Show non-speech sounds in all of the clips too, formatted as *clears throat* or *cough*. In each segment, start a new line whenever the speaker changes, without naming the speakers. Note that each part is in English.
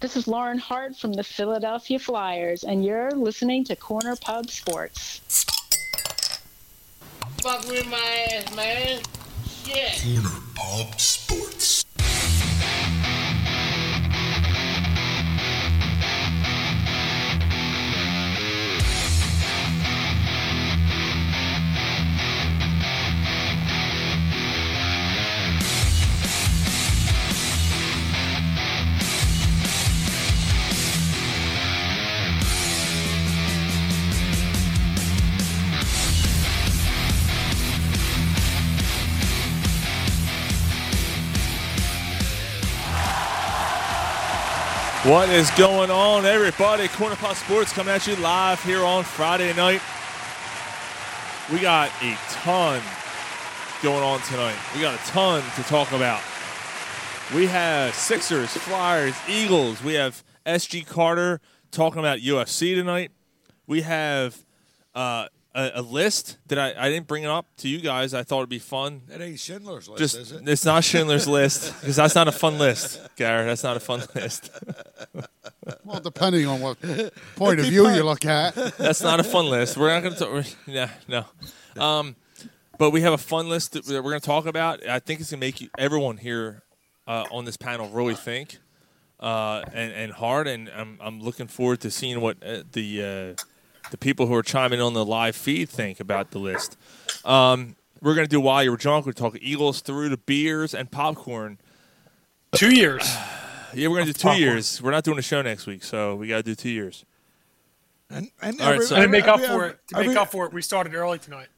This is Lauren Hart from the Philadelphia Flyers, and you're listening to Corner Pub Sports.
Fuck with my ass, man. Shit.
Corner Pop Sports.
What is going on, everybody? Corner Pop Sports coming at you live here on Friday night. We got a ton going on tonight. We got a ton to talk about. We have Sixers, Flyers, Eagles. We have SG Carter talking about UFC tonight. We have uh, a, a list that I, I didn't bring it up to you guys. I thought it'd be fun
That ain't Schindler's List, is
just
it?
it's not Schindler's List because that's not a fun list, Garrett. That's not a fun *laughs* list.
Well, depending
*laughs*
on what point of view you look at.
That's not a fun list. We're not going to talk. Yeah, no. Um, but we have a fun list that we're going to talk about. I think it's going to make you, everyone here uh, on this panel really think uh, and, and hard. And I'm, I'm looking forward to seeing what uh, the uh, the people who are chiming on the live feed think about the list. Um, we're going to do while you were drunk. We're talking Eagles through to beers and popcorn.
Two years.
Yeah, we're going to do two years. We're not doing a show next week, so we got to do two years.
And, and
All right,
every-
so-
And to make up
every-
for it, to
every-
make up for it, we started early tonight.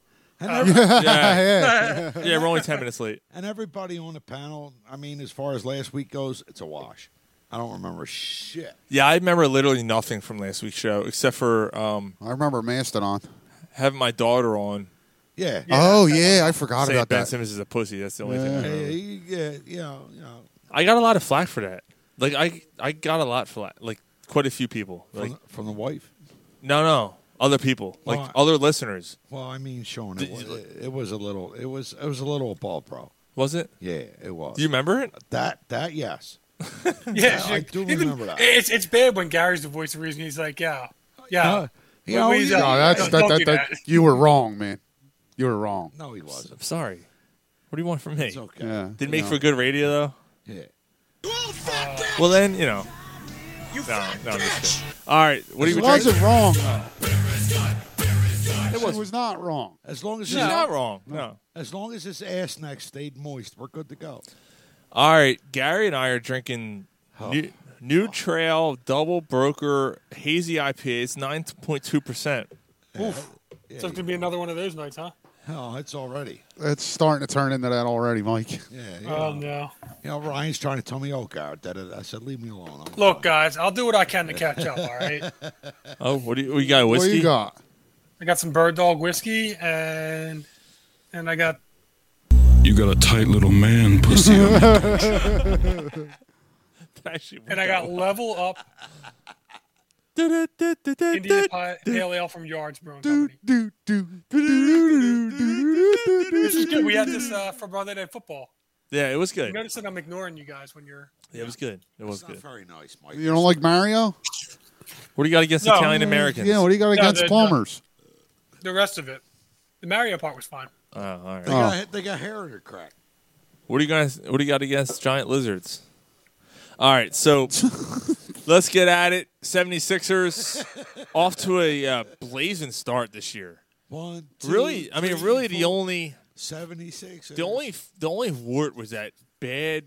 Yeah, yeah, we're only ten minutes late.
And everybody on the panel, I mean, as far as last week goes, it's a wash. I don't remember shit.
Yeah, I remember literally nothing from last week's show except for um,
I remember Mastodon.
having my daughter on
Yeah.
oh yeah, I forgot
saying
about
Ben
that.
Simmons is a pussy. That's the only thing. I,
Yeah,
Yeah.
remember.
you- yeah, you know, you know,
I got a lot of flack for that. Like I, I got a lot for that. Like quite a few people.
from,
Like
the, from the wife.
no, no, other people, like
Well, I-
other listeners.
Well, I mean, Sean,
Did
it
you-
was, it was a little, it was, it was a little ball pro.
Was it?
Yeah, it was.
Do you remember it?
that? That yes.
Yeah,
I
you-
do
even-
remember that.
It's it's bad when Gary's the voice of reason. He's like, yeah, yeah.
Uh, you
Well,
know,
we-
he-
Oh, No, that's
Don't
that,
do
that, that,
that.
You were wrong, man. You were wrong.
no, he wasn't.
I'm sorry. What do you want from me?
It's okay.
Yeah.
Did it make
no.
for good radio though?
Yeah.
Well then, you know. no, no, I'm just kidding. All right, what do
It
you drink?
wasn't wrong. It was, not wrong.
As long as
She's
his,
not wrong. no.
as long as his ass neck stayed moist, we're good to go.
All right, Gary and I are drinking new, new Trail Double Broker Hazy IPA. It's nine point two percent.
So it's gonna be another one of those nights, huh?
Oh, it's already.
It's starting to turn into that already, Mike.
Yeah. You know,
Oh no.
you know, Ryan's trying to tell me, oh, God, that, I said, leave me alone. I'm
Look, guys, I'll do what I can to catch up. All right.
Oh, what do you, what you got? Whiskey?
What you got?
I got some Bird Dog whiskey and and I got
You got a tight little man, pussy.
Actually, we
and I got Level Up
*laughs*
Indian Pie Pale Ale from Yards Brewing Company.
Do, do, do, do, do, do, do, do,
This is good. We
*laughs*
had this uh, for Monday Night Football.
Yeah, it was good.
Notice that I'm ignoring you guys when you're.
Yeah, it was good. It was
It's not
good.
very nice, Mike.
You don't like Mario?
What do you got against
No.
Italian Americans?
Yeah, what do you got against
they're-
plumbers?
The rest of it, the Mario part was fine.
oh, all right.
They, got, they got hair in their crack.
What do you guys? What do you got against giant lizards? All right,
*laughs*
so let's get at it. 76ers off to a uh, blazing start this year.
One, two,
Really, I mean,
three,
really the
four,
only
76.
The only the only wart was that bad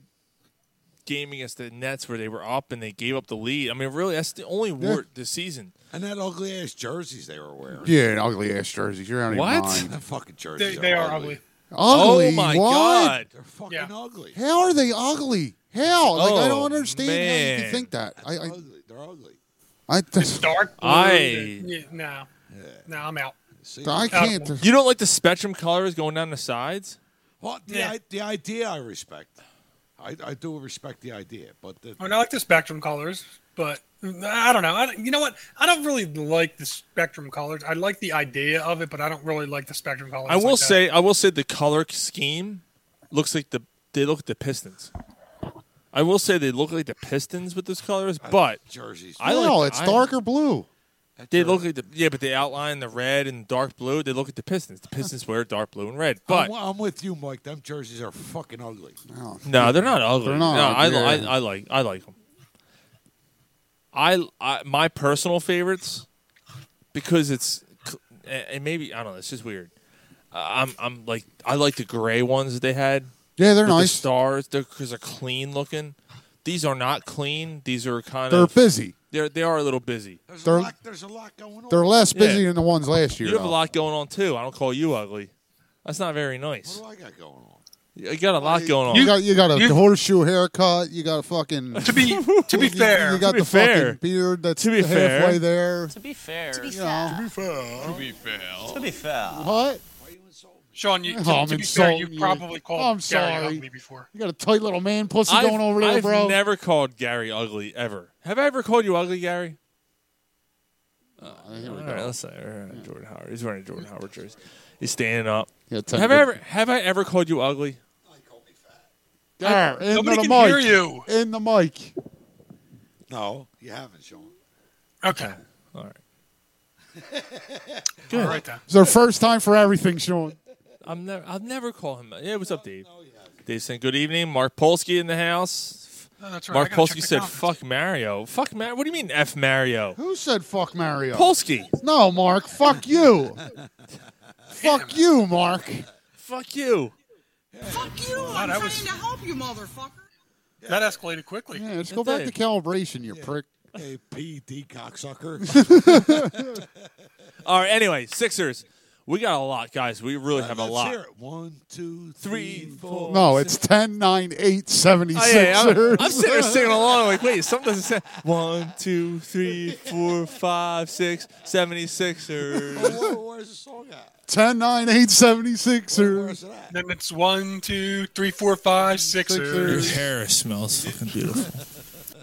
game against the Nets where they were up and they gave up the lead. I mean, really, that's the only wart this season.
And that ugly ass jerseys they were wearing.
Yeah, and ugly ass jerseys. You're out of
What?
your mind.
That fucking jerseys.
They, they are ugly.
Ugly?
oh my
what?
god!
They're fucking
Yeah.
ugly.
How are they ugly? Hell, like I
Oh,
don't understand how you
man.
can think that. I, I,
*laughs*
ugly. They're ugly.
I,
Dark. blue,
I-
the- yeah, no, no, I'm out.
See?
I can't. *laughs*
You don't like the spectrum colors going down the sides?
Well, the,
Yeah.
I, the idea I respect. I, I do respect the idea, but the,
I mean, I like the Spectrum colors, but I don't know. I, don't- you know what? I don't really like the Spectrum colors. I like the idea of it, but I don't really like the Spectrum colors.
I will
like that.
say, I will say, the color scheme looks like the they look at the Pistons. I will say they look like the Pistons with those colors, but
jerseys.
I
no,
like-
it's
I-
darker blue.
That
they
jer-
look like the yeah. But they outline the red and dark blue. They look at the Pistons. The Pistons wear dark blue and red, but
I'm, I'm with you, Mike. Them jerseys are fucking ugly.
Oh,
No, they're not ugly.
They're not
no, I,
ugly,
I,
yeah.
I like I like them. I, I my personal favorites because it's c- and maybe I don't know. It's just weird. Uh, I'm I'm like I like the gray ones that they had.
yeah, they're
with The
nice.
stars, they're because they're clean looking. These are not clean. These are kind
they're
of
busy.
they're they are a little busy.
There's
They're-
a lot. There's a lot going on.
They're less busy
Yeah.
than the ones last year.
You have a
though.
lot going on too. I don't call you ugly. That's not very nice.
what do I got going on?
You got a lot going on.
You got you got a
you-
horseshoe haircut. You got a fucking.
*laughs* To be to
*laughs*
be
you-
fair,
you, got
To be
the
fair.
fucking beard that's
To be
halfway
fair.
there.
To be fair. To be
You know,
To be fair.
what?
Sean, you, to,
Oh, I'm
to be fair,
insulting
you
you.
probably called
I'm
Gary
sorry.
ugly before.
You got a tight little man pussy
I've,
going over there,
I've
bro.
never called Gary ugly ever. Have I ever called you ugly, Gary?
Uh, Here we
All
go.
right, let's say all right, Jordan Howard. He's wearing a Jordan Howard jersey. He's standing up.
Yeah, ten-
Have I ever have I ever called you ugly?
There, into
Nobody
the
can
mic.
hear you.
In the mic.
No, you haven't, Sean.
Okay.
All right.
All right then.
It's their first time for everything, Sean.
I'm never I've never called him. Yeah, what's up, Dave? Dave saying good evening. Mark Polsky in the house.
No, that's right. I
Mark
gotta check
Polsky
the
said,
comments.
"Fuck Mario." Fuck Mario. What do you mean, f Mario?
Who said fuck Mario?
Polsky.
no, Mark. Fuck you. fuck you, Mark.
Fuck you.
Wow, that was- That escalated quickly.
Yeah, let's go
Good
back to calibration, you prick.
Hey, PD cocksucker. *laughs*
All right. Anyway, Sixers. We got a lot, guys. We really have a
Let's
lot.
hear it. One, two,
Three,
three,
four.
four.
No, it's 10, 9, 8, 76
Oh, yeah, I'm, I'm sitting there singing along. Like,
*laughs*
wait, something doesn't sound. One, two, three, four, five, six, 76ers.
Where- where's the song at?
10, 9, 8, 76 or
Where's it at?
Then it's one, two, three, four, five, six. uh,
Sixers.
Sixers.
hair smells fucking beautiful.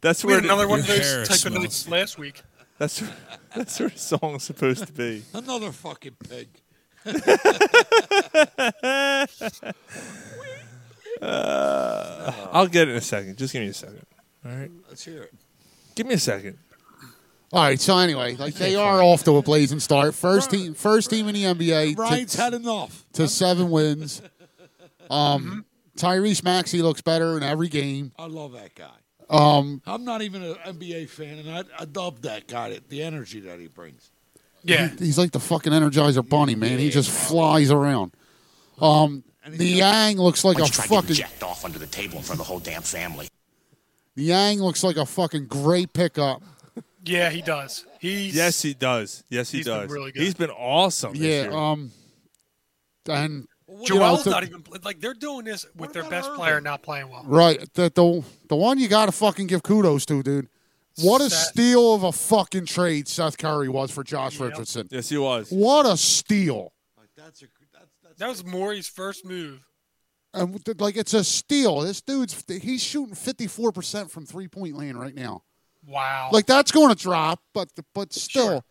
That's
We
where
had another one of
Your hair
those type of
smells.
nights last week.
That's where, that's where the song's supposed to be.
Another fucking pig.
I'll get it in a second. Just give me a second.
Let's hear it.
Give me a second.
All right, so anyway, like they are off to a blazing start. First team, first team in the NBA
Ryan's
to,
had enough.
to seven wins. Um,
Mm-hmm.
Tyrese Maxey looks better in every game.
I love that guy. Um, I'm not even an NBA fan, and I, I love that guy. that- The energy that he brings.
Yeah.
He's like the fucking Energizer Bunny, man. He just flies around. Um, the Yang looks like a fucking
jacked off under the table in front of the whole damn family.
the Yang looks like a fucking great pickup.
Yeah, he does. He's
Yes, he does. Yes, he
He's been
does.
really good. uh,
He's been awesome. this
Yeah.
year.
Um, and you know,
Joel's
to-
not even like they're doing this with their best player not playing well.
Right. The, the the one you got to fucking give kudos to, dude. What a
Seth.
steal of a fucking trade Seth Curry was for Josh Richardson.
yes, he was.
What a steal.
That's a that's that's
That was Maury's first move.
And th- like it's a steal. This dude's he's shooting 54% from three-point land right now.
Wow.
Like that's going to drop, but but still.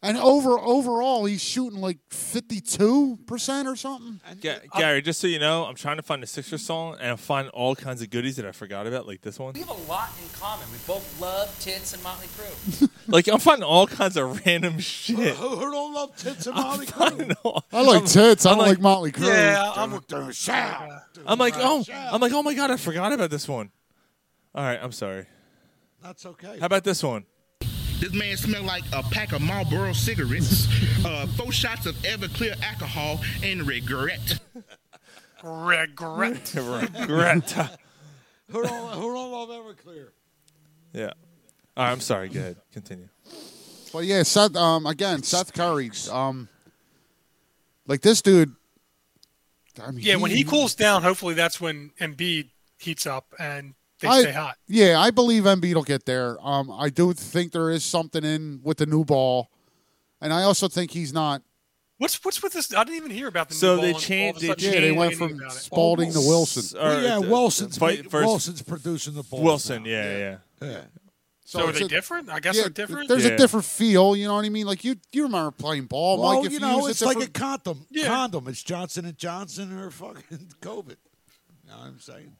And over overall he's shooting like 52% or something.
Ga- Gary, just so you know, I'm trying to find the Sixers song and I find all kinds of goodies that I forgot about, like this one.
We have a lot in common. We both love tits and Motley Crue.
Like I'm finding all kinds of random shit. *laughs*
*laughs* who, who don't love tits and Molly
I know.
I like tits. I don't
like-
like, Motley Crue.
yeah, I'm with
Don't shout.
I'm like, oh, I'm like, oh my god, I forgot about this one. All right, I'm sorry.
That's okay.
How about this one? *laughs*
This man smelled like a pack of Marlboro cigarettes, uh, four shots of Everclear alcohol, and regret.
regret.
Regret. *laughs*
who don't who don't love Everclear?
yeah. All right, I'm sorry. Go ahead. Continue.
But yeah, Seth. Um, again, Seth Curry. Um, like this dude. I mean,
Yeah, when he cools down, hopefully that's when Embiid heats up and they
I-
stay hot.
Yeah, I believe Embiid will get there. Um, I do think there is something in with the new ball, and I also think he's not.
What's what's with this? I didn't even hear about the
So
new
they
ball, and all of a
changed- they
sudden
Yeah, they
Shane's
went
reading
from
about it. uh,
Spalding to Wilson.
Or
yeah,
the-
Wilson's
fight
ma-
first-
Wilson's producing the ball.
Wilson. Yeah, yeah.
yeah.
So
So are
it's
they
a-
different? I guess
yeah,
they're different.
There's
Yeah.
a different feel. You know what I mean? Like you, you remember playing ball,
Well,
Mike? If
you
you,
know,
use
it's
a
like a
different-
condom. *laughs*
Yeah.
Condom. It's Johnson and Johnson or fucking COVID. You know what I'm saying?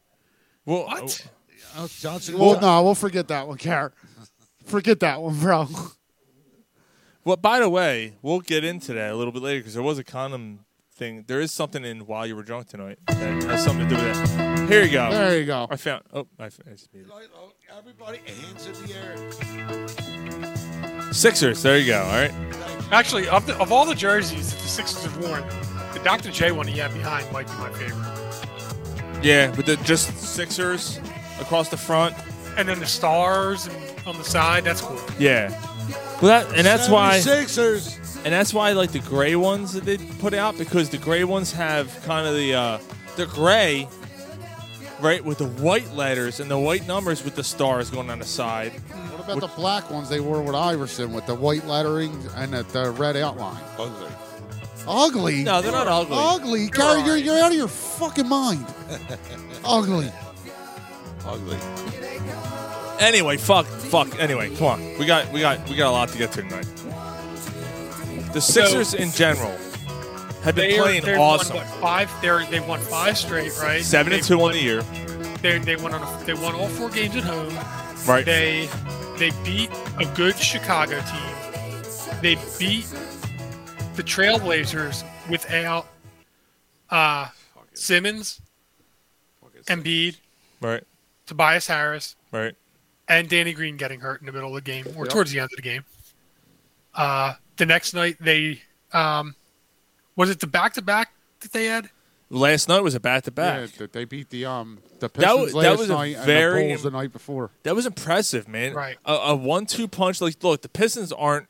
Well,
What?
Oh, Johnson.
Well, no, we'll forget that one, Carrot. Forget that one, bro.
Well, by the way, we'll get into that a little bit later because there was a condom thing. There is something in while you were drunk tonight that has something to do with that. Here you go.
There you go.
I found. Oh, I, f- I just muted.
Everybody, hands in the air.
it. Sixers. There you go. All right.
Actually, of, the, of all the jerseys that the Sixers have worn, the Dr. J one he had behind might be my favorite.
Yeah, but the just Sixers across the front.
And then the stars and on the side, that's cool.
Yeah. Well, that, and that's why.
Sixers.
And that's why I like the gray ones that they put out because the gray ones have kind of the uh, they're gray, right, with the white letters and the white numbers with the stars going on the side.
What about the black ones they wore with Iverson with the white lettering and the, the red outline?
Ugly.
Ugly.
No, they're not ugly.
Ugly. Gary, you're, you're out of your fucking *laughs* mind. Ugly.
Ugly.
Anyway, fuck, fuck. Anyway, come on, we got we got we got a lot to get to tonight. The Sixers in general have been
They are-
playing
they've
awesome.
Won, what, five, they're, they've won five straight, right?
Seven and
They've
two on
won-
the year,
They, they won on a, they won all four games at home.
right?
They they beat a good Chicago team. They beat the Trailblazers without uh, Simmons, Embiid,
right,
Tobias Harris,
right.
and Danny Green getting hurt in the middle of the game or towards the end of the game. Uh, the next night they um, was it the back to back that they had?
Last night was a back to back.
Yeah, they beat the um the
That wa-
Pistons
that
last
was a
night and
very-
the Bulls the night before.
That was impressive, man.
Right.
A, a one-two punch. Like, look, the Pistons aren't.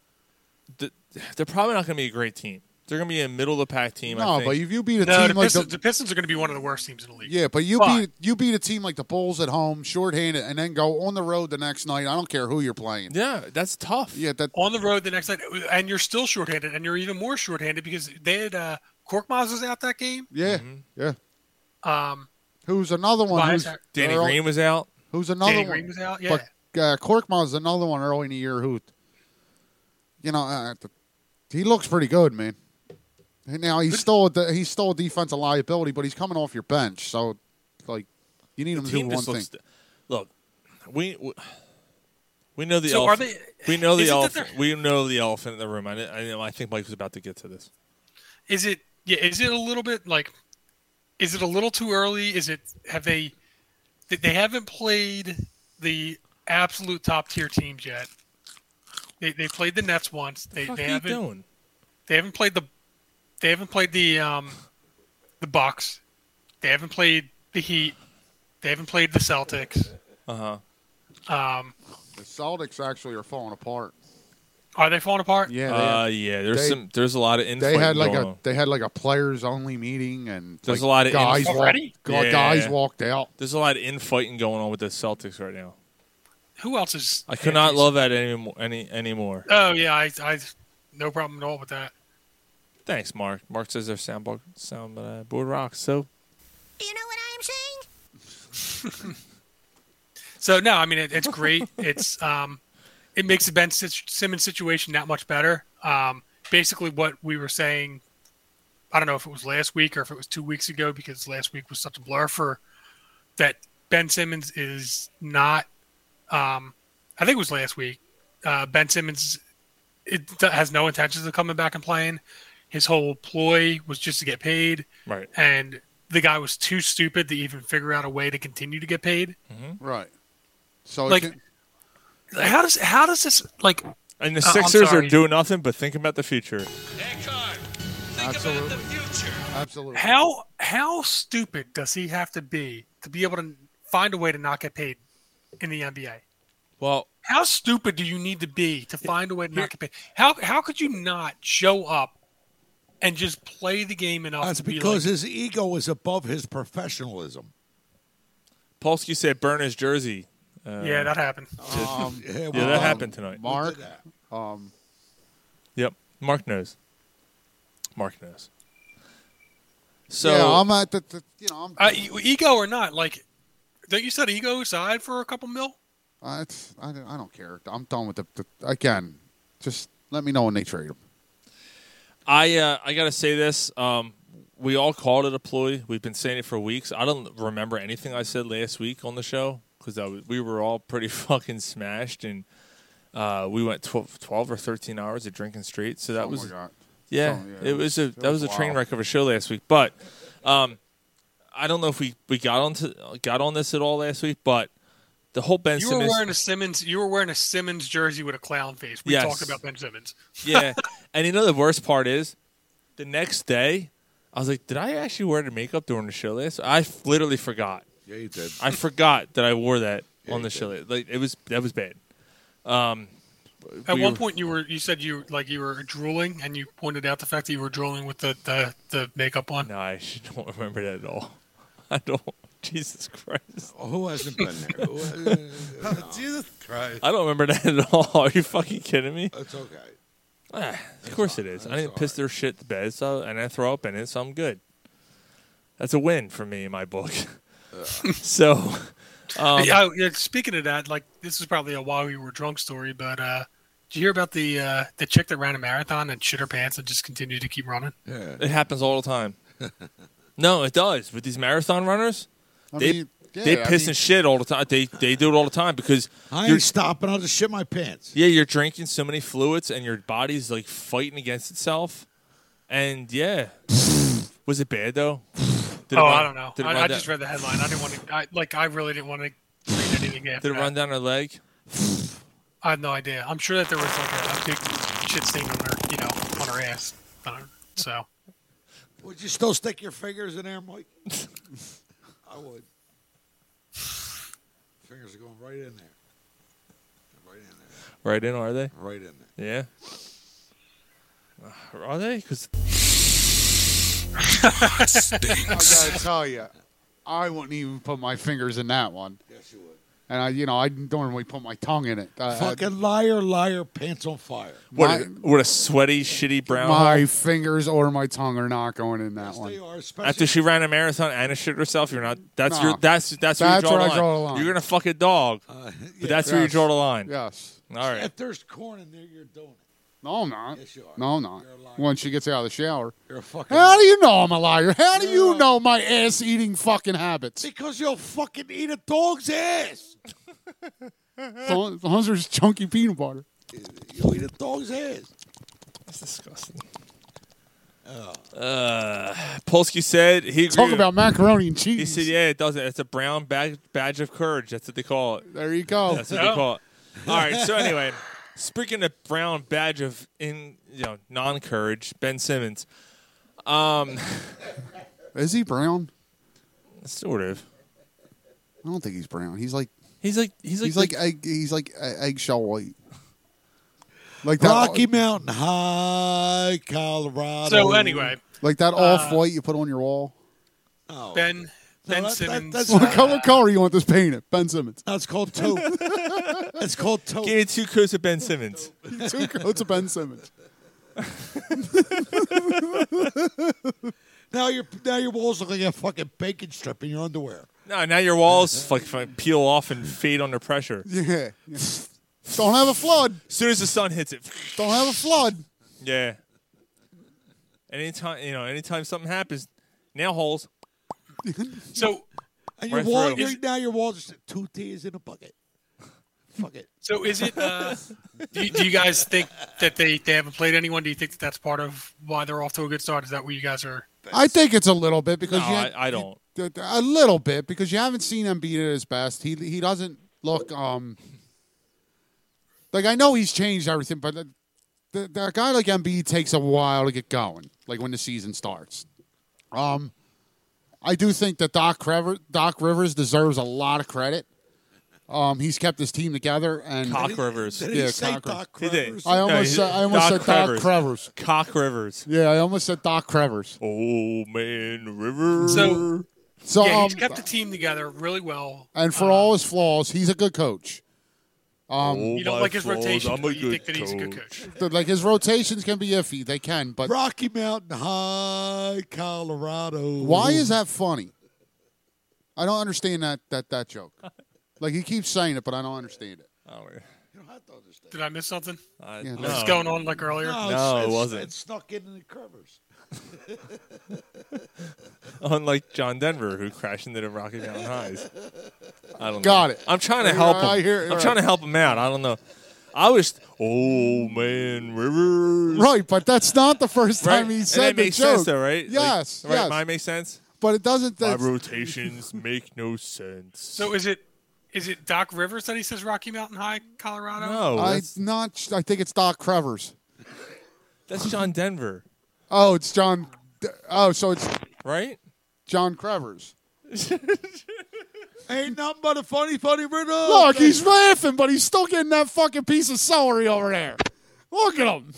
th- They're probably not going to be a great team. They're going to be a middle-of-the-pack team. I
No,
think.
but if you beat a
No,
team
the
like
Pistons,
the
the Pistons are going to be one of the worst teams in the league.
yeah, but you
Fine.
beat you beat a team like the Bulls at home, shorthanded, and then go on the road the next night. I don't care who you're playing.
yeah, that's tough.
Yeah, that
on the road the next night, and you're still shorthanded, and you're even more shorthanded because they had uh, Korkmaz was out that game.
yeah
Mm-hmm.
yeah.
Um,
Who's another one?
Tobias
Oh, Who's,
Har-
Danny
they're all-
Green was out.
Who's another
Danny
one?
Green was out. Yeah,
But uh, Korkmaz's another one early in the year who, you know, uh, th- he looks pretty good, man. And now he's still a de- he's still a defensive liability, but he's coming off your bench, so like you need him to do
team
one
just
thing.
looks. Look, we we- we know the
So are
elephant.
they-
we know the
is it that
elephant. We know the elephant in the room. I, kn- I know. I think Mike was about to get to this.
is it? Yeah, is it a little bit like? Is it a little too early? Is it? Have they? they- They haven't played the absolute top tier teams yet. They they played the Nets once. They
What
they
the fuck are you
haven't
doing?
they haven't played the they haven't played the um the Bucks. They haven't played the Heat. They haven't played the Celtics.
Uh huh.
Um,
The Celtics actually are falling apart.
are they falling apart?
Yeah, they,
Uh, yeah. There's
they-
some. There's a lot of info.
they had like a they had like a players only meeting, and
There's
like,
a lot of
guys
info.
walked,
Already?
gu-
Yeah.
guys walked out.
There's a lot of infighting going on with the Celtics right now.
Who else is?
I could not love that anymore. Any anymore.
Oh yeah, I, I no problem at all with that.
Thanks, Mark. Mark says their soundboard sound uh, board rocks. So
So no, I mean it, it's great. it's um, it makes the Ben Sis- Simmons situation that much better. Um, basically what we were saying, I don't know if it was last week or if it was two weeks ago because last week was such a blur for that Ben Simmons is not. Um, I think it was last week. Uh, ben Simmons it d- has no intentions of coming back and playing. His whole ploy was just to get paid,
right.
and the guy was too stupid to even figure out a way to continue to get paid.
Right. So it
Like-
can-
How does how does this like
And the
I'm
Sixers are
sorry.
doing nothing but thinking about the future.
absolutely, absolutely.
how how stupid does he have to be to be able to find a way to not get paid in the NBA?
Well,
How stupid do you need to be to find a way to not get paid? How how could you not show up and just play the game enough
That's
to be
because
like,
his ego is above his professionalism.
Polsky said burn his jersey. Uh,
yeah, that happened.
Um,
Yeah,
yeah, that happened tonight.
Mark,
did that.
um,
Yep. Mark knows. Mark knows. So
yeah, I'm at the, the you know I'm
Uh, e- ego or not, like don't you set ego aside for a couple mil?
Uh, it's, I, don't, I don't care. I'm done with the, the. Again, just let me know when they trade him.
I uh, I gotta say this. Um, we all called it a ploy. We've been saying it for weeks. I don't remember anything I said last week on the show because we were all pretty *laughs* fucking smashed, and uh, we went 12, 12 or thirteen hours of drinking straight. So that
Something
was
like that.
yeah,
Something,
it was a that was a train
wild.
wreck of a show last week. But um, I don't know if we, we got on to got on this at all last week, but the whole Ben
You were
Simmons
wearing a Simmons. You were wearing a Simmons jersey with a clown face. We
Yes.
talked about Ben Simmons.
yeah. And you know the worst part is, the next day, I was like, did I actually wear the makeup during the show last? I f- literally forgot.
Yeah, you did.
I forgot that I wore that
Yeah,
on
you
the
did.
show. last- Like it was that was bad.
At
We
one
were-
point, you were you said you like you were drooling, and you pointed out the fact that you were drooling with the the, the makeup on.
No, I actually *laughs* don't remember that at all. *laughs* I don't. Jesus Christ.
Who hasn't been there? Who- uh,
Oh, Jesus Christ.
I don't remember that at all. *laughs* Are you fucking kidding me?
it's okay.
Ah, of course it is. I didn't piss their shit to bed, so and I throw up in it, so I'm good. That's a win for me in my book. *laughs* so,
yeah, I- Uh, oh, yeah, speaking of that, like this is probably a while you were drunk story, but uh, did you hear about the uh, the chick that ran a marathon and shit her pants and just continued to keep running?
Yeah.
It happens all the time. no, it does with these marathon runners.
I
they
mean, yeah,
they
I
piss
mean-
and shit all the time. They they do it all the time because
I
you're
ain't stopping. I'll just shit my pants.
yeah you're drinking so many fluids and your body's like fighting against itself. And yeah, was it bad though? Did it
oh,
run-
I don't know.
Did it,
I,
run
I
down,
just read the headline. I didn't want to. I, like I really didn't want to read anything again.
did it run down her leg?
I have no idea. I'm sure that there was like a, a big shit stain on her, you know, on her ass. Uh, so
Would you still stick your fingers in there, *laughs* Mike? I would. Fingers are going right in there. Right in there.
Right in? Are they?
Right in there.
Yeah. *sighs* Uh, Are they? Because
I
*laughs*
gotta tell you, I wouldn't even put my fingers in that one.
Yes, you would.
And I, you know, I don't normally put my tongue in it. Uh,
Fucking liar, liar, pants on fire.
what?
My-
what a sweaty, shitty brown.
my
hole.
fingers or my tongue are not going in that
Yes,
one.
they are. Especially
After she ran a marathon and shit herself, you're not. That's
Nah.
your. That's that's,
That's
where you draw,
where
the,
I
line.
draw the line.
You're gonna fuck a dog, but that's where you
Yes.
draw the line.
Yes.
All right.
Uh, if there's corn in there, you're doing it.
No, I'm not.
Yes, you are.
No, I'm not.
You're a liar.
When she gets out of the shower.
You're a fucking.
How
liar.
do you know I'm a liar? How do
You're
you
a-
know my ass eating fucking habits?
Because you'll fucking eat a dog's ass.
Those those are just chunky peanut butter.
You'll eat a dog's ass.
That's disgusting. Uh, Polsky said he agreed
Talk
with-
about macaroni and
He
cheese.
said, "Yeah, it doesn't. It's a brown badge, badge of courage. That's what they call it.
There you go.
That's what they call it." All right. So anyway, speaking of brown badge of in you know non courage, Ben Simmons,
Is he brown?
sort of.
I don't think he's brown. He's like
He's like he's like
he's like egg, he's like uh, eggshell white. Like that
Rocky Mountain High, Colorado.
so anyway,
like that
Ah.
off white you put on your wall.
Oh.
Ben Ben
that- that-
Simmons.
that's
What color color you want this painted? Ben Simmons. *laughs*
No, it's called *laughs* taupe. it's called taupe.
give me two coats of Ben Simmons.
Two coats of Ben Simmons.
Now your now your walls look like a fucking bacon strip in your underwear.
No, now your walls like, fucking peel off and fade under pressure. *laughs*
Yeah. yeah. Don't have a flood.
As soon as the sun hits it, *sniffs*
Don't have a flood.
yeah. Anytime you know, anytime something happens, nail holes.
so
And your
Right
wall
through.
right now your walls are two tears in a bucket. Fuck it.
so is it? Uh, do, you- do you guys think that they they haven't played anyone? Do you think that that's part of why they're off to a good start? Is that what you guys are?
I think it's a little bit because
No,
you
I, I don't.
th- th- a little bit because you haven't seen him beat at his best. He he doesn't look um like I know he's changed everything, but uh, the, the, the guy like Embiid takes a while to get going, like when the season starts. Um, I do think that Doc Rever- Doc Rivers deserves a lot of credit. Um, he's kept his team together, and
Cock Rivers.
Did
Yeah,
he say
Cochran.
Doc
He did.
Rivers?
I
No,
almost
he-
said, I almost
Doc
said Doc
Rivers.
Rivers.
Cock Rivers.
Yeah, I almost said Doc Rivers.
Oh man, river.
So
So
yeah, he's
um,
kept the team together really well.
and for all his flaws, he's a good coach.
Oh
You don't like his rotation. but you think that he's a good coach.
They're- like his rotations can be iffy. They can, but
Rocky Mountain High, Colorado.
why is that funny? I don't understand that that that joke. Like he keeps saying it, but I don't understand it.
Oh, yeah.
fucking hot dog this day.
Did I miss something?
Uh,
Yeah,
What's
no.
going on like earlier?
No, it wasn't.
It snuck in the covers.
Unlike John Denver, who crashed into the Rocky Mountain Highs. I don't
Got
know.
it.
I'm trying to help him.
I hear it.
I'm
All
trying to
right.
help him out. I don't know. I was, oh man, Rivers.
*laughs* Right, but that's not the first
Right?
time he
And
said
that
the
makes
joke.
sense, though, right? Like,
Yes,
right.
yes.
Mine makes sense.
but it doesn't.
My
That's, *laughs*
rotations make no sense.
So is it is it Doc Rivers that he says Rocky Mountain High, Colorado?
no,
I'm
that's,
not. sh- I think it's Doc Crevers.
that's John Denver,
Oh, it's John. D- Oh, so it's
right?
John Crevers.
Ain't nothing but a funny, funny riddle.
Oh,
Look, he's laughing, but he's still getting that fucking piece of celery over there. Look at him.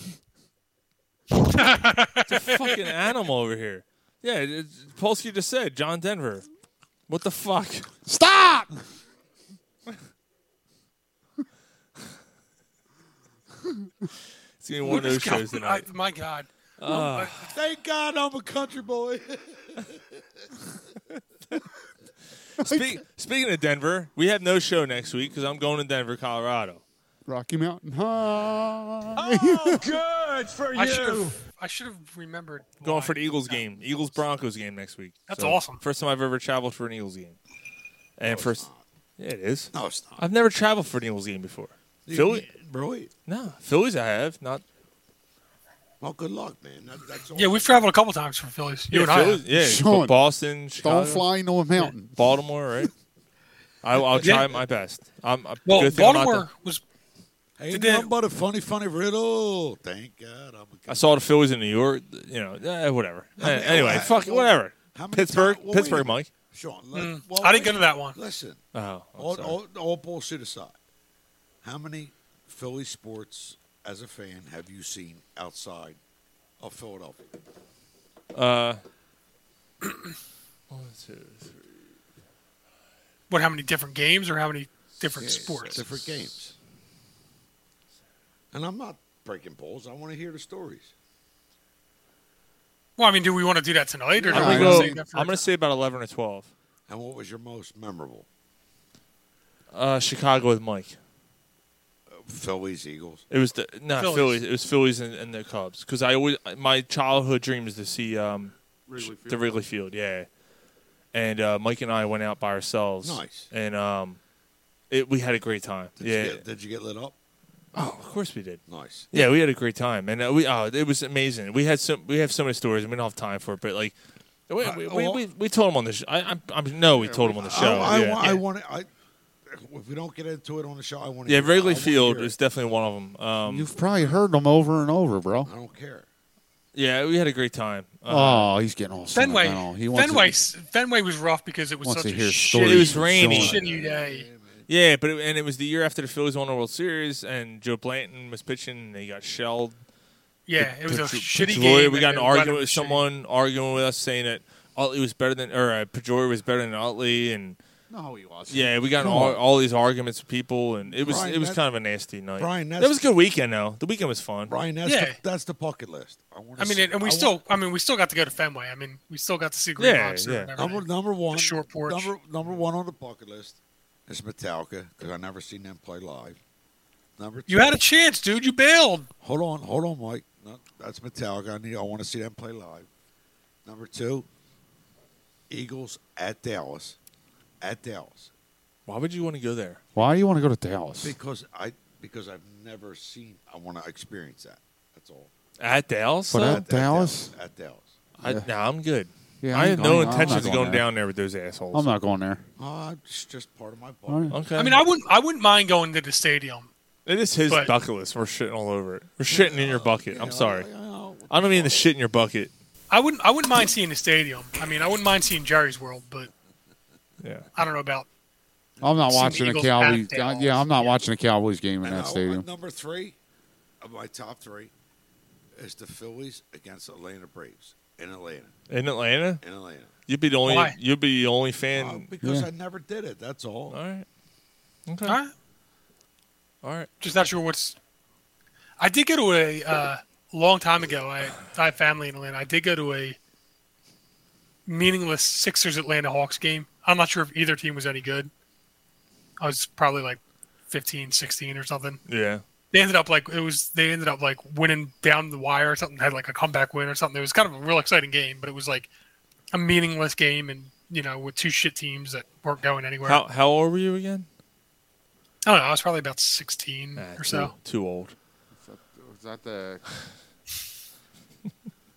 Fucking animal over here. Yeah, it- it- Polsky just said John Denver. What the fuck?
Stop.
It's gonna be one of those shows tonight.
I- my God.
Thank God I'm a
*laughs*
country boy.
Speak, speaking of Denver, we have no show next week because I'm going to Denver, Colorado.
Rocky Mountain
Oh,
High.
I should have I should have remembered.
Going
why.
for the Eagles game, Eagles Broncos game next week.
That's awesome.
First time I've ever traveled for an Eagles game, and first, yeah, it is.
No, it's not.
I've never traveled for an Eagles game before. Philly,
Really?
no, Phillies I have not.
Well, good luck, man. That, that's all.
Yeah, we've traveled a couple times from Phillies. You and I.
Phillies- yeah,
Sean,
Boston, Chicago,
Don't fly into a mountain.
Baltimore, right? I, I'll try
Yeah.
my best. I'm, I'm
Well,
good thing I'm not
Baltimore
the-
was
Ain't
Did they-
nothing but a funny, funny riddle. Thank God I'm a country
I saw the Phillies in New York. You know, eh, whatever. Eh,
many-
anyway,
I-
fuck it,
well,
whatever.
how many
Pittsburgh,
times- well, wait a
Pittsburgh,
minute.
Mike.
Sean, let- well,
Hmm. I didn't
wait.
go to that one.
Listen,
Oh, I'm
all,
sorry.
all, all bullshit aside, how many Philly sports as a fan have you seen outside of Philadelphia?
One, two, three.
What? How many different games or how many different
Yeah,
sports?
different games. And I'm not breaking polls. I want to hear the stories.
Well, I mean, do we want to do that tonight or do
I'm
we
gonna
wanna
go-
save that for-
I'm going to say about 11 or 12.
And what was your most memorable?
Uh, Chicago with Mike.
Phillies, Eagles.
It was the no
Phillies.
Phillies. It was Phillies and, and the Cubs because I always my childhood dream is to see um the Wrigley Field. Yeah, and uh, Mike and I went out by ourselves.
Nice.
And um, it we had a great time.
Did
yeah.
You get, did you get lit up?
oh, of course we did.
Nice.
Yeah, we had a great time, and uh, we oh, it was amazing. We had some, we have so many stories, and we don't have time for it. But like, we
Uh,
we, we, we, we told him on the show. I, I, I know we told him on the show.
I, I,
yeah,
wa- I
yeah.
want to. I, if we don't get into it on the show, I want to.
Yeah,
hear it. I
Wrigley
wanna
Field
hear it.
was definitely one of them. Um,
You've probably heard them over and over, bro.
I don't care.
yeah, we had a great time. Uh,
Oh, he's getting all
Fenway.
sentimental. He wants
Fenway.
to-
Fenway was rough because it was
Wants
such a
to hear
shitty,
stories
It was rainy.
shitty day.
yeah, but it, and it was the year after the Phillies won the World Series, and Joe Blanton was pitching, and they got shelled.
Yeah, it was a
Petru-
shitty
Pedroia,
game.
We
and
got in
the
an
weather
argument
was
with
shitty.
someone, arguing with us, saying that Utley was better than, or uh, Pedroia was better than Utley, and
No, he was.
yeah, we got in all, all these arguments with people, and it was
Brian,
it was
that-
kind of a nasty night.
Brian, that's-
that was a good weekend though. The weekend was fun.
Brian, that's
Yeah.
the, that's the bucket list. I want.
I mean, and we still. I mean, we still got to go to Fenway. I mean, we still got to see Green
Yeah,
Monster.
yeah.
and everything.
number number one.
short porch.
Number number one on the bucket list is Metallica because I never seen them play live. Number two.
You had a chance, dude. You bailed.
hold on, hold on, Mike. No, that's Metallica. I need. I want to see them play live. Number two. Eagles at Dallas, at Dallas
Why would you want to go there?
Why do you want to go to Dallas?
because I because I've never seen. I want to experience that. That's all.
At Dallas?
But
though?
At Dallas?
At Dallas.
I, nah, I'm good.
Yeah,
I
I'm
have no
going- I'm
intentions
not
of
going
going
there.
down there with those assholes.
I'm not going there.
Oh, it's just part of my bucket.
All right.
okay.
I mean, I wouldn't. I wouldn't mind going to the stadium.
it is his
but-
bucket list. We're shitting all over it. We're shitting in your
Oh,
bucket. I'm sorry.
You know,
I don't mean to shit in your bucket.
I wouldn't. I wouldn't mind seeing the stadium. I mean, I wouldn't mind seeing Jerry's World, but
Yeah.
I don't know about.
I'm not
See the
watching a
Eagles
Cowboys.
at Dallas.
Yeah, I'm not watching a Cowboys game in
And
that
I-
stadium.
Number three of my top three is the Phillies against Atlanta Braves in Atlanta.
In Atlanta,
In Atlanta.
you'd be the only.
Why?
You'd be the only
Uh,
fan.
because
Yeah.
I never did it. That's all.
all right. Okay.
All right.
All right.
Just not sure what's. I did go to a uh, long time ago. I I have family in Atlanta. I did go to a meaningless Sixers Atlanta Hawks game. I'm not sure if either team was any good. I was probably like 15, 16 or something.
Yeah.
They ended up like it was. They ended up like winning down the wire or something. Had like a comeback win or something. It was kind of a real exciting game, but it was like a meaningless game, and you know, with two shit teams that weren't going anywhere.
How how old were you again?
I don't know. I was probably about sixteen
Ah, too-
or so.
Too old.
Was that, was that the *laughs*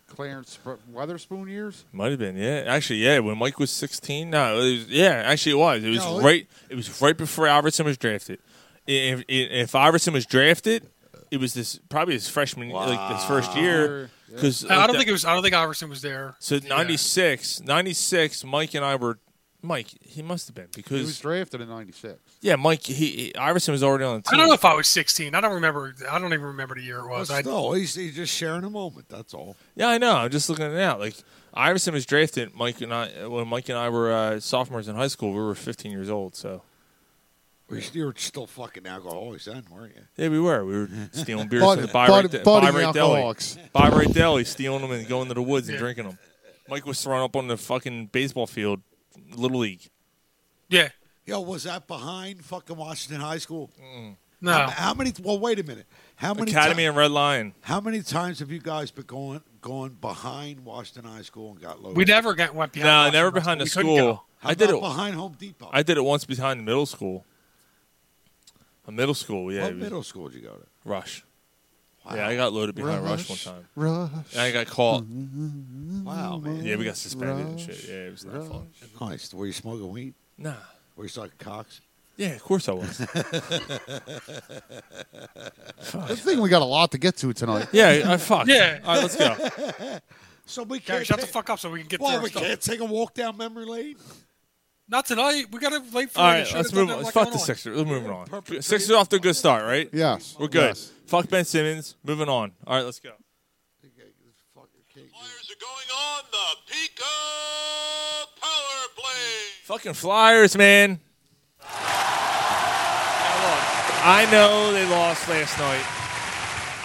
Clarence Br- Weatherspoon years?
Might have been, yeah. Actually, yeah. When Mike was sixteen, no, it was, yeah. Actually, it was. It was
No, it-
right. It was right before Iverson was drafted. If, if- if Iverson was drafted, it was this probably his freshman, like his first year. Because
I- I don't think it was. I don't think Iverson was there.
So 96, 96, Mike and I were. Mike, he must have been
He
because
was drafted in '96.
yeah, Mike. He, he Iverson was already on the
I
team.
don't know if I was sixteen. I don't remember. I don't even remember the year it was. I,
No, he's, he's just sharing a moment. That's all.
Yeah, I know. I'm just looking at it out. Like Iverson was drafted. Mike and I, when Mike and I were uh, sophomores in high school, we were 15 years old. So
Well, You were still fucking alcoholics then, weren't you?
yeah, we were. We were stealing beers
Bud-
from the Buy
bud-
Right, De-
budding
Buy right Deli.
alcoholics.
Buy Right Deli, stealing them and going to the woods and
Yeah.
drinking them. Mike was thrown up on the fucking baseball field, little league.
yeah.
Yo, was that behind fucking Washington High School?
No.
How many? Well, wait a minute. How many?
Academy
ti-
and Red Lion.
how many times have you guys been going gone behind Washington High School and got loaded?
We never got went behind.
No,
Washington.
never behind the
We couldn't go.
school.
How
I did
about
it.
behind Home Depot.
I did it once behind middle school. A middle school, yeah.
what
it was
middle school did you go to?
Rush. Yeah, I got loaded behind Rush, one time.
Rush.
And I got caught.
Mm-hmm. Wow, man.
Yeah, we got suspended and shit. Yeah, it was not fun.
Nice. Were you smoking weed?
Nah.
Were you sucking cocks?
Yeah, of course I was.
I think we got a lot to get to tonight.
Yeah, I fuck.
Yeah.
All right, let's go.
So we can't.
Gary, shut the
take-
fuck up so we can get
Well,
there.
we can't take a walk down memory lane.
Not tonight. We got to late for
All
the
right,
show.
let's
There's
move on.
nothing
Fuck the
going on.
Sixers. We're moving on. Sixers off to a good start, right?
Yes,
We're good.
Yes.
Fuck Ben Simmons. Moving on. All right, let's go.
Flyers are going on the Pico Power Play.
Fucking Flyers, man. I know they lost last night.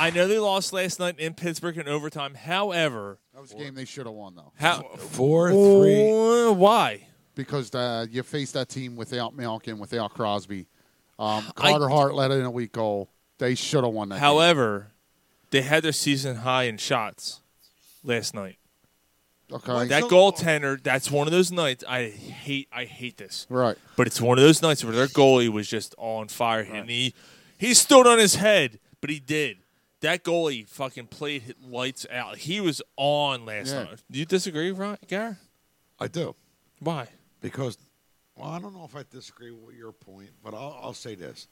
I know they lost last night in Pittsburgh in overtime. However,
That was a game they should have won though,
how
Four,
Uh, why?
because uh, you faced that team without Malkin, without Crosby. Um, Carter Hart let in a weak goal. They should have won that. game.
However, they had their season high in shots last night.
okay,
That goaltender, that's one of those nights I hate I hate this.
right.
But it's one of those nights where their goalie was just on fire and he he stood on his head, but he did. That goalie fucking played hit lights out. He was on last
Yeah.
night. Do you disagree, Ron Gar?
I do
Why?
because, well, I don't know if I disagree with your point, but I'll, I'll say this: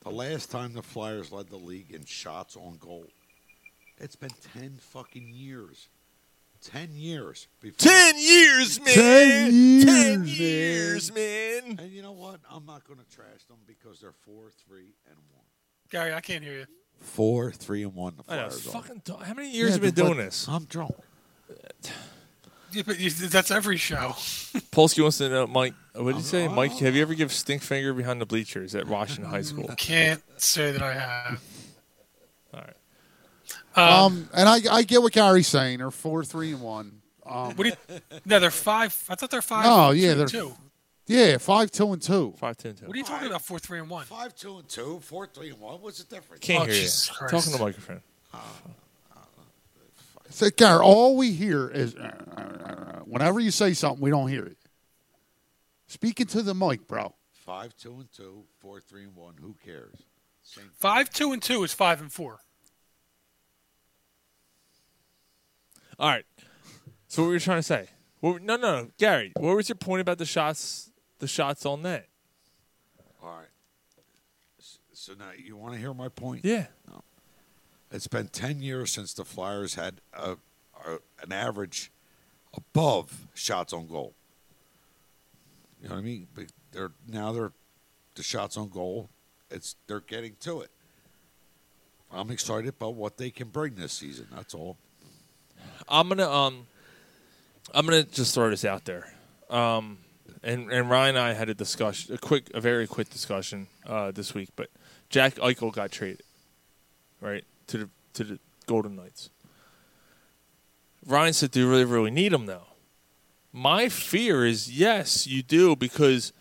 the last time the Flyers led the league in shots on goal, it's been ten fucking years. Ten years. Before
Ten years, man.
Ten years,
Ten
man.
years, man.
And you know what? I'm not going to trash them because they're four, three, and one.
Gary, I can't hear you.
Four, three, and one. The
I know.
Flyers are.
Fucking. do- How many years
Yeah,
have you been
but
doing this?
I'm drunk.
Yeah, but you- that's every show.
Polsky wants to know, Mike. What did you say,
I'm-
Mike? Have you ever give stink finger behind the bleachers at Washington High School?
Can't say that I have.
All right.
Um, and I, I get what Gary's saying. They're four, three, and one. Um,
What do you, no, they're five. I thought they're five.
No, yeah,
two,
they're-
two.
yeah, five, two, and two.
Five ten ten.
What are you talking about? Four, three, and one.
Five, two, and two. Four, three, and one. What's the difference?
Can't
Oh,
hear
Jesus
you.
Christ.
Talking to the microphone.
So, Gary, all we hear is uh, whenever you say something, we don't hear it. Speaking to the mic, bro.
Five, two, and two. Four, three, and one. Who cares? Same.
Five, two, and two is five and four.
All right. So what were you trying to say? What, no, no, no, Gary. What was your point about the shots? The shots on net.
All right. S- So now you want to hear my point?
Yeah.
It's been ten years since the Flyers had a, a an average above shots on goal. You know what I mean? But they're now they're the shots on goal. It's they're getting to it. I'm excited about what they can bring this season. That's all.
I'm gonna um, I'm gonna just throw this out there. Um, and and Ryan and I had a discussion, a quick, a very quick discussion uh, this week. But Jack Eichel got traded, right to the to the Golden Knights. Ryan said, "Do you really really need him though?" My fear is yes, you do because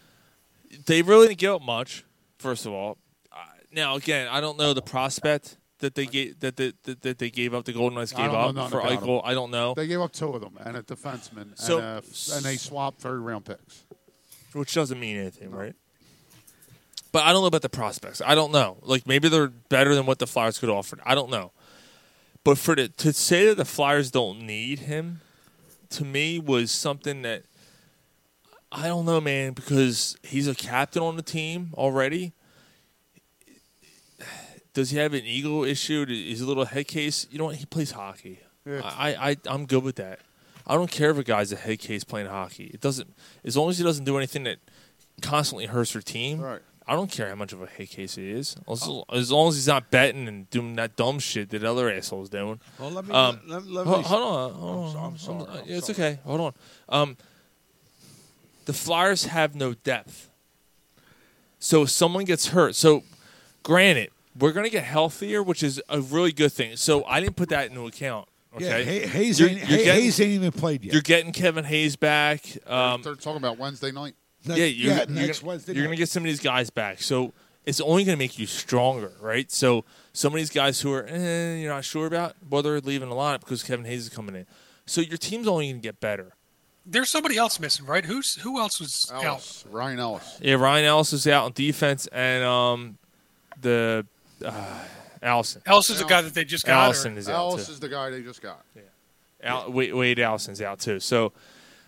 they really didn't give up much. First of all, Uh, Now again, I don't know the prospect that they gave that they, that, that they gave up. The Golden Knights
I
gave
don't know
up
nothing
for
about
Eichel. I don't know,
They gave up two of them and a defenseman,
So-
and, a, and they swapped third round picks.
which doesn't mean anything, right? But I don't know about the prospects. I don't know. Like maybe they're better than what the Flyers could offer. I don't know. But for the, to say that the Flyers don't need him, to me was something that I don't know, man, because he's a captain on the team already. Does he have an ego issue? Is a little head case? You know what? He plays hockey.
Yeah.
I, I I'm good with that. I don't care if a guy's a head case playing hockey. It doesn't as long as he doesn't do anything that constantly hurts your team.
Right.
I don't care how much of a head case he is. As, as long as he's not betting and doing that dumb shit that other assholes doing.
Well, let me.
Um,
let, let, let
Ho-
me
hold on, hold
I'm
on.
so- I'm sorry, I'm
yeah, it's
sorry.
okay. Hold on. Um, the Flyers have no depth, so if someone gets hurt. So, granted, we're gonna get healthier, which is a really good thing. So I didn't put that into account. Okay,
Yeah, Hay- Hayes,
You're-
ain't,
you're
Hay-
getting-
Hayes ain't even played yet.
you're getting Kevin Hayes back. Um,
They're talking about Wednesday night.
Next-
yeah, you're,
yeah,
you're
next
gonna,
Wednesday
You're
night.
gonna get some of these guys back, so it's only gonna make you stronger, right? So some of these guys who are eh, you're not sure about, well, they're leaving the lineup because Kevin Hayes is coming in. So your team's only gonna get better.
There's somebody else missing, right? Who's who else was out?
Ellis, Ryan Ellis.
Yeah, Ryan Ellis is out on defense, and um, the uh, Allison,
Ellis is the guy that they just got. or-
Allison is out
Ellis
too.
is the guy they just got.
Al- Wade, Wade Allison's out too. So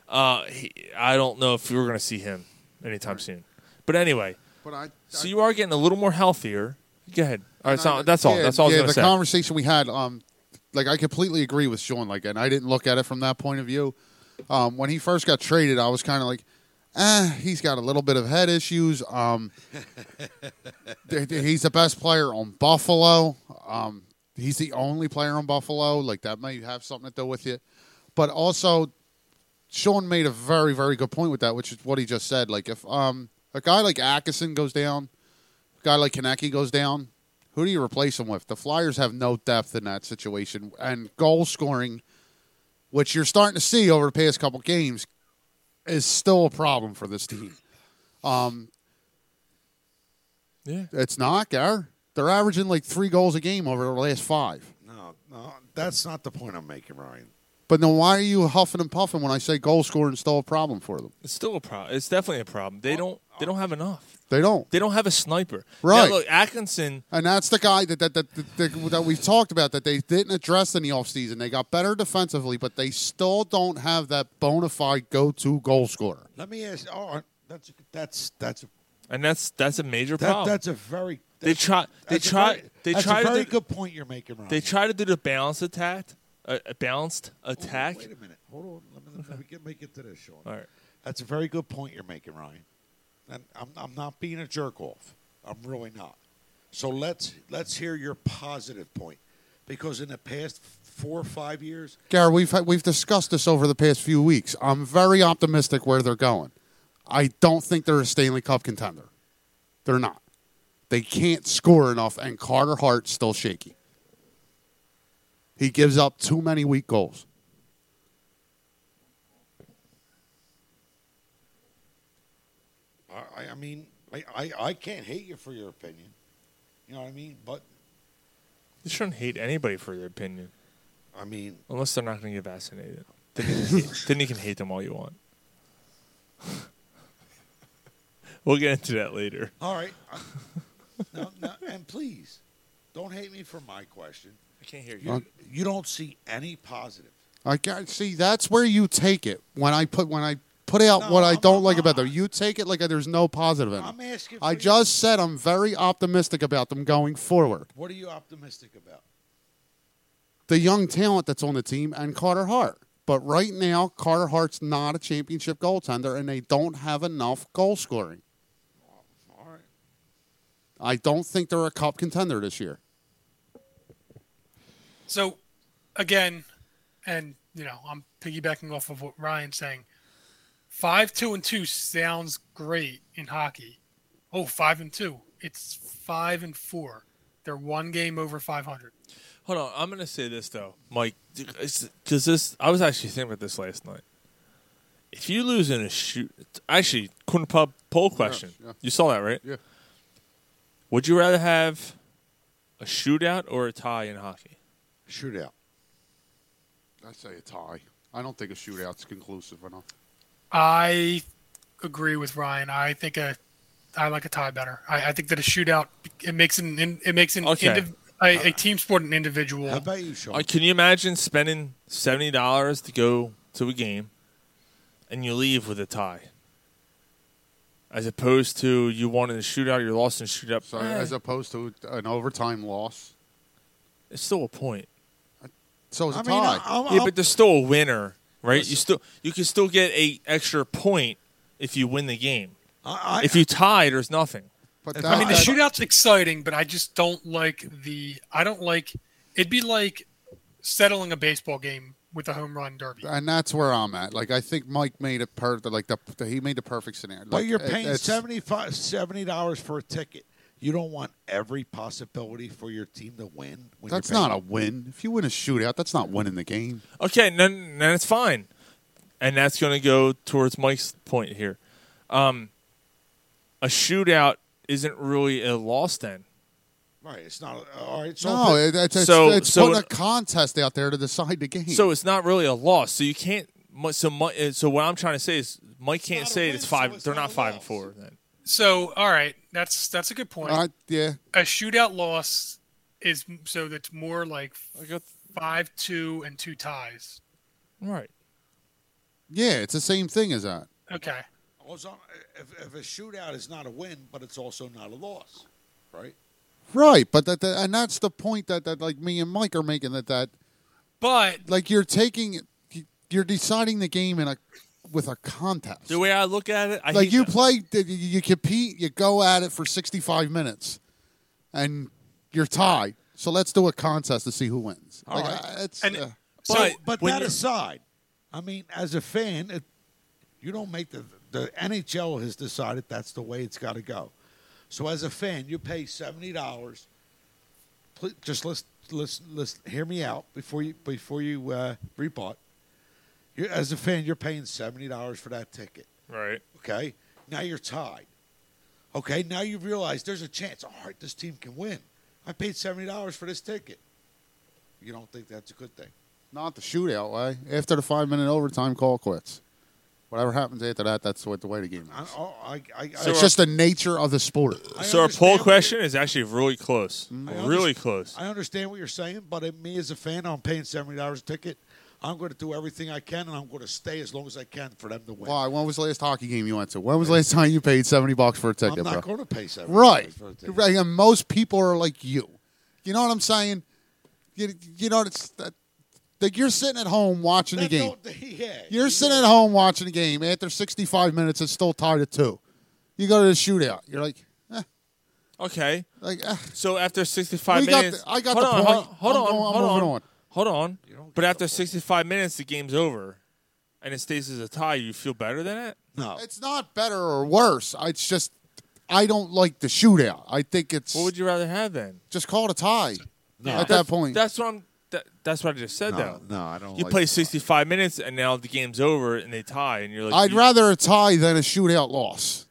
uh, he, I don't know if we're gonna see him anytime soon. But anyway,
But I.
so you are getting a little more healthier. Go ahead. All right, so
I-
that's all.
yeah,
that's all
yeah,
I was
the
gonna say.
conversation we had, um, like I completely agree with Sean. Like, and I didn't look at it from that point of view. Um, when he first got traded, I was kind of like, eh, he's got a little bit of head issues.
*laughs*
Um, th- th- he's the best player on Buffalo. Um, he's the only player on Buffalo. Like that might have something to do with it. But also, Sean made a very, very good point with that, which is what he just said. Like if um a guy like Atkinson goes down, a guy like Kaneki goes down, who do you replace him with? The Flyers have no depth in that situation, and goal scoring, which you're starting to see over the past couple games, is still a problem for this team. Um,
Yeah.
it's not, Gar. They're averaging like three goals a game over the last five.
No, no, that's not the point I'm making, Ryan.
But then why are you huffing and puffing when I say goal scoring is still a problem for them?
It's still a problem. It's definitely a problem. They don't. They don't have enough.
They don't.
They don't have a sniper.
Right.
Now, look, Atkinson.
And that's the guy that that, that, that, that, that we've talked about that they didn't address in the offseason. They got better defensively, but they still don't have that bona fide go to goal scorer.
Let me ask. Oh, that's that's that's
And that's that's a major
that,
problem.
that's a very.
They
that's-
try- they
that's a
try-
very-
they
that's
try
a
to
very
do-
good point you're making, Ryan.
they try to do the balanced attack, uh, a a balanced attack.
Wait a minute. Hold on. Let me, let me get make it to this, Sean.
All right.
That's a very good point you're making, Ryan. And I'm I'm not being a jerk off. I'm really not. So let's let's hear your positive point, because in the past four or five years,
Gary, we've had, we've discussed this over the past few weeks. I'm very optimistic where they're going. I don't think they're a Stanley Cup contender. They're not. They can't score enough, and Carter Hart's still shaky. He gives up too many weak goals.
I, I- I mean, I, I, I can't hate you for your opinion. You know what I mean? But
You shouldn't hate anybody for their opinion,
I mean,
unless they're not going to get vaccinated. Then you, can hate, then you can hate them all you want. *laughs* we'll get into that later.
all right.
*laughs*
I- no, no, and please, don't hate me for my question.
I can't hear
You, you don't see any positive.
I got see. That's where you take it when I put when I put out
No,
what I
I'm-
don't
I'm
like about
not.
them. You take it like there's no positive in
I'm
it.
asking. For
Um, I
you.
just said I'm very optimistic about them going forward.
What are you optimistic about?
The young talent that's on the team and Carter Hart. But right now, Carter Hart's not a championship goaltender, and they don't have enough goal scoring.
All right.
I don't think they're a cup contender this year.
So, again, and you know, I'm piggybacking off of what Ryan's saying. Five, two, and two sounds great in hockey. Oh, five and two. It's five and four. They're one game over 500.
Hold on, I'm gonna say this though, Mike, because this I was actually thinking about this last night. If you lose in a shoot, actually, Quinn Pub poll question,
yeah.
you saw that right?
Yeah.
Would you rather have a shootout or a tie in hockey?
Shootout.
I say a tie. I don't think a shootout's conclusive enough.
I agree with Ryan. I think a I like a tie better. I, I think that a shootout it makes an in- it makes an
Okay.
indiv- a, a team sport an individual.
How about you, Sean?
Uh, can you imagine spending seventy dollars to go to a game, and you leave with a tie, as opposed to you wanted a shootout, you lost in a shootout.
So
Eh,
as opposed to an overtime loss,
it's still a point.
so it's a
I
tie.
mean, I'm,
yeah,
I'm-
but there's still a winner, right? You still you can still get a extra point if you win the game.
I, I,
If you tie, there's nothing.
but
I
that,
I mean, the
that-
shootout's exciting, but I just don't like the. I don't like. It'd be like settling a baseball game with a home run derby.
and that's where I'm at. Like, I think Mike made it per like the he made the perfect scenario.
but
Like,
you're
it-
paying
it's-
seventy five seventy dollars for a ticket. You don't want every possibility for your team to win. When
That's
you're
not a win. If you win a shootout, that's not winning the game.
Okay, then then it's fine, and that's going to go towards Mike's point here. Um, a shootout isn't really a loss then.
a right. It's not a, all right. So
No,
if
it, it's, it's,
So-
it's
so
putting
it-
a contest out there to decide the
Hmm.
game.
So it's not really a loss. So you can't. mu- So Mi- uh, so what I'm trying to say is Mike can't
not a
say
win,
it's
so
five.
it's
they're
not
not
a
five and
loss.
four then.
So, all right, that's that's a good point.
Uh, yeah,
a shootout loss is so that's more like
Like a th-
five, two, and two ties.
right.
yeah, it's the same thing as that.
Okay.
also, if, if a shootout is not a win, but it's also not a loss, right?
Right, but that, that and that's the point that, that like me and Mike are making that that
But
like you're taking you're deciding the game in a with a contest.
The way I look at it, I
like
hate
you
that.
play, you- you compete, you go at it for 65 minutes, and you're tied. So let's do a contest to see who wins.
All
like,
right.
uh, it's,
And-
uh,
But
So, but
when
that
you're-
aside, I mean, as a fan, it, you don't make the the NHL has decided that's the way it's got to go. So as a fan, you pay seventy dollars. Just let's let's let's hear me out before you before you uh, rebut. You as a fan, you're paying seventy dollars for that ticket.
right.
Okay, now you're tied. Okay, now you realize there's a chance. All right, this team can win. I paid seventy dollars for this ticket. You don't think that's a good thing?
not the shootout way. After the five minute overtime call quits, whatever happens after that, that's what the way the game
I,
is.
oh, I, I, I,
So
it's just the nature of the sport.
I
so our poll
understand what
question is actually really close.
Mm-hmm.
I
Really
underst-
close.
I understand what you're saying, but uh, me as a fan, I'm paying seventy dollars a ticket. I'm going to do everything I can, and I'm going to stay as long as I can for them to win.
Why? When was the last hockey game you went to? When was the last time you paid 70 bucks for a
I'm
ticket,
not
bro?
going to pay seventy.
Right.
For a ticket.
right. And most people are like you. You know what I'm saying? You, you know, it's that, like you're sitting at home watching
That
the game.
don't- yeah.
You're sitting at home watching the game. After 65 minutes, it's still tied at two. You go to the shootout. You're like, eh,
Okay.
like eh.
So after 65
We got
minutes,
the- I got
hold
the
on,
point.
Hold, hold on,
I'm going- I'm
hold
moving
on,
on.
hold on.
don't
But
get
after 65 minutes, the game's over, and it stays as a tie. You feel better than it?
no.
Oh. it's not better or worse. It's just I don't like the shootout. I think it's
What would you rather have then?
just call it a tie at that
That's-
point.
That's what I'm. That, that's what I just said.
No,
though.
no, I don't
You
like
play
that.
65 minutes, and now the game's over, and they tie, and you're like,
I'd
you-
rather a tie than a shootout loss.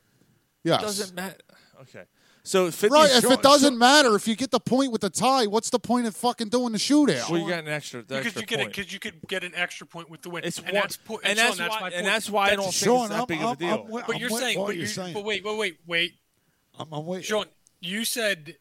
Yes.
It doesn't matter. Okay. So 50
right. If
Sean-
it doesn't matter, if you get the point with the tie, what's the point of fucking doing the shootout?
Well, you got an extra. the
because
extra
you get it,
point.
because you could get an extra point with the win,
It's
and
one-
that's po-
and
Sean,
that's why-
my
and
point.
that's why I don't think
Sean,
it's that
I'm-
big of a
I'm-
deal.
I'm wi-
But
I'm
you're
with
saying,
what
but,
you're
you're,
saying.
but wait, wait, wait, wait,
I'm, I'm waiting.
Sean, you said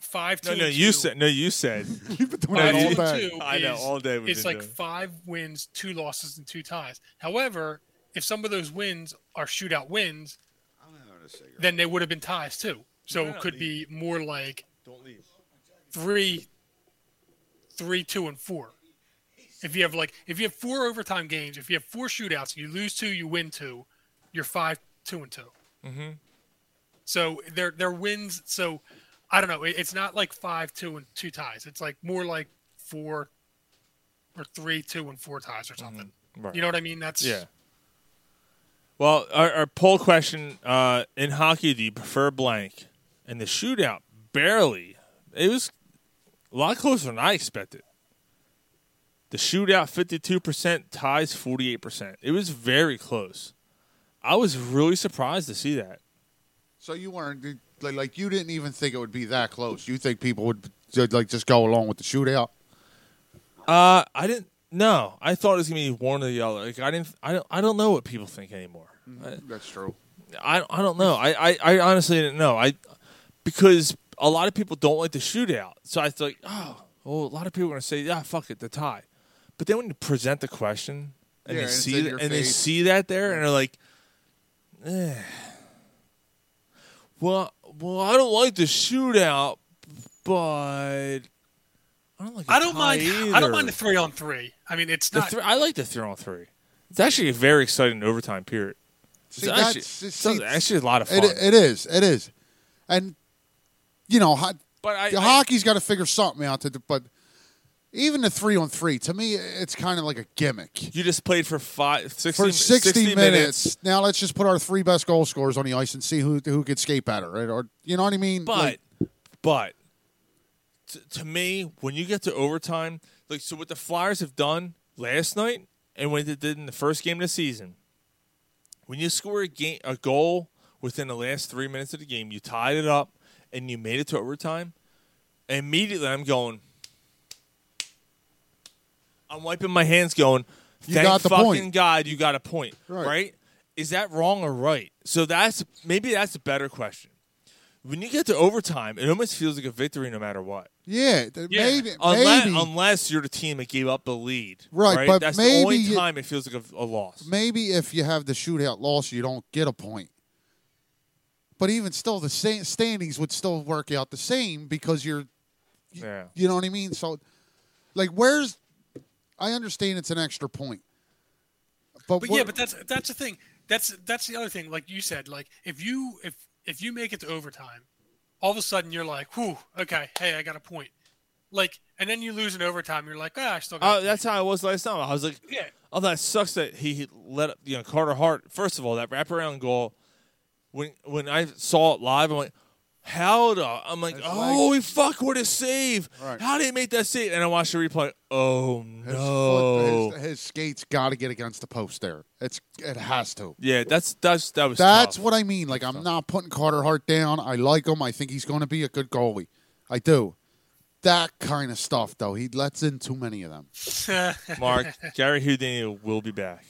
five.
No,
two
no,
and
you
two.
said. No, you *laughs* said.
We've been doing
I
that
know.
Five, two,
all
and
day.
two
I know,
is-
all day we've
It's
been
like
doing it.
five wins, two losses, and two ties. However, if some of those wins are shootout wins,
I'm having a cigarette.
then they would have been ties too. So it could be more like three, three, two, and four. If you have like if you have four overtime games, if you have four shootouts, you lose two, you win two, you're five, two, and 2 Mm-hmm. So their their wins. So I don't know. It, it's not like five, two, and two ties. It's like more like four, or three, two, and four ties or something.
Mm-hmm. Right.
You know what I mean? That's
Yeah. Well, our, our poll question uh, in hockey: Do you prefer blank? And the shootout barely. It was a lot closer than I expected. The shootout, fifty-two percent ties, forty-eight percent. It was very close. I was really surprised to see that.
So you weren't like, like you didn't even think it would be that close. You think people would ju- like just go along with the shootout?
Uh, I didn't. No, I thought it was gonna be one or the other. Like I didn't. I don't. I don't know what people think anymore.
That's true.
I, I don't know. I, I, I honestly didn't know. I because a lot of people don't like the shootout. So I thought, oh, well, a lot of people are gonna say, yeah, fuck it, the tie. But then when you present the question and they
Yeah, and it's
see
in
th-
your
and they
face.
see that there and they're like, eh. well, well, I don't like the shootout, but I don't like. the
I don't
tie
mind. I
either."
don't mind the three on three. I mean, it's
The
not.
thr- I like the three on three. It's actually a very exciting overtime period. It's
See,
actually,
that's-
it's
see,
actually a lot of fun.
It, it is. It is. And you know, ho-
But I-
the
I-
hockey's got to figure something out. To, do- but even the three on three, to me, it's kind of like a gimmick.
You just played for five, 60,
For 60,
60
minutes, now let's just put our three best goal scorers on the ice and see who who could skate better, right? Or you know what I mean?
But,
Like,
but t- to me, when you get to overtime, like so, what the Flyers have done last night and what they did in the first game of the season, when you score a game, a goal within the last three minutes of the game, you tied it up and you made it to overtime. Immediately, I'm going. I'm wiping my hands, going.
You
Thank
got the
fucking
point."
God, you got a point,
Right.
right? Is that wrong or right? So that's maybe that's a better question. when you get to overtime, it almost feels like a victory no matter what.
yeah, th-
Yeah.
maybe,
Unless,
maybe,
unless you're the team that gave up the lead.
Right, but
That's
maybe
the only
you-
time it feels like a, a loss.
maybe if you have the shootout loss, you don't get a point. But even still, the sa- standings would still work out the same because you're
Yeah.
You know what I mean? So, like, where's? I understand it's an extra point, but,
But
where-
yeah, but that's that's the thing. That's that's the other thing. Like you said, like if you if if you make it to overtime, all of a sudden you're like, "Whew, okay, hey, I got a point." Like, and then you lose in overtime. You're like, "Ah, I still got." a
Uh,
point."
that's how I was last time. I was like,
Yeah.
oh, that sucks that he he let up, you know, Carter Hart. First of all, that wraparound goal, when when I saw it live, I'm like, how the? I'm like, oh, holy fuck, what a save.
Right.
How did he make that save? And I watched the replay. Oh, no.
his, foot, his, his skates got to get against the post there. It's it has to.
yeah, that's, that's, that was
That's
tough.
what I mean. Like, I'm not putting Carter Hart down. I like him. I think he's going to be a good goalie. I do. That kind of stuff, though, he lets in too many of them.
Mark, Gary Houdini will be back.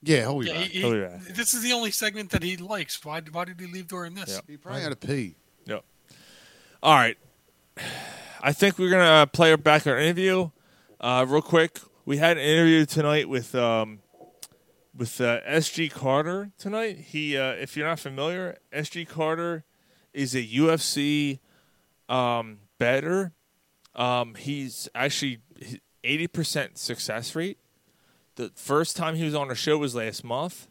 Yeah, he'll be
Yeah,
back.
he- he-
Oh, yeah.
This is the only segment that he likes. Why why did he leave during this?
Yep.
He probably had a pee.
Yep. All right. I think we're gonna uh, play back our interview uh, real quick. We had an interview tonight with um, with uh, SG Carter tonight. He, uh, if you're not familiar, SG Carter is a UFC um, better. Um, he's actually eighty percent success rate. The first time he was on our show was last month,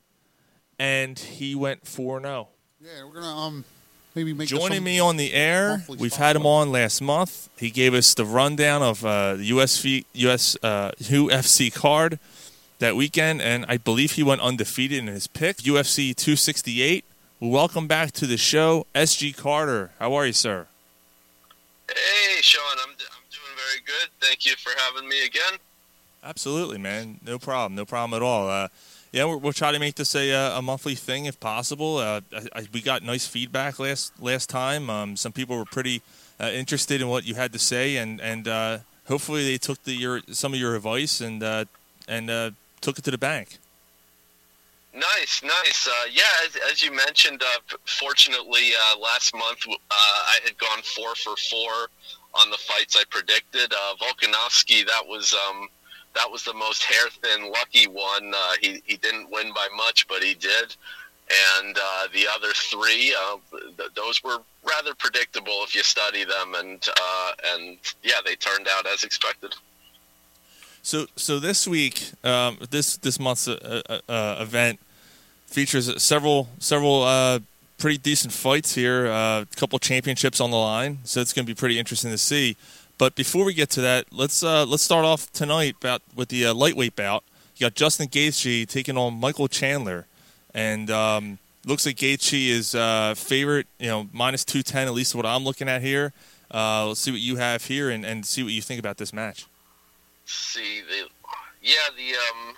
and he went four oh. zero
Yeah, we're gonna um maybe make this
joining
some-
me on the air.
monthly
We've
spot.
had him on last month. He gave us the rundown of uh, the USF, US, uh, UFC card that weekend, and I believe he went undefeated in his pick, UFC 268. Welcome back to the show, SG Carter. How are you, sir?
Hey, Sean, I'm, d- I'm doing very good. Thank you for having me again.
Absolutely, man. No problem. No problem at all. Uh, yeah, we're, we'll try to make this a, uh, a monthly thing if possible. Uh, I, I, we got nice feedback last last time. Um, some people were pretty uh, interested in what you had to say, and and uh, hopefully they took the, your some of your advice and uh, and uh, took it to the bank.
Nice, *laughs* nice. Uh, yeah, as, as you mentioned, uh, f- fortunately, uh, last month uh, I had gone four for four on the fights I predicted. Uh, Volkanovski, that was um, that was the most hair thin lucky one. Uh, he he didn't win by much, but he did. And uh, the other three, uh, th- those were rather predictable if you study them, and uh, and yeah, they turned out as expected.
So so this week, um, this this month's uh, uh, uh, event features several several uh, pretty decent fights here. Uh, a couple championships on the line, so it's going to be pretty interesting to see. But before we get to that, let's uh, let's start off tonight about with the uh, lightweight bout. You got Justin Gaethje taking on Michael Chandler, and um, looks like Gaethje is uh, favorite. You know, minus two ten at least what I'm looking at here. Uh, let's see what you have here and, and see what you think about this match.
see the yeah the um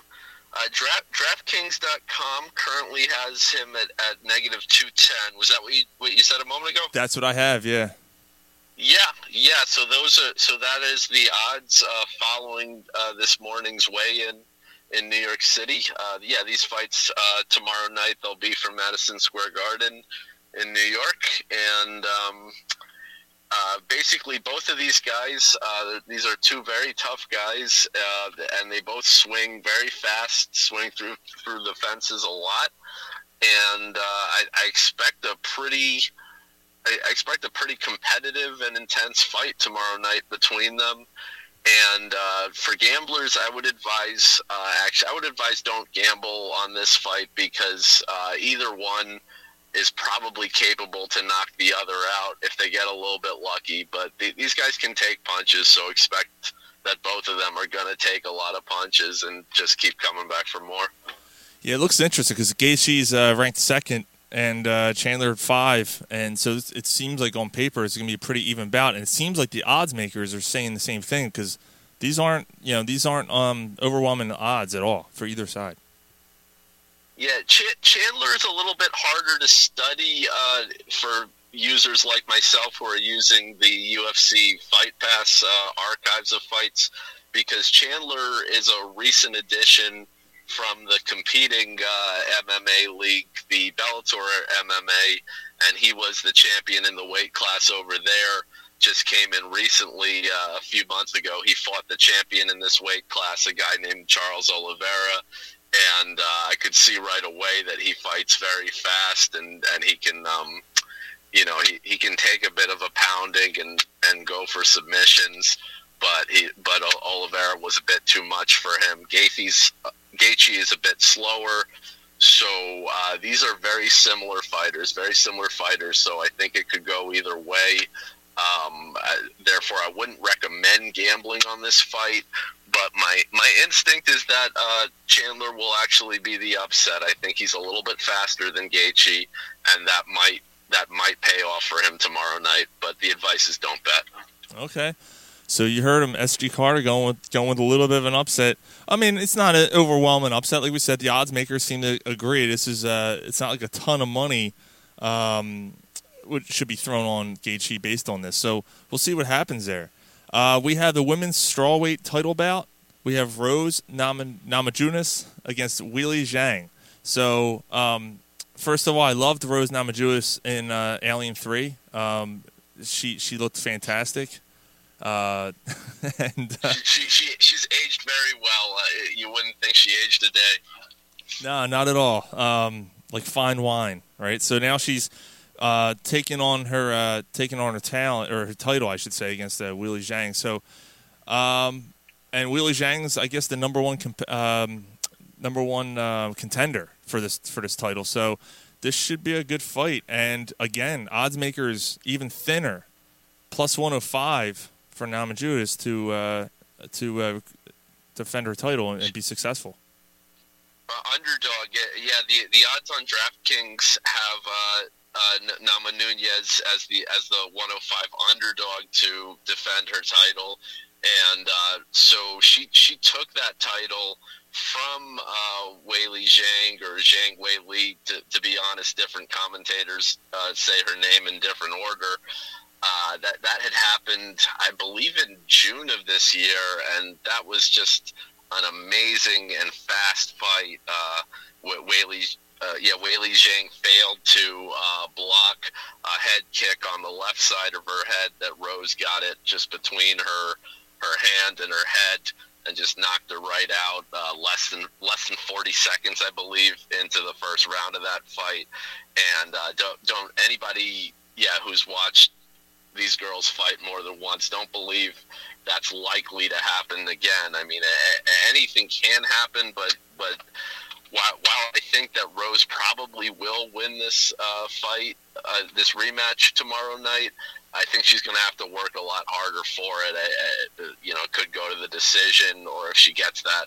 Uh, Draft, DraftKings.com currently has him at, at negative 210. Was that what you, what you said a moment ago?
That's what I have. Yeah.
Yeah, yeah. So those are so that is the odds uh, following uh, this morning's weigh-in in New York City. Uh, yeah, these fights uh, tomorrow night they'll be from Madison Square Garden in New York, and um, uh, basically both of these guys, uh, these are two very tough guys, uh, and they both swing very fast, swing through through the fences a lot, and uh, I, I expect a pretty. I I expect a pretty competitive and intense fight tomorrow night between them. And uh, for gamblers, I would advise uh, actually I would advise don't gamble on this fight because uh, either one is probably capable to knock the other out if they get a little bit lucky. But th- these guys can take punches, so expect that both of them are going to take a lot of punches and just keep coming back for more.
Yeah, it looks interesting because Gaethje's uh, ranked second and uh, Chandler five, and so it's- it seems like on paper it's going to be a pretty even bout, and it seems like the odds makers are saying the same thing because these aren't you know these aren't um, overwhelming odds at all for either side.
Yeah, Ch- Chandler is a little bit harder to study uh, for users like myself who are using the UFC Fight Pass uh, archives of fights because Chandler is a recent addition from the competing uh, MMA league, the Bellator MMA, and he was the champion in the weight class over there. Just came in recently uh, a few months ago. He fought the champion in this weight class, a guy named Charles Oliveira and uh, I could see right away that he fights very fast and and he can um, you know he, he can take a bit of a pounding and and go for submissions but he but O- Oliveira was a bit too much for him Gaethje's uh, Gaethje is a bit slower so uh, these are very similar fighters very similar fighters so I think it could go either way um, I, therefore I wouldn't recommend gambling on this fight but my my instinct is that uh, Chandler will actually be the upset. I think he's a little bit faster than Gaethje, and that might that might pay off for him tomorrow night. But the advice is don't bet.
Okay. So you heard him, SG Carter going with going with a little bit of an upset. I mean, it's not an overwhelming upset, like we said. The odds makers seem to agree. This is uh, it's not like a ton of money, um, which should be thrown on Gaethje based on this. So we'll see what happens there. Uh, we have the women's strawweight title bout. We have Rose Nam- Namajunas against Willie Zhang. So um, first of all, I loved Rose Namajunas in uh, Alien Three. Um, she she looked fantastic. Uh, *laughs* and uh,
She, she she's aged very well. Uh, you wouldn't think she aged a day.
no, not at all. Um, like fine wine, right? So now she's uh, taking on her uh, taking on her talent or her title, I should say, against uh, Willie Zhang. So, um, and Willie Zhang's, I guess, the number one comp- um, number one uh, contender for this for this title. So this should be a good fight. And again, odds makers even thinner plus 105 for Namajunas to uh, to uh, defend her title and be successful.
Uh, underdog, yeah, yeah. The the odds on DraftKings have uh, uh, N- Nama Nunez as the as the 105 underdog to defend her title, and uh, so she she took that title from uh, Weili Zhang or Zhang Weili. To, to be honest, different commentators uh, say her name in different order. Uh, that that had happened, I believe, in June of this year, and that was just an amazing and fast fight. Uh, Wa- Whaley, uh, yeah, Whaley Zhang failed to uh, block a head kick on the left side of her head that Rose got it just between her her hand and her head and just knocked her right out uh, less than less than 40 seconds, I believe, into the first round of that fight. And uh, don't don't anybody, yeah, who's watched these girls fight more than once, don't believe that's likely to happen again. I mean, a- anything can happen, but but while, while I think that Rose probably will win this uh, fight, uh, this rematch tomorrow night, I think she's going to have to work a lot harder for it. I, I, you know, it could go to the decision, or if she gets that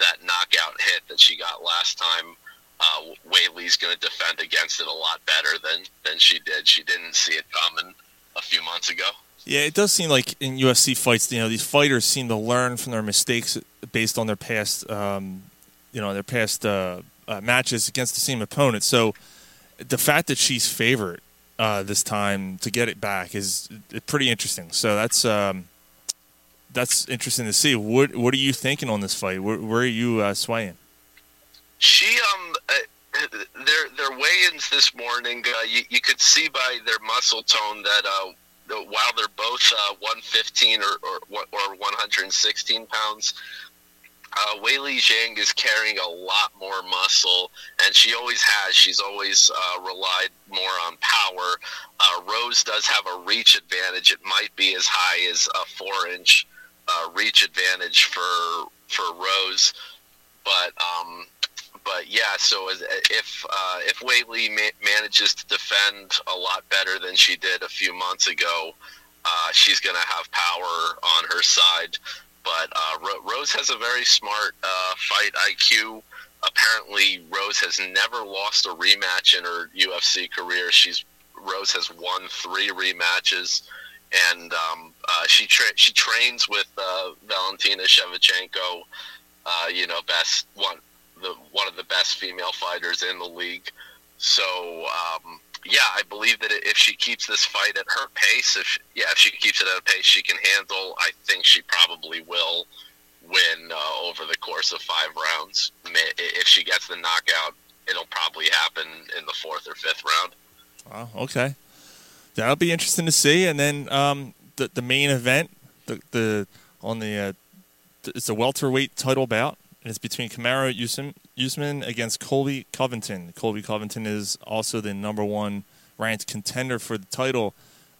that knockout hit that she got last time. Uh, Whaley's going to defend against it a lot better than, than she did. She didn't see it coming a few months ago.
Yeah, it does seem like in UFC fights, you know, these fighters seem to learn from their mistakes based on their past, um, you know their past uh, uh, matches against the same opponent. So the fact that she's favored uh, this time to get it back is uh, pretty interesting. So that's um, that's interesting to see. What what are you thinking on this fight? Where, where are you uh, swaying?
She um, uh, their their weigh-ins this morning. Uh, you, you could see by their muscle tone that uh, that while they're both uh, 115 or or, one- or 116 pounds, uh, Weili Zhang is carrying a lot more muscle, and she always has. She's always uh, relied more on power. Uh, Rose does have a reach advantage. It might be as high as a four-inch uh, reach advantage for for Rose, but um, but yeah. So as, if uh, if Weili ma- manages to defend a lot better than she did a few months ago, uh, she's going to have power on her side but uh, Ro- Rose has a very smart uh, fight IQ. Apparently, Rose has never lost a rematch in her UFC career. She's Rose has won three rematches, and um, uh, she tra- she trains with uh, Valentina Shevchenko. Uh, you know, best one the one of the best female fighters in the league. So um, yeah, I believe that if she keeps this fight at her pace, if yeah, if she keeps it at a pace she can handle, I think she probably will win uh, over the course of five rounds. Ma- If she gets the knockout, it'll probably happen in the fourth or fifth round.
Wow. Okay. That'll be interesting to see. And then um, the the main event, the the on the uh, th- it's a welterweight title bout, and it's between Camaro Usman, Usman against Colby Covington. Colby Covington is also the number one ranked contender for the title,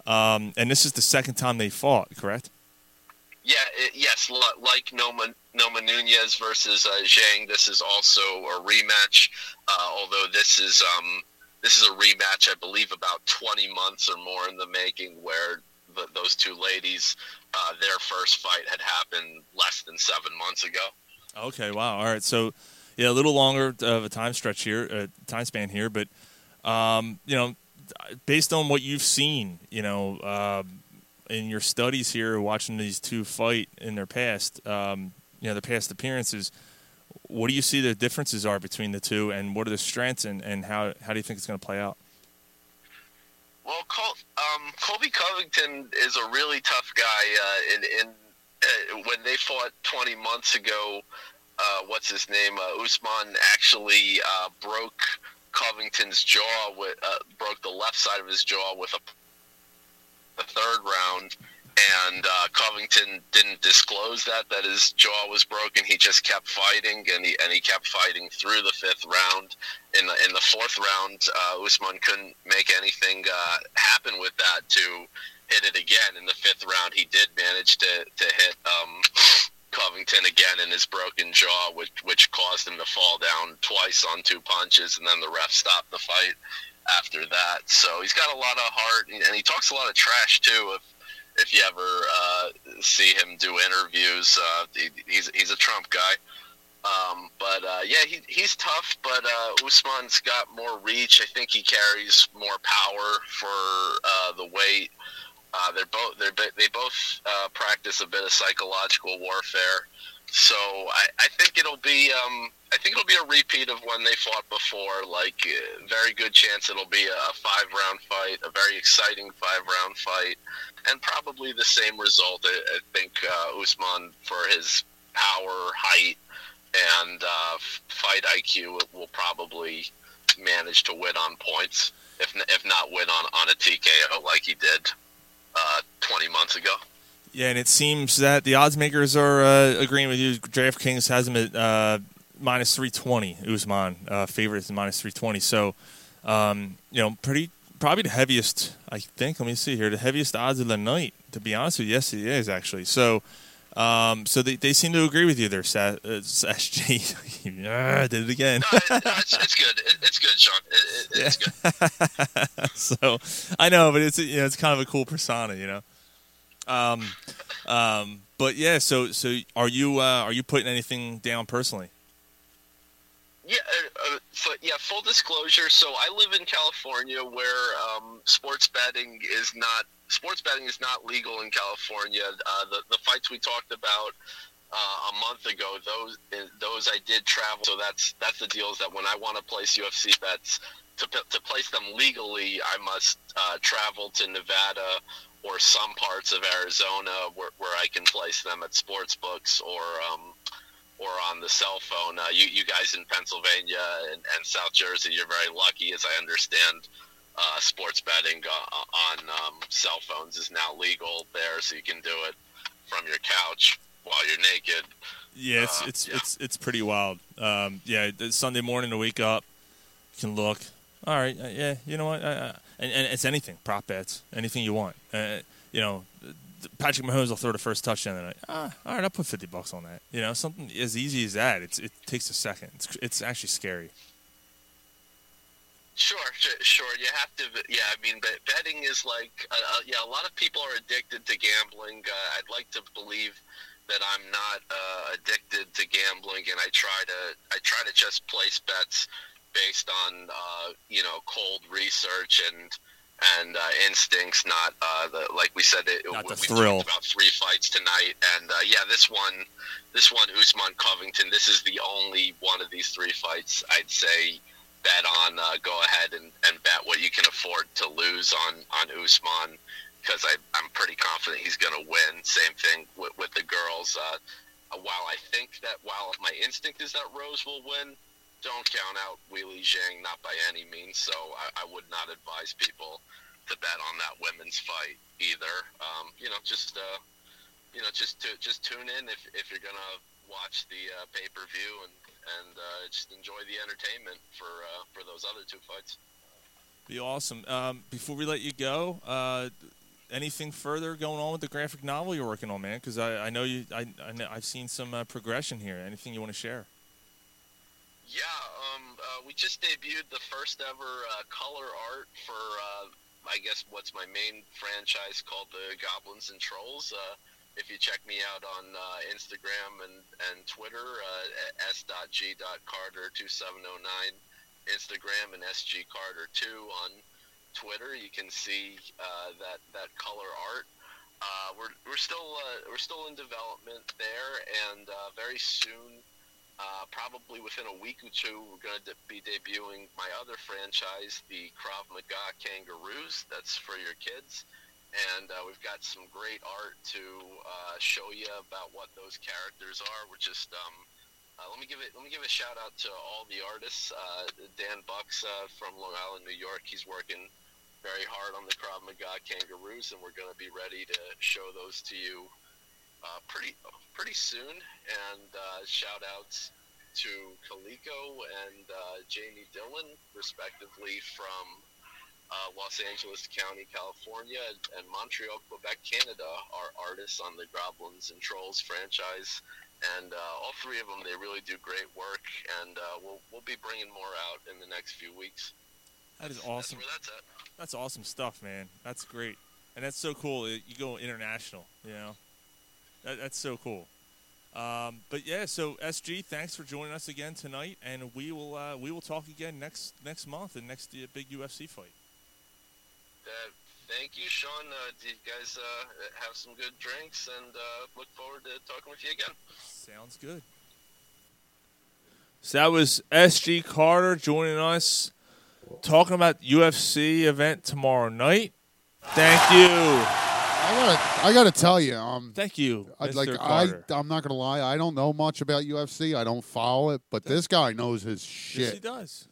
um, and this is the second time they fought. Correct.
Yeah, it, yes, li- like Noma, Noma Nunez versus uh, Zhang, this is also a rematch. Uh, although this is um, this is a rematch, I believe, about 20 months or more in the making, where the, those two ladies, uh, their first fight had happened less than seven months ago.
Okay. Wow. All right. So, yeah, a little longer of a time stretch here, uh, time span here, but um, you know, based on what you've seen, you know, um, in your studies here, watching these two fight in their past, um, you know, their past appearances, what do you see the differences are between the two, and what are the strengths, and, and how how do you think it's going to play out?
Well, Col- um, Colby Covington is a really tough guy. Uh, in in uh, when they fought 20 months ago, uh, what's his name? Uh, Usman actually uh, broke Covington's jaw with uh, broke the left side of his jaw with a the third round. And uh, Covington didn't disclose that that his jaw was broken. He just kept fighting, and he and he kept fighting through the fifth round in the in the fourth round, uh, Usman couldn't make anything uh, happen with that to hit it again. In the fifth round, he did manage to to hit um, Covington again in his broken jaw, which which caused him to fall down twice on two punches, and then the ref stopped the fight after that. So he's got a lot of heart, and, and he talks a lot of trash too. If if you ever uh, see him do interviews, uh, he, he's he's a Trump guy. Um, but uh, yeah, he, he's tough, but uh, Usman's got more reach. I think he carries more power for uh, the weight. Uh, they're both they're, bo- they both uh, practice a bit of psychological warfare, so I, I think it'll be um, I think it'll be a repeat of when they fought before. Like uh, very good chance it'll be a five round fight, a very exciting five round fight, and probably the same result. I, I think uh, Usman for his power, height, and uh, f- fight IQ will probably manage to win on points, if n- if not win on, on a TKO like he did uh, 20 months ago.
Yeah, and it seems that the odds makers are uh, agreeing with you. DraftKings has him at uh, minus three twenty. Usman uh, favorite is minus three twenty. So, um, you know, pretty probably the heaviest. I think. Let me see here. The heaviest odds of the night. To be honest with you, yes, it is actually. So, um, so they, they seem to agree with you there, Sa- uh, SG. *laughs* yeah, I did it again. *laughs*
No, it, no, it's, it's good. It, it's good, Sean. It, it, it's good.
*laughs* so I know, but it's you know, it's kind of a cool persona, you know. Um, um, but yeah, so so are you uh, are you putting anything down personally?
Yeah, uh, uh, fu- yeah. Full disclosure. So I live in California, where um, sports betting is not sports betting is not legal in California. Uh, the the fights we talked about uh, a month ago. Those uh, those I did travel. So that's that's the deal. Is that when I want to place UFC bets, to p- to place them legally, I must uh, travel to Nevada or some parts of Arizona where, where I can place them at sports books or um, or on the cell phone. Uh, you you guys in Pennsylvania and, and South Jersey, you're very lucky, as I understand. Uh, sports betting uh, on um, cell phones is now legal there, so you can do it from your couch while you're naked.
Yeah, it's it's it's it's pretty wild. Um, yeah, the Sunday morning to wake up, you can look. All right, uh, yeah, you know what? Uh, uh, and, and it's anything, prop bets, anything you want. Uh, you know, th- Patrick Mahomes will throw the first touchdown tonight. Ah, all right, I'll put fifty bucks on that. You know, something as easy as that. It's it takes a second. It's it's actually scary.
Sure, sure, sure. You have to. Yeah, I mean, bet- betting is like. Uh, uh, yeah, a lot of people are addicted to gambling. Uh, I'd like to believe that I'm not uh, addicted to gambling, and I try to. I try to just place bets based on uh, you know cold research and and uh, instincts, not uh, the like we said. It,
Not
we,
the
we
thrill.
talked about three fights tonight, and uh, yeah, this one, this one, Usman Covington. This is the only one of these three fights I'd say bet on. Uh, go ahead and, and bet what you can afford to lose on on Usman because I'm pretty confident he's going to win. Same thing with, with the girls. Uh, while I think that while my instinct is that Rose will win, don't count out Weili Zhang, not by any means. So I, I would not advise people to bet on that women's fight either. Um, you know, just uh, you know, just to, just tune in if, if you're gonna watch the uh, pay per view and and uh, just enjoy the entertainment for uh, for those other two fights.
Be awesome. Um, before we let you go, uh, anything further going on with the graphic novel you're working on, man? Because I, I know you, I, I know, I've seen some uh, progression here. Anything you want to share?
Yeah, um, uh, we just debuted the first ever uh, color art for, uh, I guess, what's my main franchise called the Goblins and Trolls. Uh, if you check me out on uh, Instagram and, and Twitter, uh, at s.g.carter2709, Instagram, and sgcarter2 on Twitter, you can see uh, that, that color art. Uh, we're, we're still uh, we're still in development there, and uh, very soon uh, probably within a week or two, we're going to be debuting my other franchise, the Krav Maga Kangaroos. That's for your kids. And uh, we've got some great art to uh, show you about what those characters are. We're just um, uh, let me give it let me give a shout out to all the artists. Uh, Dan Bucks uh, from Long Island, New York. He's working very hard on the Krav Maga Kangaroos, and we're going to be ready to show those to you uh, pretty pretty soon. And uh, shout outs to Kaliko and uh, Jamie Dillon, respectively, from uh, Los Angeles County, California, and Montreal, Quebec, Canada, are artists on the Goblins and Trolls franchise. And uh, all three of them, they really do great work, and uh, we'll, we'll be bringing more out in the next few weeks.
That is awesome.
Where that's at.
That's awesome stuff, man. That's great, and that's so cool. that You go international, you know. That, that's so cool. Um, but yeah, so SG, thanks for joining us again tonight, and we will uh, we will talk again next next month and next uh, big UFC fight.
Uh, thank you, Sean. Uh, do you guys uh, have some good drinks, and uh, look forward to talking with you again.
Sounds good. So that was SG Carter joining us, talking about UFC event tomorrow night. Thank you,
I gotta, I gotta tell you, um,
thank you,
I'd
Mr.
like, I,
Carter.
I'm not gonna lie, I don't know much about UFC. I don't follow it, but this guy knows his
yes, he
shit.
does.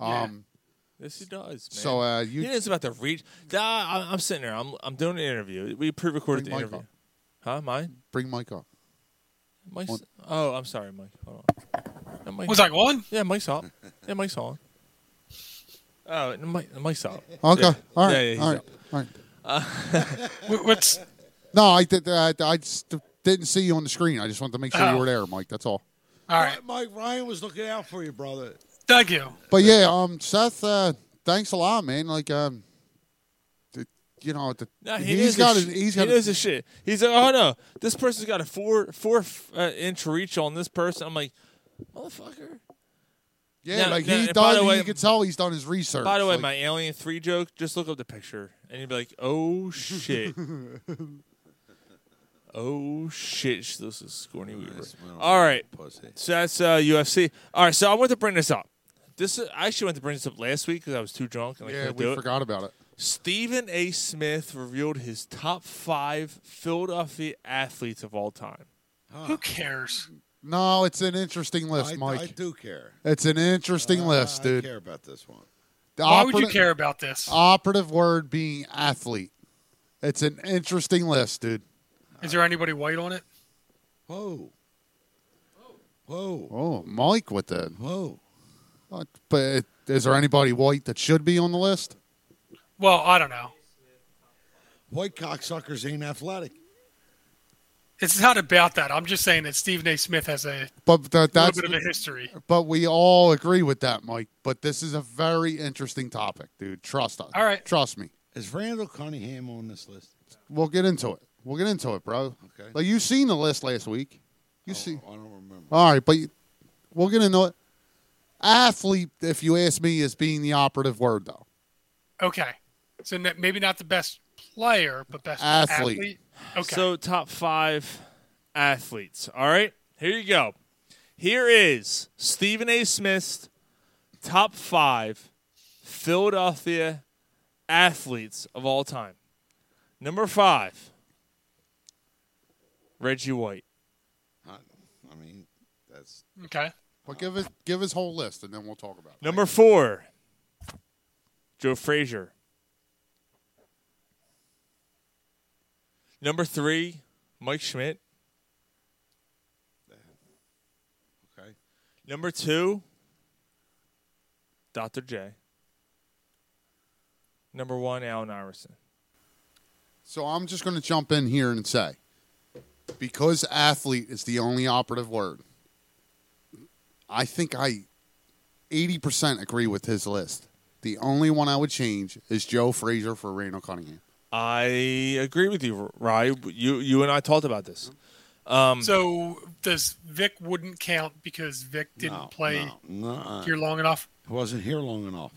Um,
Yes, he does. Man.
so uh, you
You know, it's about the reach. Nah, I- I'm sitting there. I'm I'm doing an interview. We pre-recorded the
Bring Mike
interview.
up.
Huh? Mine?
bring Mike up.
Mike's.
On-
Oh, I'm sorry, Mike. Hold on. No, Mike-
Was I on?
Yeah, Mike's on. Yeah, Mike's
*laughs*
on. Oh, and Mike, Mike's out.
Okay,
Yeah.
all right,
Yeah, yeah, he's
all
up.
right, all right.
Wh- What's
No, I did. I, I just didn't see you on the screen. I just wanted to make sure you
Oh.
were there, Mike. That's all.
all right?
Mike Ryan was looking out for you, brother.
Thank you.
But yeah, um, Seth, uh, thanks a lot, man. Like, um, th- you know, the,
No, he knows
he's got,
the
a,
sh-
he's
he
got, a-
knows the shit. He's like, oh no, this person's got a four four f- uh, inch reach on this person. I'm like, motherfucker.
yeah,
No,
like
no,
he
and by the
does.
way-
You can tell he's done his research.
By the way,
like,
my Alien Three
*laughs*
joke. Just look up the picture, and you'd be like, "Oh shit, Oh shit! She still says Scorny Weaver. All right, so that's uh, UFC. All right, so I want to bring this up. This is, I actually went to bring this up last week because I was too drunk and I
Yeah,
couldn't
we
do it.
forgot about it.
Stephen A. Smith revealed his top five Philadelphia athletes of all time.
Who cares?
No, it's an interesting list,
I,
Mike.
I do care.
It's an interesting
Uh,
list, dude.
I care about this one.
The
Why would you
operative-
care about this?
Uh. Operative word being athlete. It's an interesting list, dude.
Is there anybody white on it?
Whoa. Whoa.
Oh, Mike with the.
Whoa.
uh, But it, is there anybody white that should be on the list?
Well, I don't know.
White cocksuckers ain't athletic.
It's not about that. I'm just saying that Stephen A. Smith has a
But that, that's
little bit of a history.
but we all agree with that, Mike. But this is a very interesting topic, dude. Trust us.
All right.
Trust me.
Is Randall Cunningham on this list?
We'll get into it. We'll get into it, bro.
Okay.
Like you seen the list last week. You
I
see.
don't- I don't remember.
All right, but you- we'll get into it. Athlete, if you ask me, is being the operative word though.
Okay. So n- maybe not the best player, but best
Athlete.
athlete. Okay.
So top five athletes. All right, here you go. Here is Stephen A. Smith's top five Philadelphia athletes of all time. Number five, Reggie White.
I, I mean, that's
okay.
But give us give his whole list, and then we'll talk about it.
Number four, Joe Frazier. Number three, Mike Schmidt.
okay.
Number two, Dr. J. Number one, Allen Iverson.
So I'm just going to jump in here and say, because athlete is the only operative word, I think I 80% agree with his list. The only one I would change is Joe Frazier for Randall Cunningham.
I agree with you, Rye. You you and I talked about this. um,
So does Vic wouldn't count because Vic didn't
No,
play
No, no,
here long enough?
I wasn't here long enough.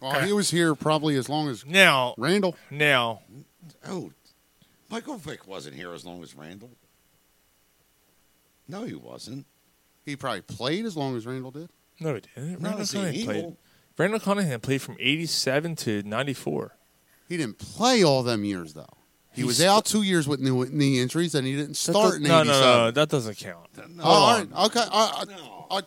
Well,
Okay.
he was here probably as long as
Now,
Randall.
now,
Oh, Michael Vick wasn't here as long as Randall. No, he wasn't.
He probably played as long as Randall did.
no, he didn't.
Not
Randall
as an
Cunningham
eagle.
played. Randall Cunningham played from '87 to '94.
He didn't play all them years, though. He,
He
was
st-
out two years with new knee injuries, and he didn't start in
no, no,
87.
no, that doesn't count.
No,
Oh, all right. Okay. I, I, I,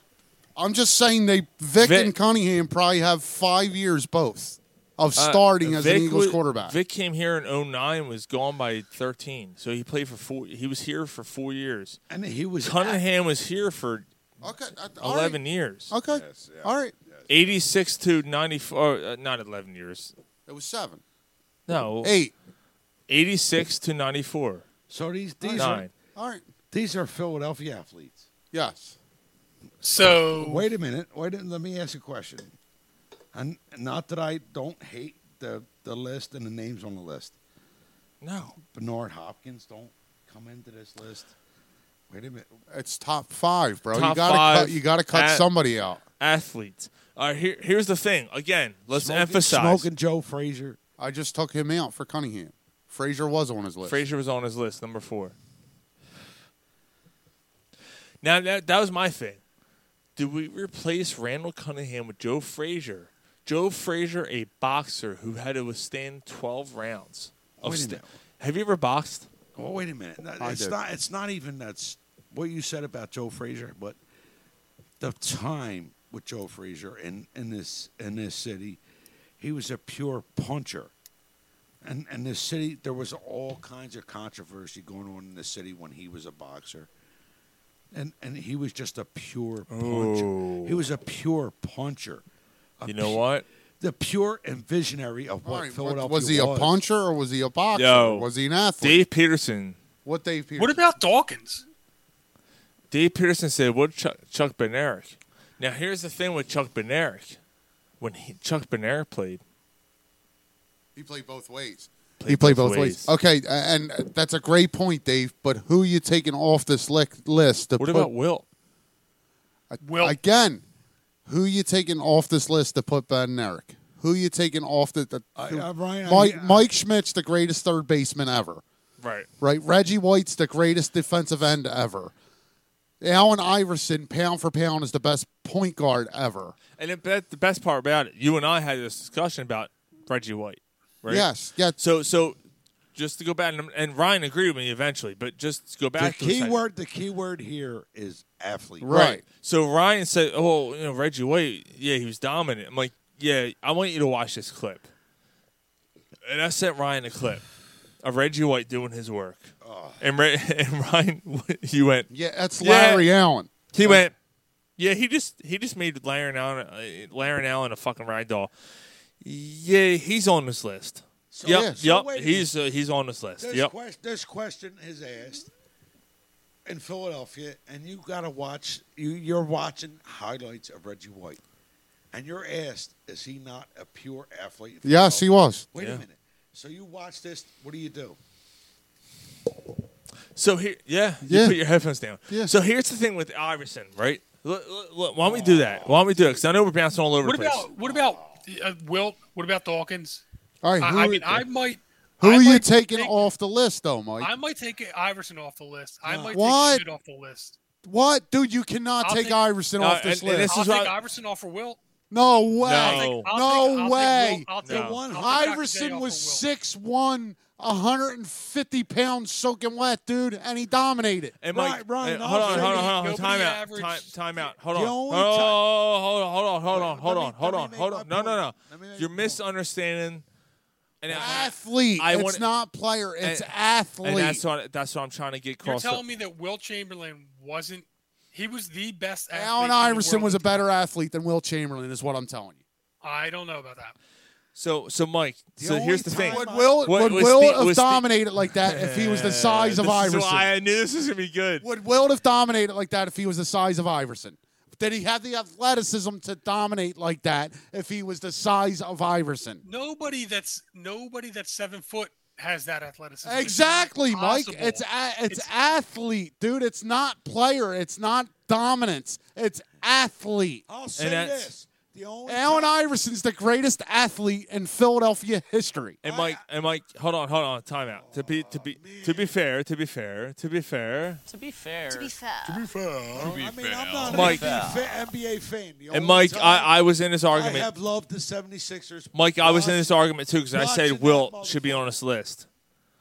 I'm just saying they Vic,
Vic-
and Cunningham probably have five years both of starting as an
Uh, Vic
Eagles
wa-
quarterback.
Vic came here in 09, was gone by 13, so he played for four. He was here for four years.
and he was
Cunningham was here for
okay. I- all right.
11 years.
Okay. All right.
86 to 94, uh, not 11 years.
It was seven,
No,
eight.
86 to 94.
So these these
Nine.
are,
All right.
these are Philadelphia athletes.
Yes.
So
Wait a minute. Wait. A, let me ask a question. And not that I don't hate the the list and the names on the list.
No.
Bernard Hopkins don't come into this list. Wait a minute.
It's top five, bro. you
Top
gotta
five
cut, you gotta cut
at-
somebody out.
Athletes. All right, here, here's the thing. Again, let's
Smoking-
emphasize.
Smoking Joe Frazier.
I just took him out for Cunningham. Frazier was on his list.
Frazier was on his list, number four. Now, that, that was my thing. Did we replace Randall Cunningham with Joe Frazier? Joe Frazier, a boxer who had to withstand 12 rounds. Of
Wait a
sta-
minute.
Have you ever boxed?
Oh, wait a minute. No,
I
It's
did.
not. It's not even that's what you said about Joe Frazier, but the time with Joe Frazier in, in this in this city, he was a pure puncher, and and this city there was all kinds of controversy going on in the city when he was a boxer, and and he was just a pure puncher. He was a pure puncher. A
You know
pu-
what?
The pure and visionary of
All
what
right, what-
Philadelphia
was he a puncher or was he a boxer?
Yo.
Was he an athlete?
Dave Peterson
what Dave Peterson?
what about Dawkins?
Dave Peterson said, "What Chuck, Chuck Benarek?" Now here's the thing with Chuck Benarek, when he, Chuck Benarek played,
He played both ways. he played both, ways. Okay, a- and that's a great point, Dave. But who you taking off this lick list? To
What
put,
about Wilt?
Wilt?
again? Who you taking off this list to put Ben Eric? Who you taking off the? the
I- I- Ryan, I-
Mike, Mike Schmidt's the greatest third baseman ever.
Right.
right? Reggie White's the greatest defensive end ever. Allen Iverson, pound for pound, is the best point guard ever.
And the best, the best part about it, you and I had this discussion about Reggie White, right?
Yes, yeah.
So, so just to go back, and, and Ryan agreed with me eventually, but just to go
The
back. to a
key
second.
word, the key word here is athlete.
Right.
So Ryan said, "Oh, you know Reggie White, yeah, he was dominant." I'm like, "Yeah, I want you to watch this clip." And I sent Ryan a clip of Reggie White doing his work,
Oh.
and, Re- *laughs* and Ryan, he went,
Yeah, that's
Yeah.
Larry Allen.
he went, yeah, he just he just made Larry Allen, uh, Larry Allen a fucking rag doll. Yeah, he's on this list. yep,
yeah,
so
yep,
wait a
he's uh, he's on this list.
This,
yep,
quest- this question is asked in Philadelphia, and you got to watch. You, you're watching highlights of Reggie White, and you're asked, "Is he not a pure athlete?" in
Yes, he
Philadelphia?
was.
Wait
Yeah.
a minute. So you watch this. What do you do?
So here, yeah, you
Yeah.
put your headphones down.
Yeah.
So here's the thing with Iverson, right? Look, why don't we do that? Why don't we do it? Because I know we're bouncing all over
What
the place.
about what about uh, Wilt? What about Dawkins?
All right, who,
I, I mean, I might.
who
I
are you
might
taking
take-
off the list, though, Mike?
I might take Iverson off the list. I might
What?
take Schmidt off the list.
what, dude? You cannot
I'll
take,
take-
Iverson
No,
off this
and-
list.
and this
I'll
is
take
why-
Iverson off for Wilt.
no
I'll
way.
take-
I'll
no
take- I'll take
way.
Wilt- I'll
No.
take-
One
I'll take Dr. J
Iverson
off
was
for Wilt.
6'1", 150 pounds soaking wet, dude, and he dominated.
And
Right,
Mike,
Ryan,
eh, hold on,
Iverson-
hold on, hold on,
Nobody
time out,
averaged-
time, time out, hold
The
on, oh, hold
only
on, hold on, hold on, hold
Let me-
on, hold
let me
on,
make
hold
my
on, no, no,
point.
no,
Let me make
you're
my point.
misunderstanding. And I-
Athlete.
I
it's
wanna-
not player. It's
and-
athlete.
and that's what that's what I'm trying to get
You're
across.
telling me that Will Chamberlain wasn't? He was the best. athlete in
Allen
the
Iverson
world.
was a better athlete than Will Chamberlain, is what I'm telling you.
I don't know about that.
so, so Mike,
The
so
only
here's the
time
thing.
I-
Would
What-
Will,
what
would
was
Will
the-
have
was the-
dominated like that if he was the size of
*laughs* this
Iverson?
Is why I knew this was gonna be good.
Would Will have dominated like that if he was the size of Iverson? Did he have the athleticism to dominate like that if he was the size of Iverson?
Nobody that's nobody that's seven foot has that athleticism. It's
Exactly, Mike.
impossible.
It's, a, it's
It's-
athlete, dude. It's not player. It's not dominance. It's athlete.
I'll say
And that's-
this. Oh, The only
Allen
time-
Iverson's the greatest athlete in Philadelphia history.
And Mike, and Mike, hold on, hold on, time out. To be, to be, to be fair, to be fair, to be fair.
To be fair,
To be fair.
I mean, I'm not
Mike-
an NBA, fa- NBA fan. The
And
only
Mike,
time
I, I was in this
I
argument.
have loved the 76ers.
Mike, I was in
Watch-
this argument too because I
Watch
said
it,
Wilt
that
should be on this list,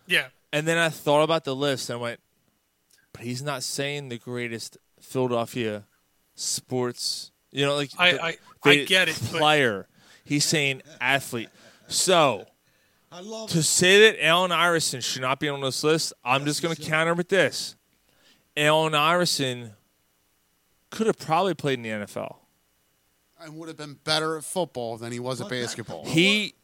yeah.
and then I thought about the list and I went, but he's not saying the greatest Philadelphia sports. You know, like
I-
the-
I- I
greatest
get it, but-
Player, he's saying athlete. So
I love
to say that Allen Iverson should not be on this list, I'm just going to counter with this. Allen Iverson could have probably played in the NFL.
And would have been better at football than he was at basketball.
He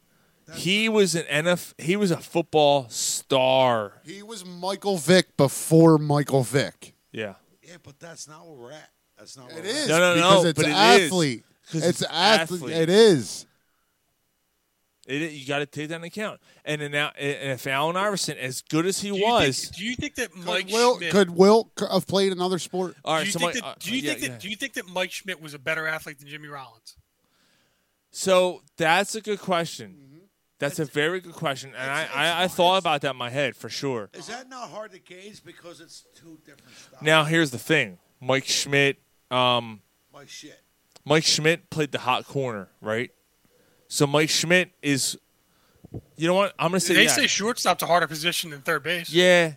he was an NF he was a football star.
He was Michael Vick before Michael Vick.
Yeah.
Yeah, but that's not where we're at. That's not where
It
we're At.
is
No, no,
because
no,
it's
but it is.
athlete.
'Cause
It's,
it's
athlete.
athlete.
It is.
It, you got to take that into account. And then now, and if Allen Iverson, as good as he
Do you
was,
Think, do you think that Mike
Could Will,
Schmidt?
could Will c- have played another sport?
all
do
right,
you
somebody,
think
uh,
that? Do you
yeah,
think that?
yeah.
Do you think that Mike Schmidt was a better athlete than Jimmy Rollins?
So that's a good question.
Mm-hmm.
That's a very good question, and I,
It's- it's
I, I
not-
thought
it's-
about that in my head for sure.
Is that not hard to gauge because it's two different styles?
Now here's the thing: Mike Schmidt, um,
my shit.
Mike Schmidt played the hot corner, right? So Mike Schmidt is, you know what? I'm gonna say
They
yes.
say shortstop's a harder position than third base.
yeah,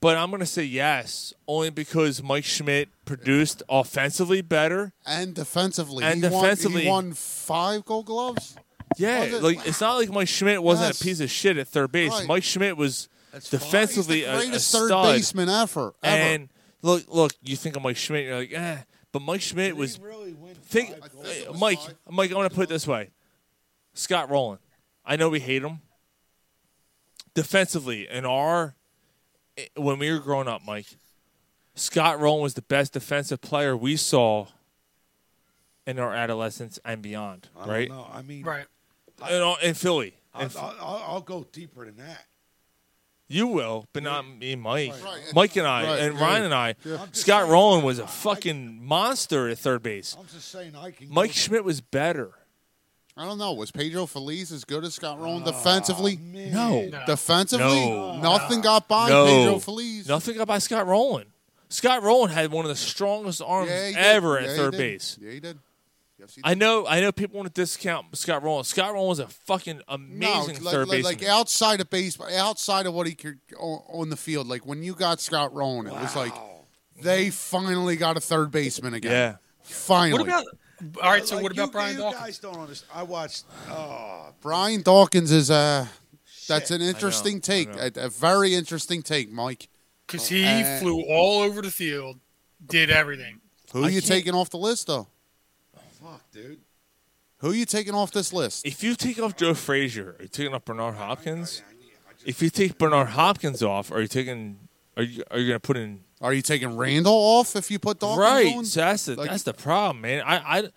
but I'm gonna say yes only because Mike Schmidt produced offensively better.
And defensively,
And
he
defensively-
won, he won five Gold Gloves.
Yeah,
Was it?
like it's not like Mike Schmidt wasn't
Yes.
a piece of shit at third base.
Right.
Mike Schmidt was
That's fine.
He's
defensively
the
a-
greatest
a,
third
stud.
baseman ever. ever.
And look, look, you think of Mike Schmidt, you're like, eh. But Mike Schmidt
Did
was
he really win
think,
five goals?
uh, Mike, Mike. I'm gonna put it this way: Scott Rowland. I know we hate him. Defensively, in our i- when we were growing up, Mike, Scott Rowland was the best defensive player we saw in our adolescence and beyond.
I don't
Right?
know. I mean,
Right.
In, all- in Philly,
I'll,
In Ph-
I'll, I'll, I'll go deeper than that.
You will, but not me, Mike.
Right.
Mike and I,
Right,
and
yeah.
Ryan and I.
I'm just
Scott
saying-
Rowland was a fucking monster at third base.
I'm just saying I can.
Mike
go,
Schmidt was better.
I don't know. Was Pedro Feliz as good as Scott Rowland defensively?
Oh, No.
Defensively,
No.
nothing got by
no.
Pedro Feliz.
Nothing got by Scott Rowland. Scott Rowland had one of the strongest arms
Yeah, he did.
ever at
Yeah, he
third
did.
base.
Yeah, he did. Yes, he
I know. I know people want to discount Scott Rowland. Scott Rowland was a fucking amazing
like,
third
like,
baseman.
like outside of baseball, outside of what he could on, on the field. Like when you got Scott Rowan, it was like they finally got a third baseman again.
Yeah.
finally.
What about? All right, so
Like,
what about
you,
Brian
you
Dawkins?
guys don't understand. I watched. Oh,
Brian Dawkins? Is uh, that's an interesting
I
take.
know.
A, a very interesting take, Mike.
Because he
Oh.
Uh,
flew all over the field, did everything.
Who
I
you
can't-
taking off the list though?
fuck, dude.
Who you taking off this list?
if you take off Joe Frazier, are you taking off
Oh,
Bernard Hopkins? If you take Bernard Hopkins off, are you taking? Are you are you gonna put in?
Are you taking Randall off if you put Dawkins
right.
on?
So that's the
Like-
that's the problem, man. I I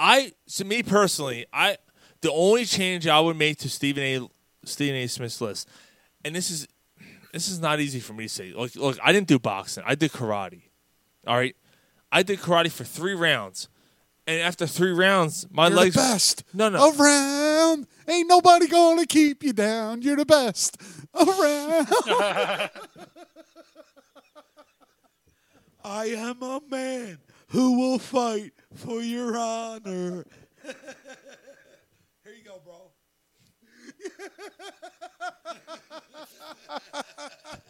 I to me personally, I the only change I would make to Stephen A. Stephen A. Smith's list, and this is this is not easy for me to say. Look, look, I didn't do boxing. I did karate. All right, I did karate for three rounds, and after three rounds, my
You're
legs
the best.
No, no,
Around. Ain't nobody gonna keep you down. You're the best. Around.
*laughs* I am a man who will fight for your honor. Here you go, bro.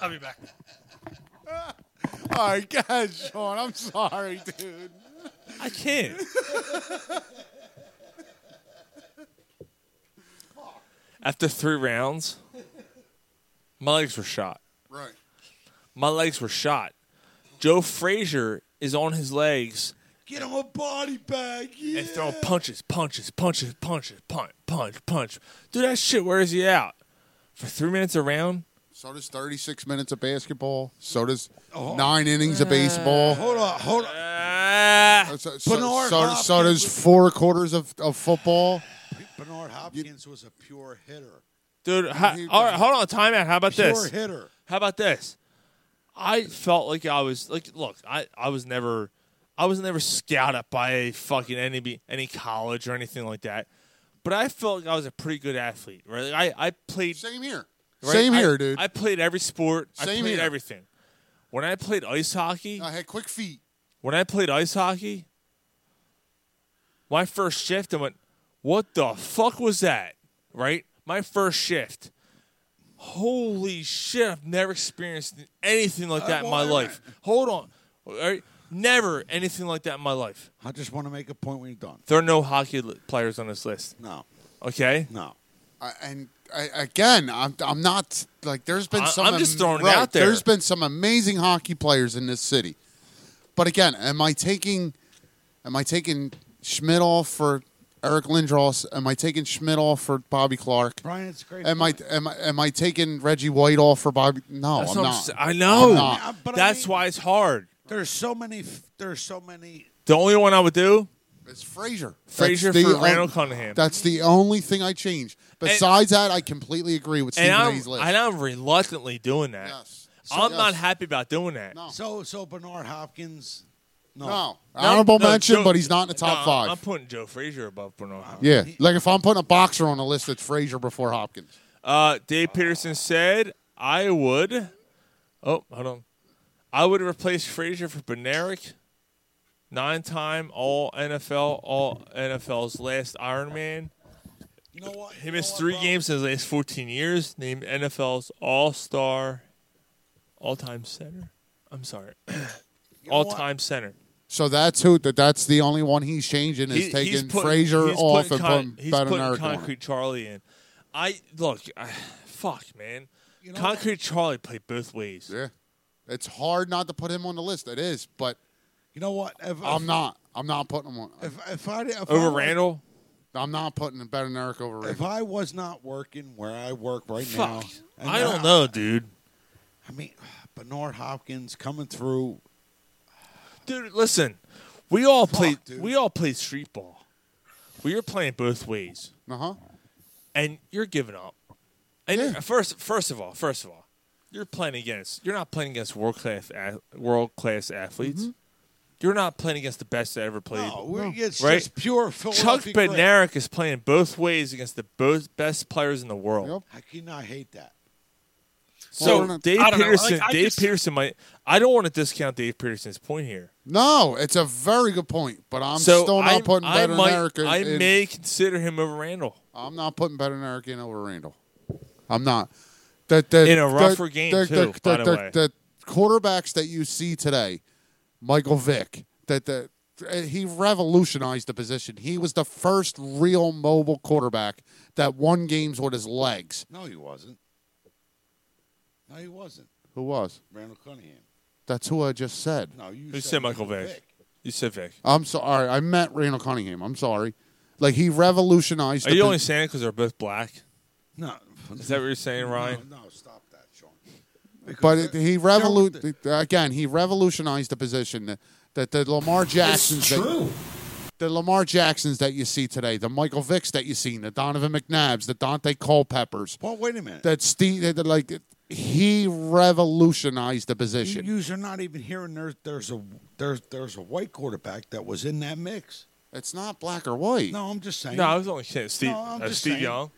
I'll be back.
All right, guys, Sean, I'm sorry, dude.
I
*laughs*
can't. After three rounds, my legs were shot.
Right.
My legs were shot. Joe Frazier is on his legs
Get on body bag. Yeah.
and throwing punches, punches, punches, punches, punch, punch, punch. Dude, that shit wears you out. For three minutes around,
So does 36 minutes of basketball. So does nine innings of baseball.
Oh. Hold on, hold on.
ah,
So, so, so,
Bernard
so,
Hopkins
does
was-
four quarters of, of football.
Bernard Hopkins was a pure hitter.
dude. ha- all right, hold on, timeout. How about
Pure
this?
hitter.
How about this? I felt like I was like, look, I, I was never, I was never scouted by fucking any any college or anything like that, but I felt like I was a pretty good athlete. Right? Like, I I played
Same here.
right?
Same
I-
here, dude.
I
I,
played every sport. I
Same
played
here.
everything. When I played ice hockey,
had quick feet.
when I played ice hockey, my first shift, I went, what the fuck was that? Right? My first shift. Holy shit, I've never experienced anything like that in my life. Hold on. All right? Never anything like that in my life.
I just want to make a point when you're done.
There are no hockey li- players on this list.
No,
Okay?
no.
I, and I, again, I'm I'm not like there's been
I-
some.
I'm just throwing it
right,
out there.
There's been some amazing hockey players in this city, but again, am I taking, am I taking Schmidt off for Eric Lindros? Am I taking Schmidt off for Bobby Clark?
Brian, it's a great.
Am I am I am I taking Reggie White off for Bobby? No,
That's
I'm
what I'm
not.
sa- I know.
I'm not.
Yeah, but I
That's
mean-
why it's hard.
There's so many. f- There's so many.
The only one I would do,
It's Frazier.
Frazier
That's the
for
on-
Randall Cunningham.
That's the only thing I changed. Besides that, I completely agree with Stephen
and I'm,
A's list.
and I'm reluctantly doing that.
Yes.
I'm
Yes.
not happy about doing that.
No.
So so Bernard Hopkins. No.
No.
No,
Honorable
no,
mention,
Joe-
but he's not in the top
no,
five.
I'm putting Joe Frazier above Bernard. Hopkins.
yeah. Like if I'm putting a boxer on a list, it's Frazier before Hopkins.
Uh, Dave Peterson said, "I would." Oh, hold on. I would replace Frazier for Benaric, nine-time All NFL, All NFL's last Ironman.
You know what?
He
You know
missed
what,
three
bro?
games in his last 14 years. Named NFL's All-Star, All-Time Center. I'm sorry, *clears throat* All-Time Center.
So that's who that that's the only one he's changing is
He-
taking
putting-
Frazier
he's
off
putting
and
con-
putting
he's putting
Bednarik on.
Concrete Charlie in. I look, *sighs* I, fuck, man. Concrete Charlie played both ways.
Yeah. It's hard not to put him on the list. It is, but
You know what? If,
I'm
if-
not. I'm not putting him on.
If if I if I
Over
was-
Randall,
I'm not putting Bednarik over
If
Randall.
I was not working where I work right now,
fuck.
and
I
now-
don't know, dude.
I mean, *sighs* Bernard Hopkins coming through.
Dude, listen, we all played.
dude.
We all played street ball. We were playing both ways,
Uh huh.
and you're giving up. And
Yeah.
you're- first, first of all, first of all, you're playing against. You're not playing against world class world class athletes. You're not playing against the best that ever played.
Mm-hmm. No, we're- it's
right?
just pure
Chuck
Philadelphia. grit.
Bednarik is playing both ways against the both best players in the world.
Yep.
How can you not hate that?
So
Well,
Dave
I don't know.
Peterson,
Like, I
Dave
just-
Peterson might. I don't want to discount Dave Peterson's point here.
No, it's a very good point, but I'm
so
still
I,
not putting
I
Better
might,
American.
I
in,
may consider him over Randall.
I'm not putting Better American over Randall. I'm not. The, the,
In a
the-
rougher game,
the,
too,
The,
by
the-
the
the-
way.
the quarterbacks that you see today, Michael Vick, that the he revolutionized the position. He was the first real mobile quarterback that won games with his legs.
No, he wasn't. No, he wasn't.
Who was?
Randall Cunningham.
That's who I just said.
No, you
Who said Michael Vick? You said Vic.
I'm sorry. I meant Randall Cunningham. I'm sorry. Like he revolutionized.
Are
the
you
pos-
only saying because they're both black?
No.
Is that what you're saying, Ryan?
No, no, stop that, Sean. Because
But
they're-
it, he revolu- again. He revolutionized the position that, that the Lamar Jacksons, that, the Lamar Jacksons that you see today, the Michael Vicks that you seen, the Donovan McNabbs, the Dante Culpeppers,
Well, wait a minute.
that Steve, that, that, like he revolutionized the
You,
position.
yous are not even hearing there's there's a there's there's a white quarterback that was in that mix.
it's not black or white.
No, I'm just saying.
No, I was only kidding. Steve,
I'm
uh,
just
Steve
saying.
Young.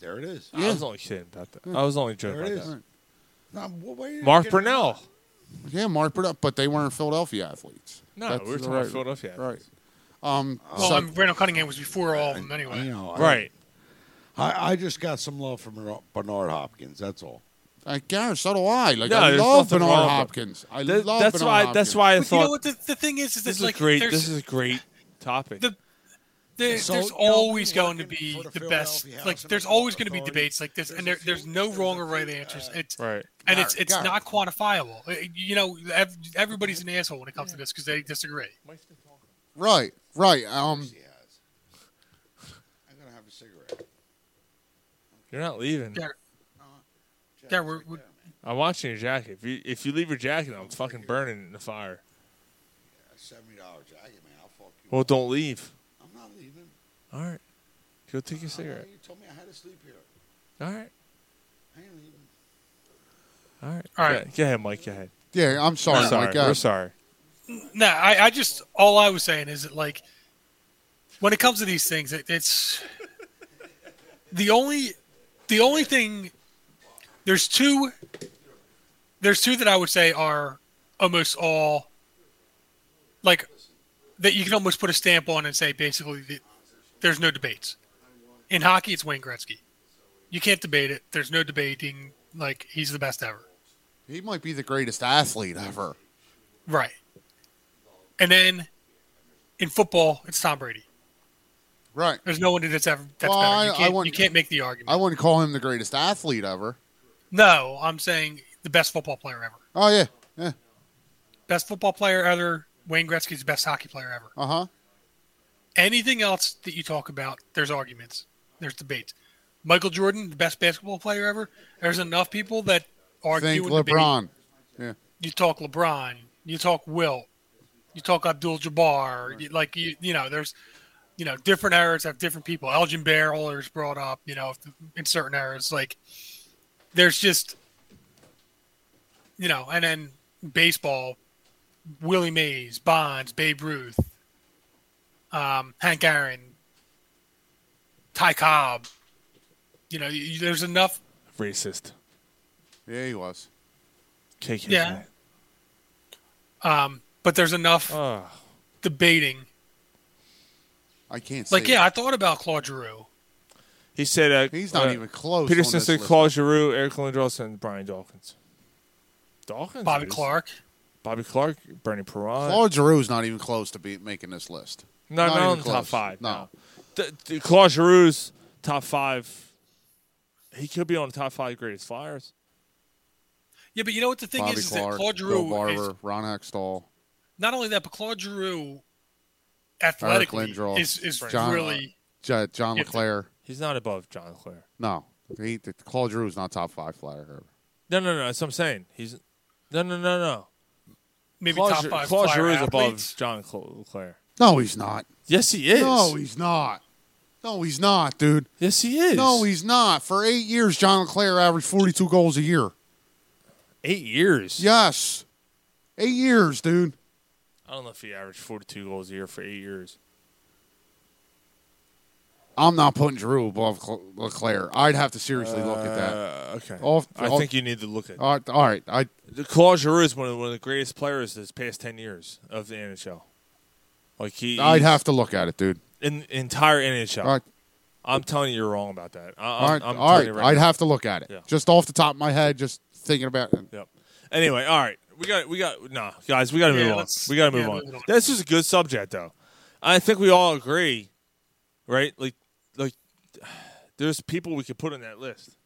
There it is.
I was only kidding about that. I was only joking
There
about
it is.
that.
No, wh- why are you
Mark
getting-
Brunell.
Yeah, Mark put up, but they weren't Philadelphia athletes.
No,
That's
we were
the
talking
right-
about Philadelphia.
Right. Um,
Well,
Oh.
so-
I mean, Randall Cunningham was before all of them anyway.
You know, I-
Right.
I, I just got some love from Bernard- Bernard Hopkins. That's all.
Uh, Garrett, so do I. Like
No,
I
there's
love
nothing
Bernard
wrong with it.
Hopkins. I
Th-
love
that's
Bernard
why.
Hopkins.
That's why I
But you know
thought
what the, the thing is is that
this is
like
great.
there's
This is a great topic.
the there,
So,
there's
you know,
always
we're
going to
working
be
for the
the best.
Philadelphia
Like
Housing
there's always going to be
Authority.
debates like this, and there,
There's a
there's
few-
no
there's
wrong
a
or right
few,
answers.
uh,
It's
right.
and it's
Gar-
it's
Gar-
not quantifiable. Uh, You know, ev- everybody's an asshole when it comes to this because they disagree.
right, right. Um,
He has. I'm gonna have a cigarette.
You're not leaving.
Gar- Gar, we're, we're,
I'm watching your jacket. If you if you leave your jacket, I'm fucking burning it in the fire.
A seventy dollar jacket, man. I'll fuck you.
Well, don't leave.
I'm not leaving.
All right. Go take your
I know
cigarette.
You told me I had to sleep here.
All right.
I ain't leaving.
All right.
All right.
Yeah, Go ahead, Mike. Go ahead.
yeah, I'm sorry.
We're
Mike.
sorry.
Uh,
We're sorry.
no, I, I just all I was saying is that like when it comes to these things, it, it's the only the only thing there's two there's two that I would say are almost all like that you can almost put a stamp on and say basically that there's no debates. In hockey, it's Wayne Gretzky. You can't debate it. There's no debating. Like he's the best ever.
He might be the greatest athlete ever.
Right. And then in football, it's Tom Brady.
Right.
There's no one that's ever that's
Well, I-
better. You
I
can't,
wouldn't-
you can't make the argument.
I wouldn't call him the greatest athlete ever.
no, I'm saying the best football player ever.
Oh yeah, yeah.
Best football player ever. Wayne Gretzky's the best hockey player ever.
Uh huh.
Anything else that you talk about, there's arguments. There's debates. Michael Jordan, the best basketball player ever. There's enough people that argue
Think
and debate.
LeBron.
You talk LeBron. You talk Will. You talk Abdul Jabbar. You Like you, you know, there's, you know, different eras have different people. Elgin Bear always brought up. You know, in certain eras, like there's just, you know, and then baseball, Willie Mays, Bonds, Babe Ruth, um, Hank Aaron, Ty Cobb. You know, you, you- there's enough
Racist.
Yeah, he was.
KK.
Yeah. Um, but there's enough
Oh.
debating.
I can't.
Like,
say
yeah,
that.
I thought about Claude Giroux.
He said uh,
he's not
uh,
even close.
Peterson
on this
said
list.
Claude Giroux, Eric Lindros, and Brian Dawkins. Dawkins.
Bobby
is-
Clark.
Bobby Clark. Bernie Perron.
Claude Giroux's not even close to be making this list.
No,
Not
not,
even
on the top
close.
five.
No.
No. The, the Claude Giroux's top five. He could be on the top five greatest flyers.
Yeah, but you know what the thing
Bobby
is, is
Clark,
that Claude
Bill
Giroux
Barber,
is
Ron Hextall,
not only that, but Claude Giroux
Eric
athletically
Lindros,
is, is
uh,
John-
really
J- John
You have to-
LeClair.
He's not above John Clare.
No, he, Claude Giroux's not top five flyer ever.
No, no, no. That's what I'm saying. He's no, no, no, no.
maybe
Claude,
top
Giroux-
five
Claude
flyer
Giroux is
athletes.
above John Cl- Clare.
No, he's not.
Yes, he is.
No, he's not. No, he's not, dude.
yes, he is.
No, he's not. For eight years, John Leclair averaged 42 goals a year.
eight years.
Yes. Eight years, dude.
I don't know if he averaged 42 goals a year for eight years.
I'm not putting Drew above Cl- Leclaire. I'd have to seriously look at that.
Uh, okay.
Off-
I
off-
think you need to look at
All right, all right. I
The Claude Giroux is one of, one of the greatest players this past 10 years of the NHL. Like he,
I'd
he's
have to look at it, dude.
in entire NHL.
All right,
I'm telling you, you're wrong about that. I,
all
I'm,
right,
I'm telling
all right.
you right
I'd
now.
have to look at it
Yeah.
just off the top of my head, just thinking about it.
Yep. Anyway, all right. We got we got no guys. We got to
Yeah,
move on.
let's-
We got to move
yeah,
on.
move on.
This is a good subject, though. I think we all agree, right? Like, like there's people we could put on that list.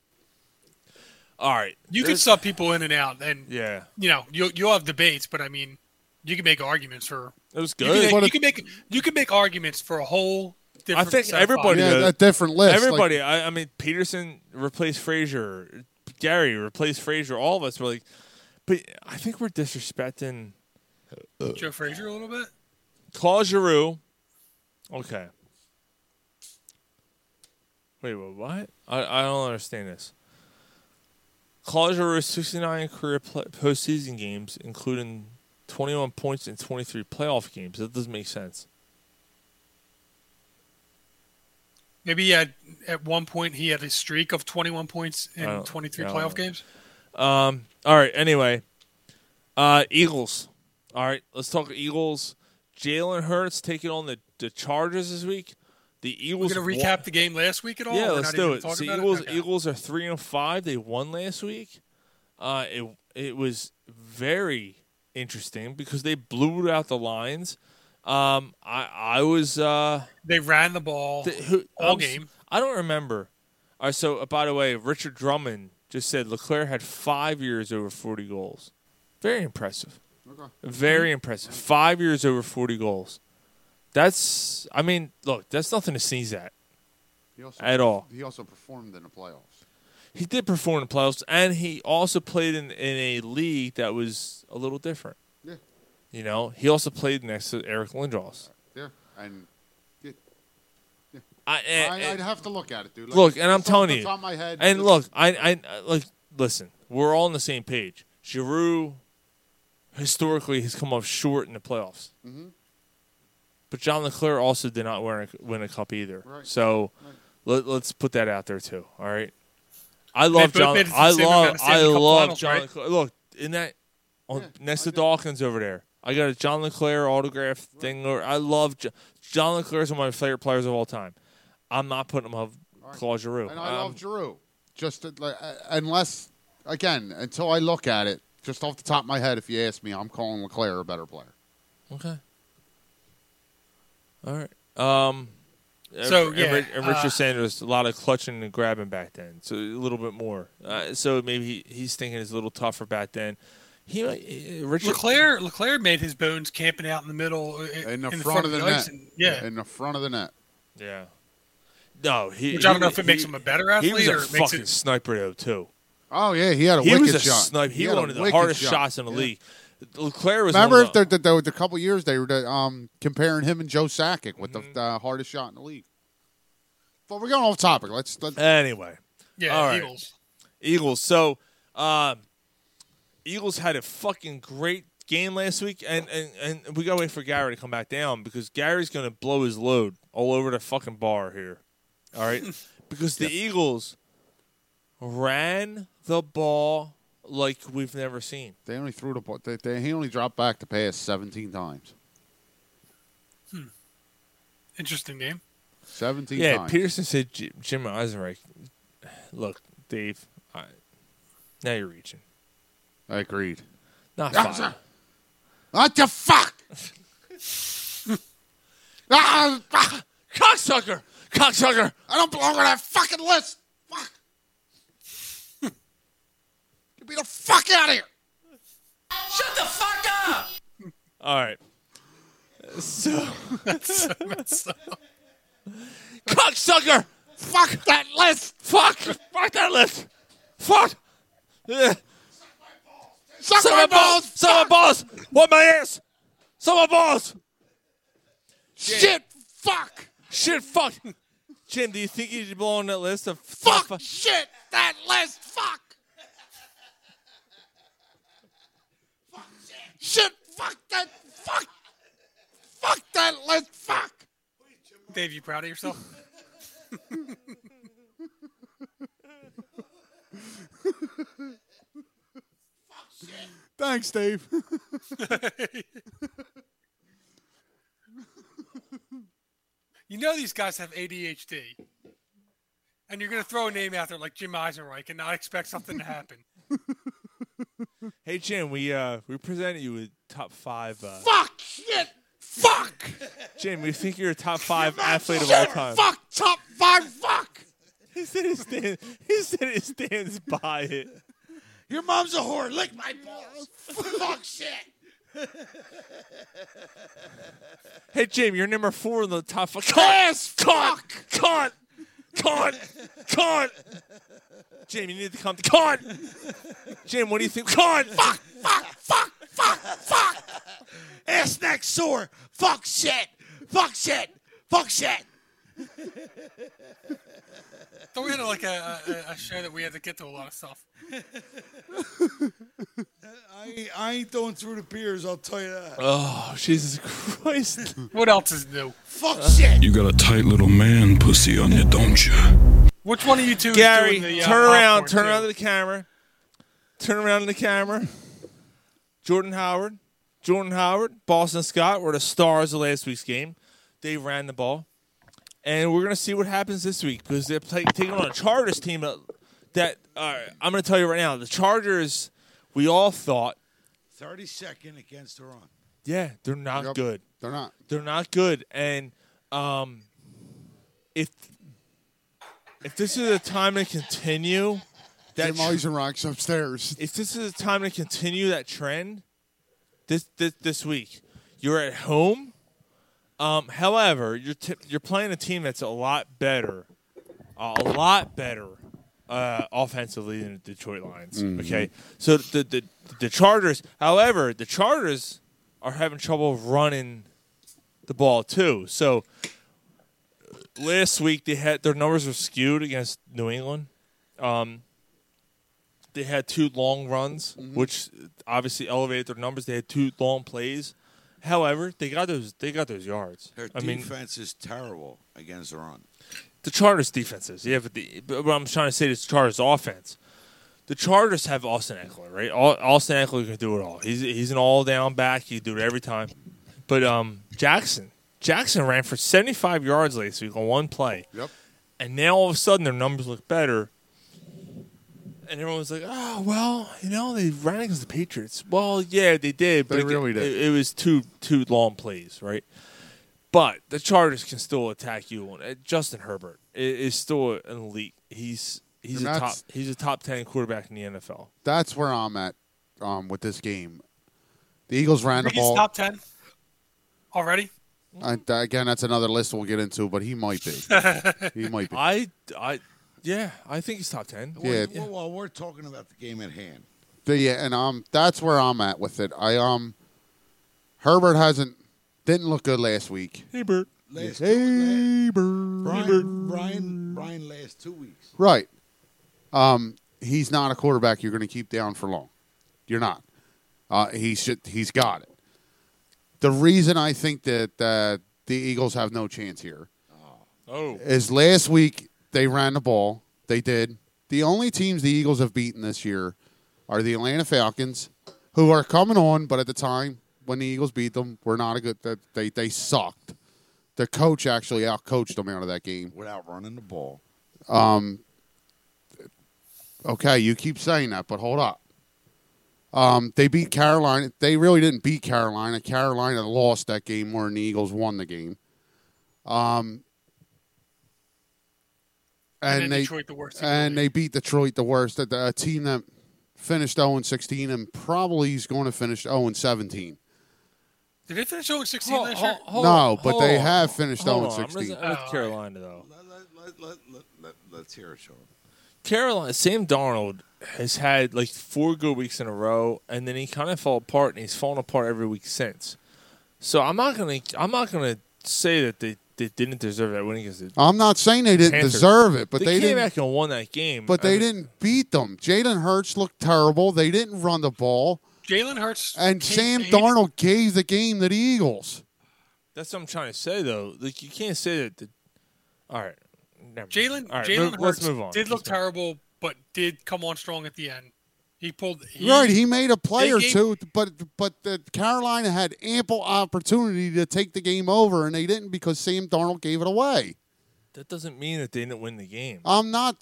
All right.
You can
there's-
sub people in and out, and
Yeah,
you know you'll you'll have debates, but I mean, you can make arguments for
it was
you can,
good.
make,
What
you can make you can make arguments for a whole. different
think
set of
everybody-
bodies.
Yeah,
Yeah.
a different list. like-
Everybody. I, I mean, Peterson replaced Frazier. Gary replaced Frazier. All of us were like, but I think we're disrespecting
Joe Frazier a little bit.
Claude Giroux. Okay. Wait, wait what? I, I don't understand this. Claude Giroux's 69 career pl- postseason games, including 21 points in 23 playoff games. That doesn't make sense.
Maybe he had at one point he had a streak of 21 points
I
in
don't-
23
I don't know.
playoff games.
All right. Anyway, uh, Eagles. All right. Let's talk Eagles. Jalen Hurts taking on the, the Chargers this week. The
We're
Eagles.
gonna
wa-
recap the game last week at all.
Yeah,
We're
let's
not even
do it.
talking
So
about
Eagles,
Okay.
Eagles are three and five. They won last week. Uh, it it was very interesting because they blew out the Lions. Um, I I was uh
They ran the ball.
th- who,
All
I'm s-
game.
I don't remember. All right, so uh, by the way, Richard Drummond just said Leclerc had five years over forty goals. Very impressive. Very impressive. Five years over forty goals. That's I mean, look, that's nothing to sneeze at
He also-
at all.
He also performed in the playoffs.
he did perform in the playoffs, and he also played in, in a league that was a little different.
Yeah.
You know, he also played next to Eric Lindros.
Yeah, and yeah,
I, and-
I, I'd have to look at it, dude. Like,
look, and I'm
just off
telling
the
you,
top of my head,
and
just-
look, I, I, like, listen, we're all on the same page. Giroux, historically, has come up short in the playoffs. Mm-hmm. But John Leclerc also did not win a, win a cup either.
Right.
So let, let's put that out there too. All right. I
They
love
both
John.
made it to the
I
same
love.
amount of
I
Stanley Cup
love
finals,
John.
right?
Leclerc. Look in that on
Yeah,
next
I
to
do.
Dawkins over there. I got a John Leclerc autograph thing. Or I love John, John Leclerc is one of my favorite players of all time. I'm not putting him above Claude Giroux.
and I
I'm-
love Drew. Just to, like, uh, unless again, until I look at it, just off the top of my head, if you ask me, I'm calling Leclaire a better player.
Okay. All right. Um.
So,
and,
yeah,
Ri- and Richard
uh,
Sanders a lot of clutching and grabbing back then, so a little bit more. Uh, so maybe he, he's thinking it's a little tougher back then. He might- uh, Richard
Leclaire, Leclaire made his bones camping out in the middle, uh,
In the,
*laughs* in
front,
of the,
net,
ice, and- yeah.
in the front of the net.
Yeah. No, he.
Which I don't
he-
know if it makes
he-
him a better
He was
athlete
a
or it makes
fucking
it-
sniper though too.
Oh yeah, he had a
He
wicked
was a
shot.
sniper. He,
had
was
a
one of the
wicked
hardest
shot.
shots in the
Yeah.
league. Leclerc was.
Remember
one
if the,
of
the, the, the couple years they were um, comparing him and Joe Sakic with
Mm-hmm.
the uh, hardest shot in the league. But we're going off topic. Let's let,
Anyway,
yeah,
All right.
Eagles.
Eagles. So, um, Eagles had a fucking great game last week, and and and we gotta wait for Gary to come back down because Gary's gonna blow his load all over the fucking bar here. All *laughs* right, because the Eagles ran the ball like we've never seen.
they only threw the ball. They, they, he only dropped back to pass 17 times.
Interesting game.
17
Yeah,
times.
Peterson said J- Jim Eisenreich. Look, Dave, I, now you're reaching.
Agreed.
Not five.
What the fuck? *laughs* ah, ah,
Cocksucker! Cocksucker!
I don't belong on that fucking list. Fuck. *laughs* Get me the fuck out of here.
Shut the fuck up!
*laughs* All right.
*laughs*
So, cocksucker! Fuck that list! Fuck! Fuck that list! Fuck! Ugh.
Suck
Suck
my
my balls!
balls.
Suck my balls! What my ass! Suck my balls!
Shit. Fuck.
Shit! Fuck! Jim, do you think you should belong on that list of
Fuck. Shit. That list. Fuck. Shit. Fuck that. Fuck.
Dave, you proud of yourself?
Thanks, Dave.
you know these guys have ADHD. And you're going to throw a name out there like Jim Eisenreich and not expect something to happen.
Hey Jim, we uh we presented you with top five. Uh,
Fuck shit. Fuck.
Jim, we think you're a top five athlete of all time.
Fuck. Top five. Fuck.
He said it stands. He said it stands by it.
Your mom's a whore. Lick my balls. Fuck shit.
Hey Jim, you're number four in the top five. Cunt, cunt, cunt, cunt, cunt. Jim, you need to come to cunt. Jim, what do you think? Cunt. Fuck.
Fuck. Fuck. Fuck. Ass neck sore. Fuck shit. Fuck shit. Fuck shit.
Thought we had like a, a, a show that we had to get to a lot of stuff.
I, I ain't going through the beers. I'll tell you that.
Oh Jesus
*laughs*
Christ!
What else is new?
Fuck shit.
You got a tight little man pussy on you, don't you?
Which one of you two
Gary,
is doing the uh,
turn around.
popcorn,
Turn
too?
around to the camera. Turn around to the camera. Jordan Howard. Jordan Howard. Boston Scott were the stars of last week's game. They ran the ball. And we're going to see what happens this week because they're play, taking on a Chargers team that, that all right, I'm going to tell you right now, the Chargers, we all thought,
Thirty second against Iran.
yeah, they're not
Yep.
good.
They're not.
They're not good. And um, if if this is a time to continue, that
Jim Eisenreich's upstairs.
if this is a time to continue that trend, this this this week, you're at home. Um, however, you're t- you're playing a team that's a lot better, a lot better uh, offensively than the Detroit Lions.
Mm-hmm.
Okay, so the, the the Chargers, however, the Chargers are having trouble running the ball too. So last week they had their numbers were skewed against New England Um, they had two long runs,
Mm-hmm.
which obviously elevated their numbers. They had two long plays. However, they got those they got those yards.
Their
I mean,
defense is terrible against Iran.
the Chargers defenses. Yeah, but, the, but what I'm trying to say is the Chargers offense. The Chargers have Austin Eckler, right? Au- Austin Eckler can do it all. He's he's an all down back. He do it every time. But um, Jackson Jackson ran for 75 yards last week on one play
Yep.
and now all of a sudden their numbers look better. And everyone's like, "Oh well, you know they ran against the Patriots." Well, yeah, they did, but
They
it,
really did.
It, it was two two long plays, right? But the Chargers can still attack you. On, uh, Justin Herbert i- is still an elite. He's he's
And
a top
that's-
he's a top ten quarterback in the NFL.
That's where I'm at um, with this game. The Eagles ran the
Biggie's
ball.
top 10 already?
I, th- again, that's another list we'll get into, but he might be. he might be.
I I yeah, I think he's top ten.
Yeah.
Well, well, we're talking about the game at hand.
But yeah, and um, that's where I'm at with it. I um, Herbert hasn't didn't look good last week.
Hey Bert,
Last two,
Hey, Bird.
la- Brian, Brian, Brian, last two weeks.
Right. Um, he's not a quarterback you're going to keep down for long. You're not. Uh, he should. He's got it. The reason I think that uh, the Eagles have no chance here
oh
is last week they ran the ball. They did. The only teams the Eagles have beaten this year are the Atlanta Falcons, who are coming on, but at the time when the Eagles beat them, were not a good. that- They they sucked. The coach actually outcoached them out of that game.
Without running the ball.
Okay, you keep saying that, but hold up. Um, they beat Carolina. They really didn't beat Carolina. Carolina lost that game more than the Eagles won the game. Um,
And,
and,
then
they
Detroit the worst. team in the
and
league.
they beat Detroit the worst. That a team that finished 0 16 and probably is going to finish 0 17.
Did they finish 0 16 last year?
No, but they have finished
hold
0
on. uh, I'm
16.
with- I'm with Carolina though.
Let, let, let, let, let, let's hear it, Sean.
Carolina Sam Darnold has had like four good weeks in a row, and then he kind of fell apart, and he's fallen apart every week since. So I'm not gonna I'm not gonna say that they, they didn't deserve that win against the
I'm not saying they didn't
Panthers.
deserve it, but
they,
they,
came
didn't.
back and won that game.
But
I
they
mean,
didn't beat them. Jalen Hurts looked terrible. They didn't run the ball.
Jalen Hurts
And
came-
Sam
he-
Darnold gave the game to the Eagles.
That's what I'm trying to say, though. Like, you can't say that. The, all right, never mind.
Jalen
All right,
Jalen
let-
Hurts
let's move on.
did look
Let's move on.
terrible, but did come on strong at the end. He pulled. He,
right, he made a play
they
or
gave-
two, but but the Carolina had ample opportunity to take the game over, and they didn't because Sam Darnold gave it away.
That doesn't mean that they didn't win the game.
I'm not.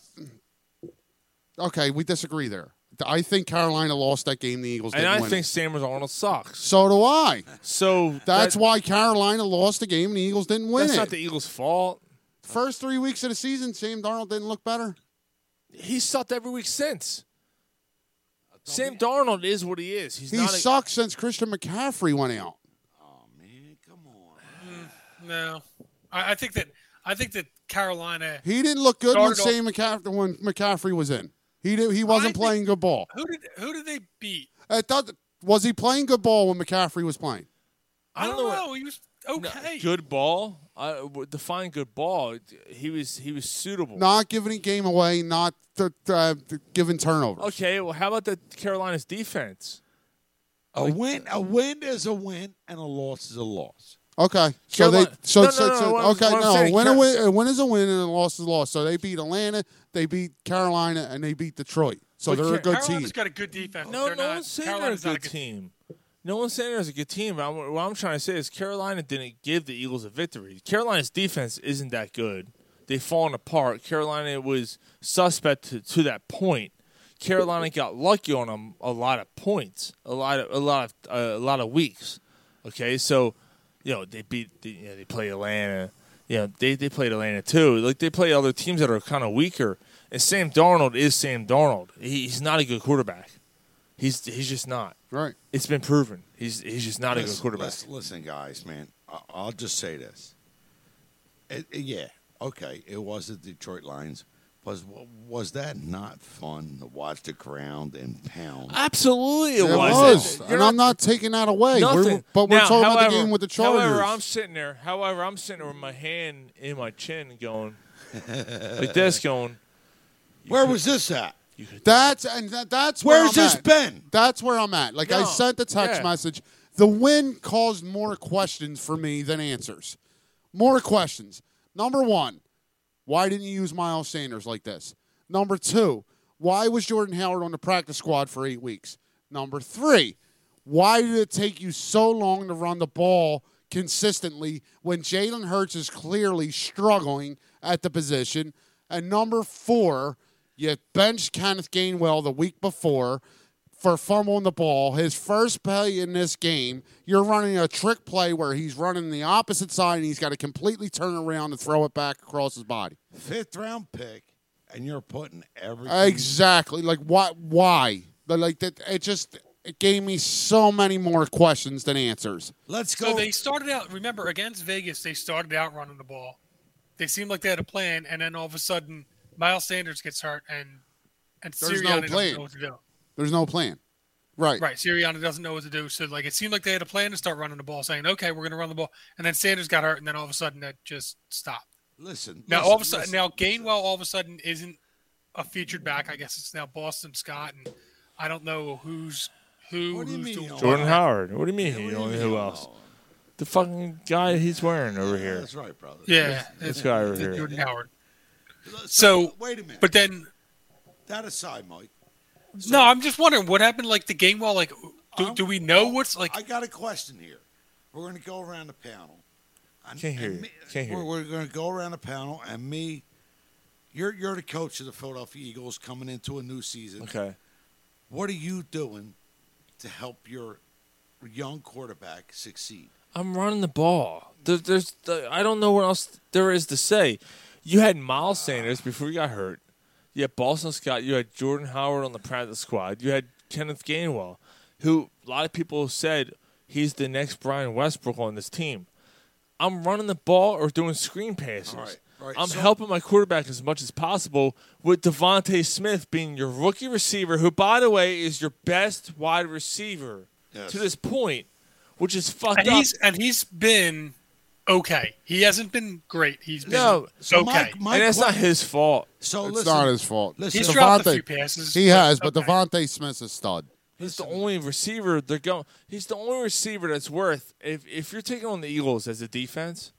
Okay, we disagree there. I think Carolina lost that game. The Eagles
And
didn't
I
win.
think Sam Darnold sucks.
so
*laughs*
do I.
So
That's
that-
why Carolina lost the game and the Eagles didn't win
That's
it.
not the Eagles' fault.
First three weeks of the season, Sam Darnold didn't look better.
He sucked every week since. Sam Darnold is what he is. He's
he
not. a-
sucks since Christian McCaffrey went out.
no, I, I think that I think that Carolina.
He didn't look good when
Darnold-
Sam McCaffrey when McCaffrey was in. He did, he wasn't playing good ball.
Who did who did they beat?
It does- was he playing good ball when McCaffrey was playing?
I don't know. He was okay.
good ball. I w- define good ball. He was he was suitable.
Not giving a game away, not th- uh, th- giving turnovers.
Okay, well, how about the Carolina's defense?
A win, a win is a win, and a loss is a loss.
Okay, so they
Carolina-
so,
No, no,
so,
no,
so-
what I'm-
okay
what I'm
no
saying,
a win a
Car-
win a win is a win and a loss is a loss. So they beat Atlanta, they beat Carolina, and they beat Detroit. So
But
they're a
Car-
good
Carolina's
team.
got a good defense.
No,
they're
no
not,
one's saying
Carolina's
they're
not
a good team. No one's saying there's a good team. but I'm, what I'm trying to say is Carolina didn't give the Eagles a victory. Carolina's defense isn't that good. They've fallen apart. Carolina was suspect to, to that point. Carolina got lucky on them a lot of points, a lot of a lot of uh, a lot of weeks. Okay, so you know they beat they, you know, they played Atlanta. You know they they played Atlanta too. Like they play other teams that are kind of weaker. And Sam Darnold is Sam Darnold. He, he's not a good quarterback. He's he's just not.
Right.
It's been proven. He's he's just not a good quarterback.
Listen, listen, guys, man. I, I'll just say this. It, it- yeah, okay, it was the Detroit Lions. Was was that not fun to watch the ground and pound?
Absolutely, it,
It was,
was.
and I'm not taking that away. We're-
Nothing.
but we're
Now,
talking about the
however-
game with the Chargers.
However, I'm sitting there. However, I'm sitting there with my hand in my chin, going like this, going.
Where was this at?
That's and that, that's where
Where's
I'm
this
at.
been?
That's where I'm at. Like I
No,
sent the text
yeah.
message. The win caused more questions for me than answers. More questions. Number one, why didn't you use Miles Sanders like this? Number two, why was Jordan Howard on the practice squad for eight weeks? Number three, why did it take you so long to run the ball consistently when Jalen Hurts is clearly struggling at the position? And number four, you benched Kenneth Gainwell the week before for fumbling the ball. His first play in this game, you're running a trick play where he's running the opposite side and he's got to completely turn around and throw it back across his body.
Fifth round pick, and you're putting everything.
Exactly. Like why? Why? But like that. It just it gave me so many more questions than answers.
Let's go.
So they started out. Remember against Vegas, they started out running the ball. They seemed like they had a plan, and then all of a sudden, Miles Sanders gets hurt, and and
There's
Sirianni
no
doesn't
plan.
know what to do.
There's no plan. Right.
Right, Sirianni doesn't know what to do. So like, it seemed like they had a plan to start running the ball, saying, "Okay, we're going to run the ball," and then Sanders got hurt, and then all of a sudden, that just stopped.
listen.
Now
listen,
all of a sudden,
listen.
now Gainwell all of a sudden isn't a featured back. I guess it's now Boston Scott, and I don't know who's who.
What do you
who's
mean,
doing
all-
Jordan Howard. What do you mean?
What do
he
you
only
mean,
who
no?
else? The fucking guy he's wearing over
Yeah,
here.
That's right, brother.
Yeah,
This
it's-
guy over
it's
here.
Jordan Howard.
So,
So-
wait a minute.
But then,
that aside, Mike,
no, I'm just wondering what happened. Like the Gainwell, like do, do we know what's like?
I got a question here. We're going to go around the panel. And,
Can't hear
and
you.
me-
Can't hear
We're,
you.
we're going to go around the panel, and me, you're you're the coach of the Philadelphia Eagles coming into a new season.
Okay.
What are you doing to help your young quarterback succeed?
I'm running the ball. There, there's, I don't know what else there is to say. You had Miles Sanders before he got hurt. You had Boston Scott. You had Jordan Howard on the practice squad. You had Kenneth Gainwell, who a lot of people said he's the next Brian Westbrook on this team. I'm running the ball or doing screen passes.
All right, all right,
I'm
so-
helping my quarterback as much as possible with Devontae Smith being your rookie receiver, who, by the way, is your best wide receiver
Yes.
to this point, which is fucked
And
up.
he's and he's been okay. He hasn't been great. He's been
No,
so
okay.
Mike- Mike-
and that's
que-
not his fault.
So
it's
listen,
not his fault.
listen,
he's
Devontae-
dropped a few passes.
He has, but
okay.
Devontae Smith's a stud.
He's the only receiver they're going. He's the only receiver that's worth. If if you're taking on the Eagles as a defense,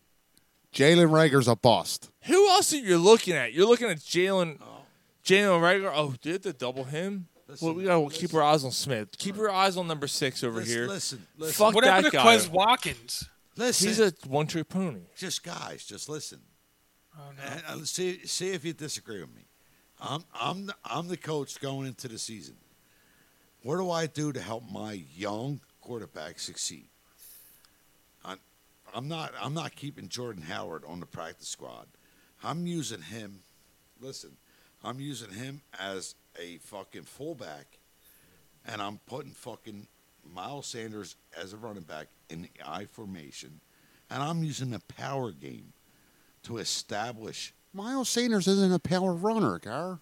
Jalen Rager's a bust.
who else are you looking at? You're looking at
Oh.
Jalen, Jalen Rager. Oh, did they double him? well, we gotta keep our eyes on Smith. Keep your eyes on number six over
Listen,
here.
listen, listen.
Fuck
What
that
happened to
guy.
Quez
Watkins.
Listen.
He's a one-trick pony.
Just guys, just listen.
Oh,
And, uh, see, see if you disagree with me. I'm, I'm, the, I'm the coach going into the season. What do I do to help my young quarterback succeed? I'm, I'm not, I'm not keeping Jordan Howard on the practice squad. I'm using him. Listen, I'm using him as a fucking fullback, and I'm putting fucking Miles Sanders as a running back in the I formation, and I'm using the power game to establish.
Miles Sanders isn't a power runner, Gar.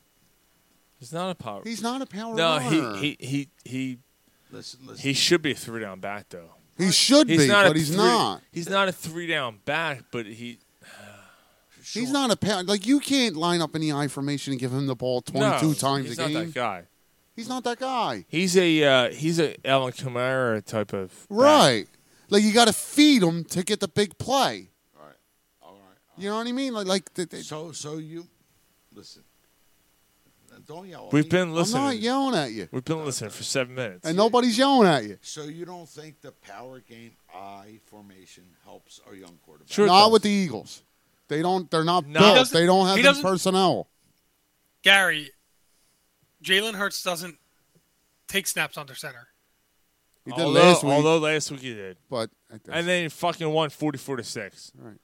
He's not a power.
He's not a power
No,
runner.
he he he he.
Listen,
He should be a three-down back though.
He should be,
not a
but he's
three-
not.
He's not a three-down back, but he.
He's not a power. Like you can't line up in the I formation and give him the ball
no,
twenty-two times
he's
a game.
Not that guy.
He's not that guy.
He's a uh, he's a Alan Kamara type of
Right. Like you got to feed him to get the big play. You know what I mean? Like, like the, the-
So, so you listen. Don't yell. at
We've
me.
been listening.
I'm not yelling at you,
We've been listening for seven minutes.
and nobody's yelling at you.
So you don't think the power game I formation helps our young quarterback?
not with the Eagles. They don't. They're not
No. He
built.
doesn't-
They don't
he
have the
doesn't-
personnel.
Gary, Jalen Hurts doesn't take snaps under center.
He did
although,
last week,
although last week he did,
but
and then he fucking won forty-four to six.
Right.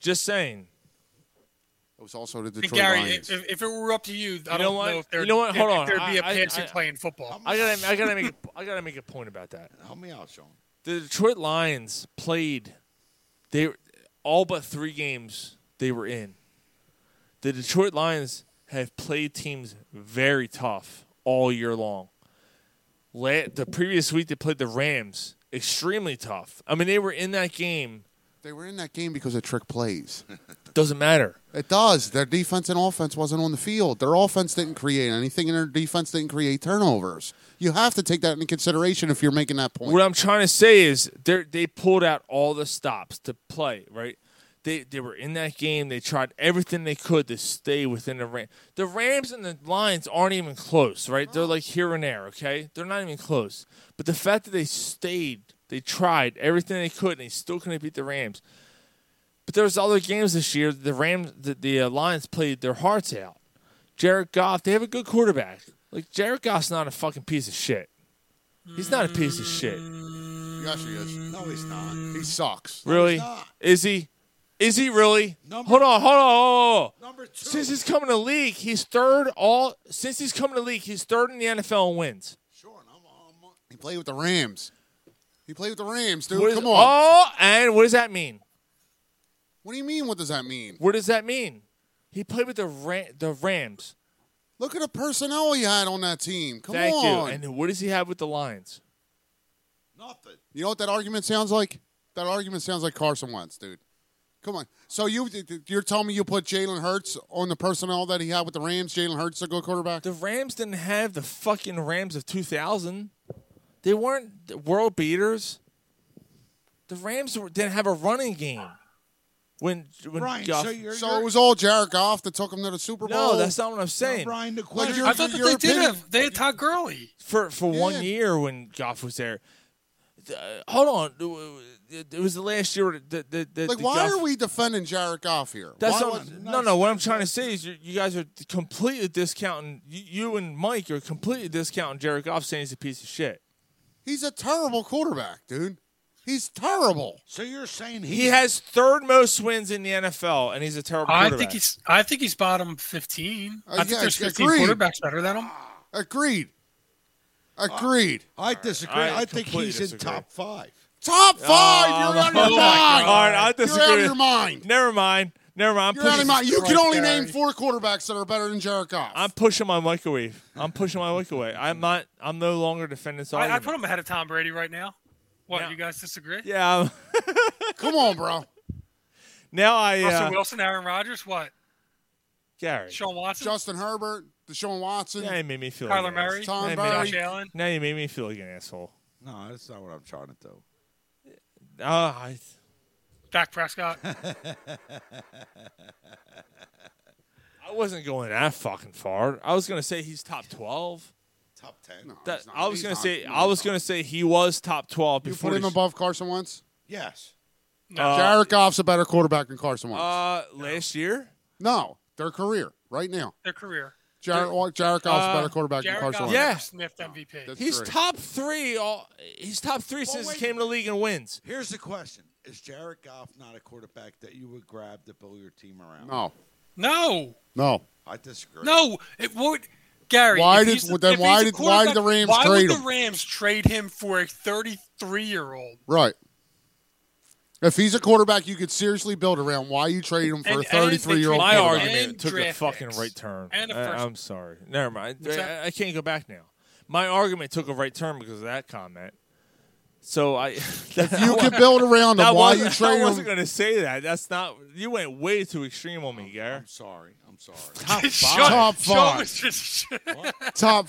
Just saying.
it was also the
And
Detroit
Gary,
Lions.
if, if it were up to you, I
You know
don't
what?
know if there
You know what? Hold
if
on.
there'd be a
I- I-
fancy
I-
play in football.
I gotta I gotta make a, I gotta make a point about that.
Help me out, Sean.
The Detroit Lions played they all but three games they were in. The Detroit Lions have played teams very tough all year long. La- the previous week they played the Rams, extremely tough. I mean they were in that game.
they were in that game because of trick plays.
Doesn't matter.
It does. Their defense and offense wasn't on the field. Their offense didn't create anything, and their defense didn't create turnovers. You have to take that into consideration if you're making that point.
What I'm trying to say is they they pulled out all the stops to play right. They they were in that game. They tried everything they could to stay within the Rams. The Rams and the Lions aren't even close, right? They're like here and there. Okay, they're not even close. But the fact that they stayed, they tried everything they could, and they still couldn't beat the Rams. But there was other games this year. The Rams, the, the uh, Lions played their hearts out. Jared Goff, they have a good quarterback. Like Jared Goff's not a fucking piece of shit. He's not a piece of shit.
Yes, he is.
No, he's not.
He sucks.
Really?
not.
Is he? Is he really?
Number-
hold on, hold on. hold on.
Number two.
Since he's coming to league, he's third all. Since he's coming to league, he's third in the NFL and wins.
Sean, I'm, I'm
He played with the Rams. He played with the Rams, dude.
What is-
Come on.
Oh, and what does that mean?
What do you mean? What does that mean?
What does that mean? He played with the Ra- the Rams.
Look at the personnel he had on that team. Come
Thank
on.
you. And what does he have with the Lions?
nothing.
You know what that argument sounds like? That argument sounds like Carson Wentz, dude. Come on. So you you're telling me you put Jalen Hurts on the personnel that he had with the Rams? Jalen Hurts a good quarterback?
The Rams didn't have the fucking Rams of 2000. They weren't the world beaters. The Rams were- didn't have a running game. When when
Brian,
Goff-
so you're,
So
you're,
it was all Jared Goff that took him to the Super Bowl.
no, that's not what I'm saying.
Brian the
Like
question.
you're-
I thought that
your
they did
opinion-
have they had Todd Gurley.
for for
Yeah.
one year when Goff was there. Uh, hold on, it was the last year that that that.
like
the
why
Goff-
are we defending Jared Goff here?
That's
why
what
was-
I'm- no, no. What I'm trying to say is you, you guys are completely discounting you, you and Mike are completely discounting Jared Goff saying he's a piece of shit.
he's a terrible quarterback, dude. He's terrible.
so you're saying he,
He has third most wins in the NFL, and he's a terrible.
I
quarterback.
think he's I think he's bottom fifteen.
Uh,
I think
yeah,
there's fifteen
agreed.
quarterbacks better than him.
Agreed. Agreed.
I disagree.
I
I, think
completely
he's
disagree.
in top five.
Top five.
Oh,
you're out of your
no.
mind.
All right, I
You're
disagree.
out of your mind.
Never mind. Never mind. I'm
You're out
pushing-
of your mind. You
Christ,
can only
Gary.
name four quarterbacks that are better than Jared Goff.
I'm pushing my microwave. I'm pushing my microwave. I'm not. I'm no longer defending this
I, I
argument.
put him ahead of Tom Brady right now. What
Yeah.
you guys disagree?
yeah. I'm-
Come on, bro.
Now I.
Russell
Uh,
Wilson, Aaron Rodgers, what?
Gary.
Sean Watson.
Justin Herbert, Deshaun Watson.
Now you made me feel
Kyler
like an
Murray?
ass-
Tom
now you
Brady.
made me-
Josh
Allen?
Now you made me feel like an asshole.
No, that's not what I'm trying to do.
Ah, I-
*laughs*
Dak Prescott.
I wasn't going that fucking far. I was gonna say he's top twelve.
Top ten.
That, I was
He's
gonna
not.
say
No,
I was gonna say he was top twelve
You
before.
put him
the sh-
above Carson Wentz.
Yes.
Uh,
Jared Goff's a better quarterback than Carson Wentz.
uh, last year.
no, their career right now.
Their career.
Jared, Jared Goff's a
Uh,
better quarterback
Jared
than Carson
Goff
Wentz.
Yeah.
never sniffed MVP.
That's
He's
three.
top three. All he's top three since
wait.
he came to the league and wins.
Here's the question: Is Jared Goff not a quarterback that you would grab to build your team around?
No,
No,
no.
I disagree.
no, it would. Gary,
Why
if
did-
he's the-
then
if
why
he's
did- why did the
quarterback,
Rams
why
trade
would
him?
the Rams trade him for a 33 year old?
Right. If he's a quarterback you could seriously build around, why you trade him for
And-
a
and
33 year old
they
My
trade-
quarterback?
And
argument took a
draft
fucking
picks.
right turn.
And a
I-
first-
I'm sorry. Never mind.
What's that?
I, I can't go back now. My argument took a right turn because of that comment. So I. *laughs* That,
You could build around
*laughs*
him.
that
Why
wasn't-
you trade
I wasn't
him?
going to say that. That's not. You went way too extreme on me, Gary.
*laughs*
I'm sorry. I'm sorry.
Top
Sean-
five.
Top
Sean
five.
was just-
Top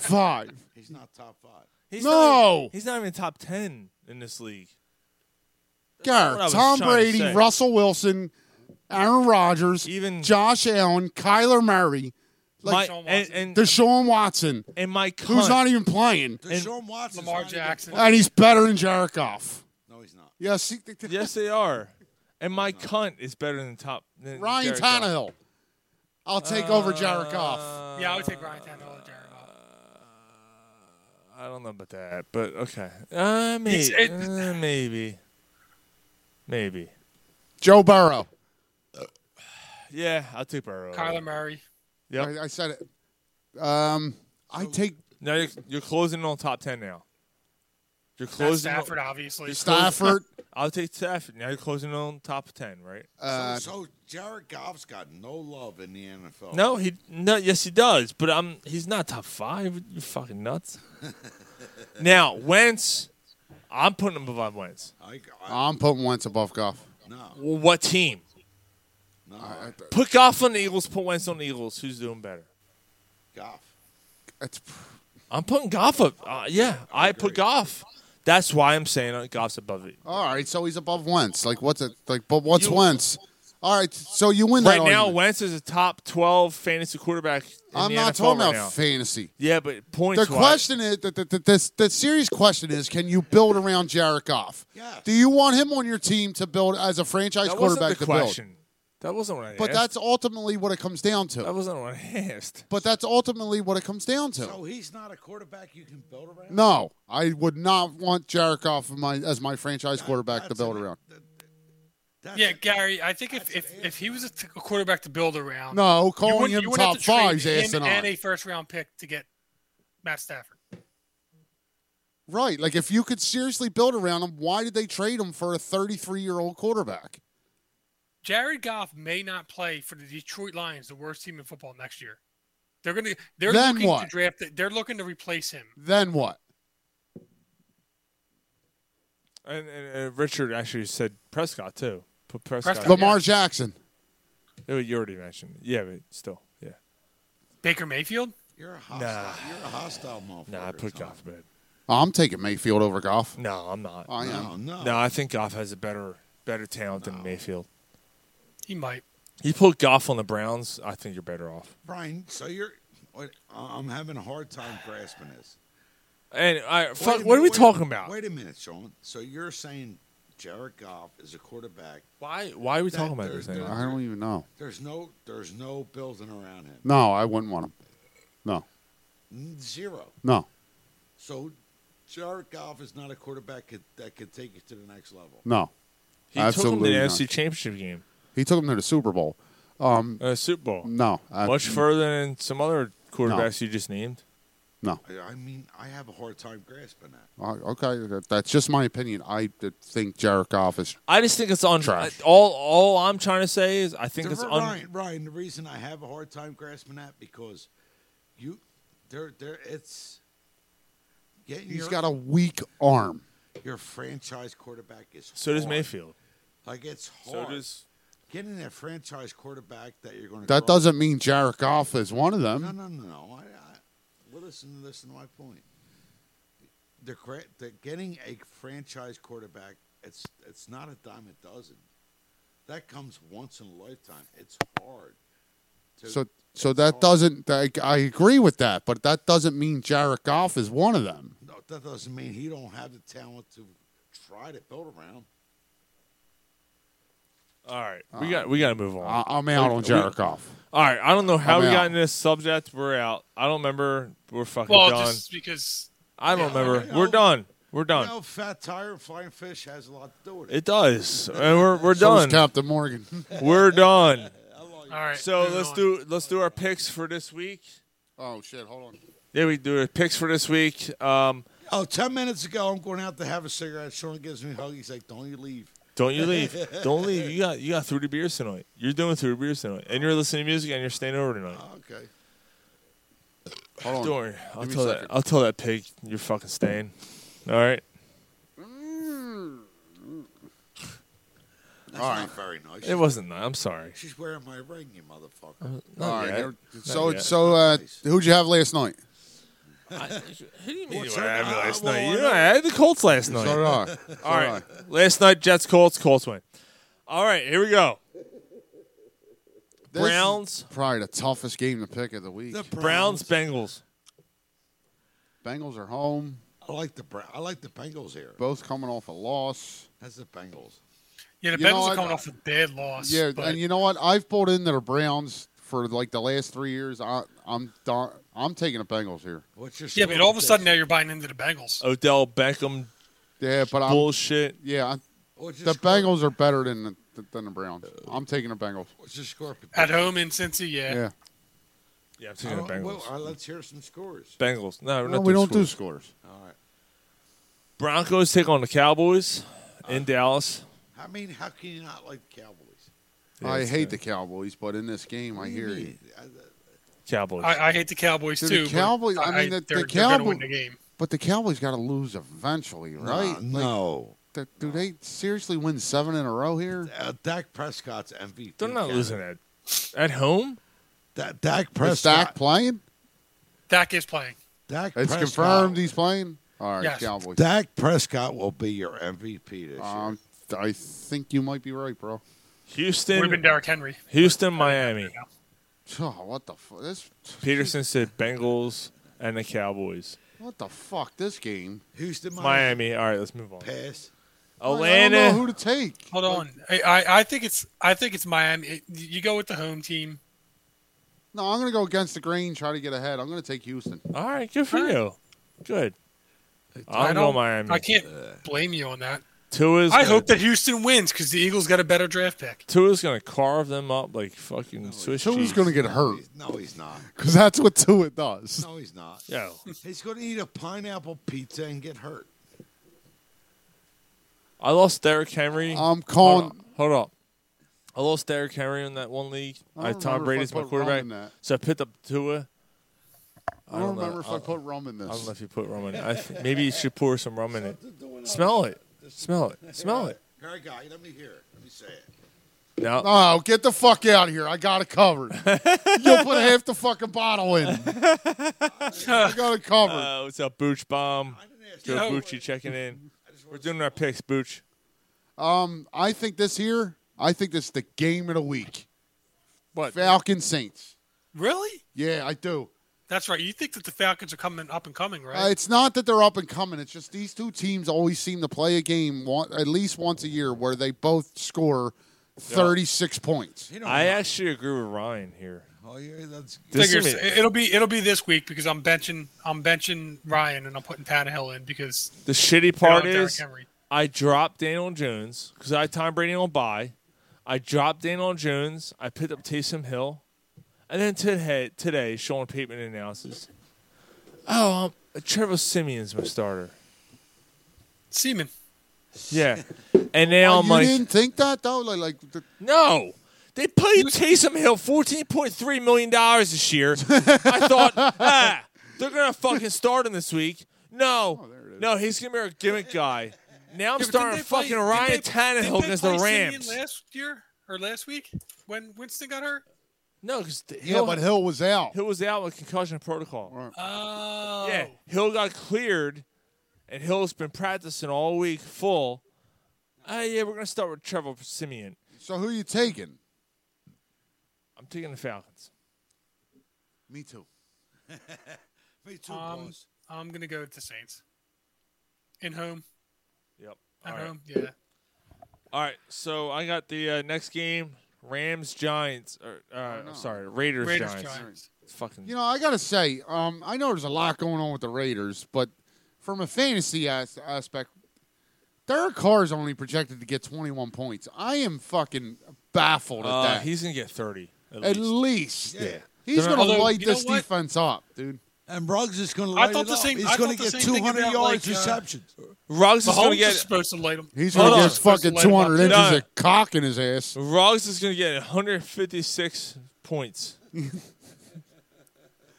*laughs*
five.
He's not top five.
He's
No.
Not, even- he's not even top ten in this league. what I
Garrett,
was
Tom
trying to
Brady,
say.
Russell Wilson, Aaron Rodgers,
Even-
Josh Allen, Kyler Murray,
Like,
Sean
and,
Watson.
and,
Deshaun Watson,
and my cunt,
who's not even playing,
Deshaun Watson.
*laughs* Lamar Jackson.
and he's better than Jared Goff.
No, he's not.
Yes, he,
Yes, they are. And my cunt is better than top. Than
Ryan
Jared Goff. Uh,
Tannehill. I'll take over Jared Goff.
yeah, I would take Ryan Tannehill over Jared Goff.
I don't know about that, but okay. Uh,
It's-
maybe,
it-
uh, maybe, maybe.
Joe Burrow.
Yeah, I'll take Burrow.
Kyler Murray.
Yep.
I, I said it. Um, I take
Now you're, you're closing on top ten now. You're
Matt
closing.
Stafford,
On,
obviously.
Stafford.
I'll take Stafford. Now you're closing on top ten, right?
Uh,
so, so Jared Goff's got no love in the NFL.
No, he no. Yes, he does. But I'm. He's not top five. You fucking nuts. now Wentz, I'm putting him above Wentz.
I, I,
*laughs* I'm putting Wentz above Goff.
no,
Well, what team?
no.
Put Goff on the Eagles. Put Wentz on the Eagles. Who's doing better?
Goff.
That's
I'm putting Goff up. Uh, yeah, I, put Goff. That's why I'm saying uh, Goff's above it.
all right. So he's above Wentz. Like what's it? Like, but what's
You-
Wentz? All right. So you win that
Right now,
argument.
Wentz is a top 12 fantasy quarterback. In
I'm
the
not
NFL
talking
right
about
now.
fantasy.
yeah, but points.
The question is the, the, the, the, the serious question is can you build around Jared Goff?
Yes.
Do you want him on your team to build as a franchise
that
quarterback
wasn't the
to build?
question. That wasn't what I
But
asked.
that's ultimately what it comes down to.
that wasn't what I *laughs* asked.
but that's ultimately what it comes down to.
So he's not a quarterback you can build around.
No, I would not want Jared Goff in my, as my franchise quarterback to
that's
build
an-
around.
That's
Yeah,
it.
Gary, I think if, if, if he was a, t- a quarterback to build around,
No,
you
calling
wouldn't-
him
you wouldn't
top
have to trade
five is
him
asinine.
and a first round pick to get Matt Stafford.
right. Like, if you could seriously build around him, why did they trade him for a 33 year old quarterback?
Jared Goff may not play for the Detroit Lions, the worst team in football next year. They're gonna they're
Then
looking
what?
to draft they're looking to replace him.
Then what?
And, and, and Richard actually said Prescott, too. Put Prescott.
Prescott.
Lamar Jackson.
Oh, you already mentioned. it. Yeah, but still. Yeah.
Baker Mayfield?
You're a hostile. You're a hostile motherfucker.
Nah, I put
Tom.
Goff to bed.
Oh, I'm taking Mayfield over Goff.
No, I'm not.
I am.
No, no.
no, I think Goff has a better better talent than Mayfield.
He might.
You put Goff on the Browns, I think you're better off.
Brian, so you're. Wait, I- I'm having a hard time grasping this.
And I,
Wait a
fuck,
minute,
what are we
wait a-
talking about?
Wait a minute, Sean. So you're saying Jared Goff is a quarterback.
Why? Why are we
That-
talking about this?
there-
Anyway?
I don't even know.
There's no there's no building around him.
No, I wouldn't want him. No,
N- Zero.
no,
So Jared Goff is not a quarterback could, that could take you to the next level.
no.
He
Absolutely
took him
not.
to the NFC Championship game,
He took him to the Super Bowl.
uh, Super Bowl,
Mm. No, I-
much further than some other quarterbacks you just named.
no.
I, I mean, I have a hard time grasping that.
Uh, Okay, that- that's just my opinion. I uh, think Jared Goff is
I just think it's on
Trash.
All, all I'm trying to say is I think
The-
it's un.
Ryan, Ryan, the reason I have a hard time grasping that because you there there it's getting
he's
your,
got a weak arm.
your franchise quarterback is
So does
hard.
Mayfield.
Like it's
So
hard.
does
Getting a franchise quarterback that you're going to
That doesn't mean Jared Goff is one of them.
No, no, no, no. I, I, well, listen, listen to my point. They're, cra- they're getting a franchise quarterback. It's it's not a dime a dozen. That comes once in a lifetime. It's hard. to-
So so that doesn't. I, I agree with that, but that doesn't mean Jared Goff is one of them.
no, that doesn't mean he don't have the talent to try to build around.
All right,
Uh,
we got we got to move on.
I, I'm out on
We-
Jared Goff.
All right, I don't know how
uh, I'm
we
out.
got in this subject. We're out. I don't remember. We're fucking
Well,
done.
just because
I don't
Yeah,
remember.
you know-
we're done. We're
You
done.
know, fat tire and flying fish has a lot to do with it.
It does, and we're we're
*laughs* So is
done.
Captain Morgan. *laughs*
We're done.
all right.
So
moving
let's
on.
do let's do our picks for this week.
oh shit! Hold on.
Yeah, we do our picks for this week. Um,
Oh, 10 minutes ago, I'm going out to have a cigarette. Sean gives me a hug. He's like, don't you leave.
don't you
*laughs*
leave. don't leave. You got you got thirty beers tonight. You're doing thirty beers tonight, and you're listening to music, and you're staying over tonight.
Oh, Okay.
Uh, Hold on.
Don't worry. I'll
me a
tell that.
second.
I'll tell that pig you're fucking staying. All right.
That's
All
not very nice.
It wasn't. that. I'm sorry.
She's wearing my ring, you motherfucker.
Not
All right.
yet.
here- So
yet.
so uh, who'd you have last night?
Who do you mean?
What's
you
that?
had last
Ah, well,
night?
I
You
know.
know, I had the Colts last night.
So did I. So
*laughs*
did
All
I.
right. Last night, Jets, Colts, Colts win. All right, here we go.
This is
Browns,
Probably the toughest game to pick of the week.
The
Browns, Bengals.
Bengals are home.
I like the Brown. I like the Bengals here.
Both coming off a loss.
That's the Bengals.
Yeah, the
You know
Bengals
what?
are coming off a bad loss.
Yeah,
but
and you know what? I've bought into the Browns for like the last three years. I, I'm do- I'm taking the Bengals here.
What's your
yeah,
score
but all of a
with
sudden now
this?
you're buying into the Bengals.
Odell Beckham
Yeah, but I'm
bullshit.
yeah. I,
What's your
the
score-
Bengals are better than the, than the Browns. I'm taking the Bengals.
What's your score?
At home in Cincy, yeah.
Yeah.
Yeah, I'm
I
taking the
don't- Oh, uh, well,
Bengals.
all right, let's hear some scores.
Bengals. No, we're
No,
not
we
doing
don't do
scores.
scores.
All right.
Broncos take on the Cowboys in Dallas.
I mean, how can you not like the Cowboys?
I hate the Cowboys, but in this game, I hear you.
Uh,
Cowboys.
I, I hate the Cowboys
Dude, the
too. but
Cowboys- I mean, the- the
they're, they're gonna win
Cowboy-
the game.
But the Cowboys got to lose eventually, right?
No.
Th- do they seriously win seven in a row here?
Uh, Dak Prescott's MVP.
They're not
candidate.
losing at at home.
Da- Dak
Is Dak
Prescott.
playing?
Dak is playing.
Dak
It's
Prescott-
confirmed he's playing. All right,
Yes.
Cowboys.
Dak Prescott will be your MVP this year.
Um, I think you might be right, bro.
We've been
Houston,
Derrick Henry.
Houston, Miami.
Oh, what the fuck? This
Peterson said Bengals and the Cowboys.
what the fuck? This game.
Houston, Miami.
Miami. All right, let's move on.
Pass.
Atlanta.
I don't know who to take.
Hold on, I, I, I think it's I think it's Miami. It- you go with the home team.
No, I'm gonna go against the grain, try to get ahead. I'm gonna take Houston.
All right, good for
All right.
you. Good.
I
I'll go
don't-
Miami.
I can't blame you on that.
Tua's
I
gonna-
hope that Houston wins because the Eagles got a better draft pick.
Tua's gonna carve them up like fucking Swiss
Tua's
cheese.
gonna get hurt
No, he's not.
because that's what Tua does.
No, he's not.
Yo,
He's going to eat a pineapple pizza and get hurt.
I lost Derrick Henry.
I'm
hold,
calling.
on, hold up. I lost Derrick Henry in that one league.
I
I,
don't remember
Tom
if
Brady's
I
my
put Rom
quarterback,
in that.
so I picked up Tua.
I don't remember
know.
if
I,
I put rum in
I don't
this.
know if you put rum in it.
*laughs*
I th- maybe you should pour some rum in it. Smell it. Smell it. Smell it.
Here I go. Let me hear it. Let me say it.
No,
Oh, get the fuck out of here! I got it covered. You'll put half the fucking bottle in. I got it covered.
Uh, what's up, Booch Bomb?
I didn't ask you.
Joe
No.
Bucci checking in. We're doing our picks, Booch.
Um, I think this here. I think this is the game of the week.
What?
Falcons Saints.
Really?
Yeah, I do.
That's right. You think that the Falcons are coming up and coming,
Uh,
right?
it's not that they're up and coming. It's just these two teams always seem to play a game one, at least once a year where they both score 36 points.
You don't
I
know.
actually agree with Ryan here.
Oh, yeah, that's
This
Figures
is-
it- it'll be it'll be this week because I'm benching I'm benching Ryan and I'm putting Tannehill in because
The shitty
they don't
part
have Derrick
is
Henry.
I dropped Daniel Jones because I had Tom Brady on bye. I dropped Daniel Jones. I picked up Taysom Hill, and then today, today Sean Payton announces, "Oh, um, Trevor Simeon's my starter."
Seaman.
Yeah, and now
Oh,
I'm
you
like,
didn't think that, though? Like, like the,
"No." They paid Taysom Hill fourteen point three million dollars this year. I thought,
*laughs*
ah, they're gonna fucking start him this week.
Oh,
No, no, he's gonna be our gimmick guy. Now I'm starting fucking Ryan Tannehill against the Rams.
last year. or last week when Winston got hurt?
No, because
Yeah, but Hill was out.
Hill was out with concussion protocol.
Oh,
Yeah, Hill got cleared, and Hill's been practicing all week full. Uh, yeah, we're gonna start with Trevor Simeon.
So who you taking?
I'm taking the Falcons.
Me too.
*laughs* Me too,
um,
boss.
I'm gonna go with the Saints. In home,
Yep.
at
All right.
home, yeah.
All right. So I got the uh, next game: Rams Giants. Or,
Oh,
uh, I'm sorry, Raiders,
Raiders
Giants.
Giants.
Fucking.
You know, I gotta say, um, I know there's a lot going on with the Raiders, but from a fantasy as- aspect, Derek Carr's only projected to get 21 points. I am fucking baffled at
Uh,
that.
he's gonna get thirty at,
at
least.
least,
Yeah.
he's
They're-
gonna
although,
light
you know
this
what?
defense up, dude.
And Ruggs is going to
I
light
thought
it
the
up.
same- I
He's
thought
going
the
to get
same thing
200
about,
yards
like, uh, *laughs*
receptions.
Ruggs is gonna
Mahomes is
get.
supposed to light him.
He's
Hold
gonna
on.
get fucking
Let's light him up.
200 inches
No.
of cock in his ass.
Ruggs is gonna get 156 points.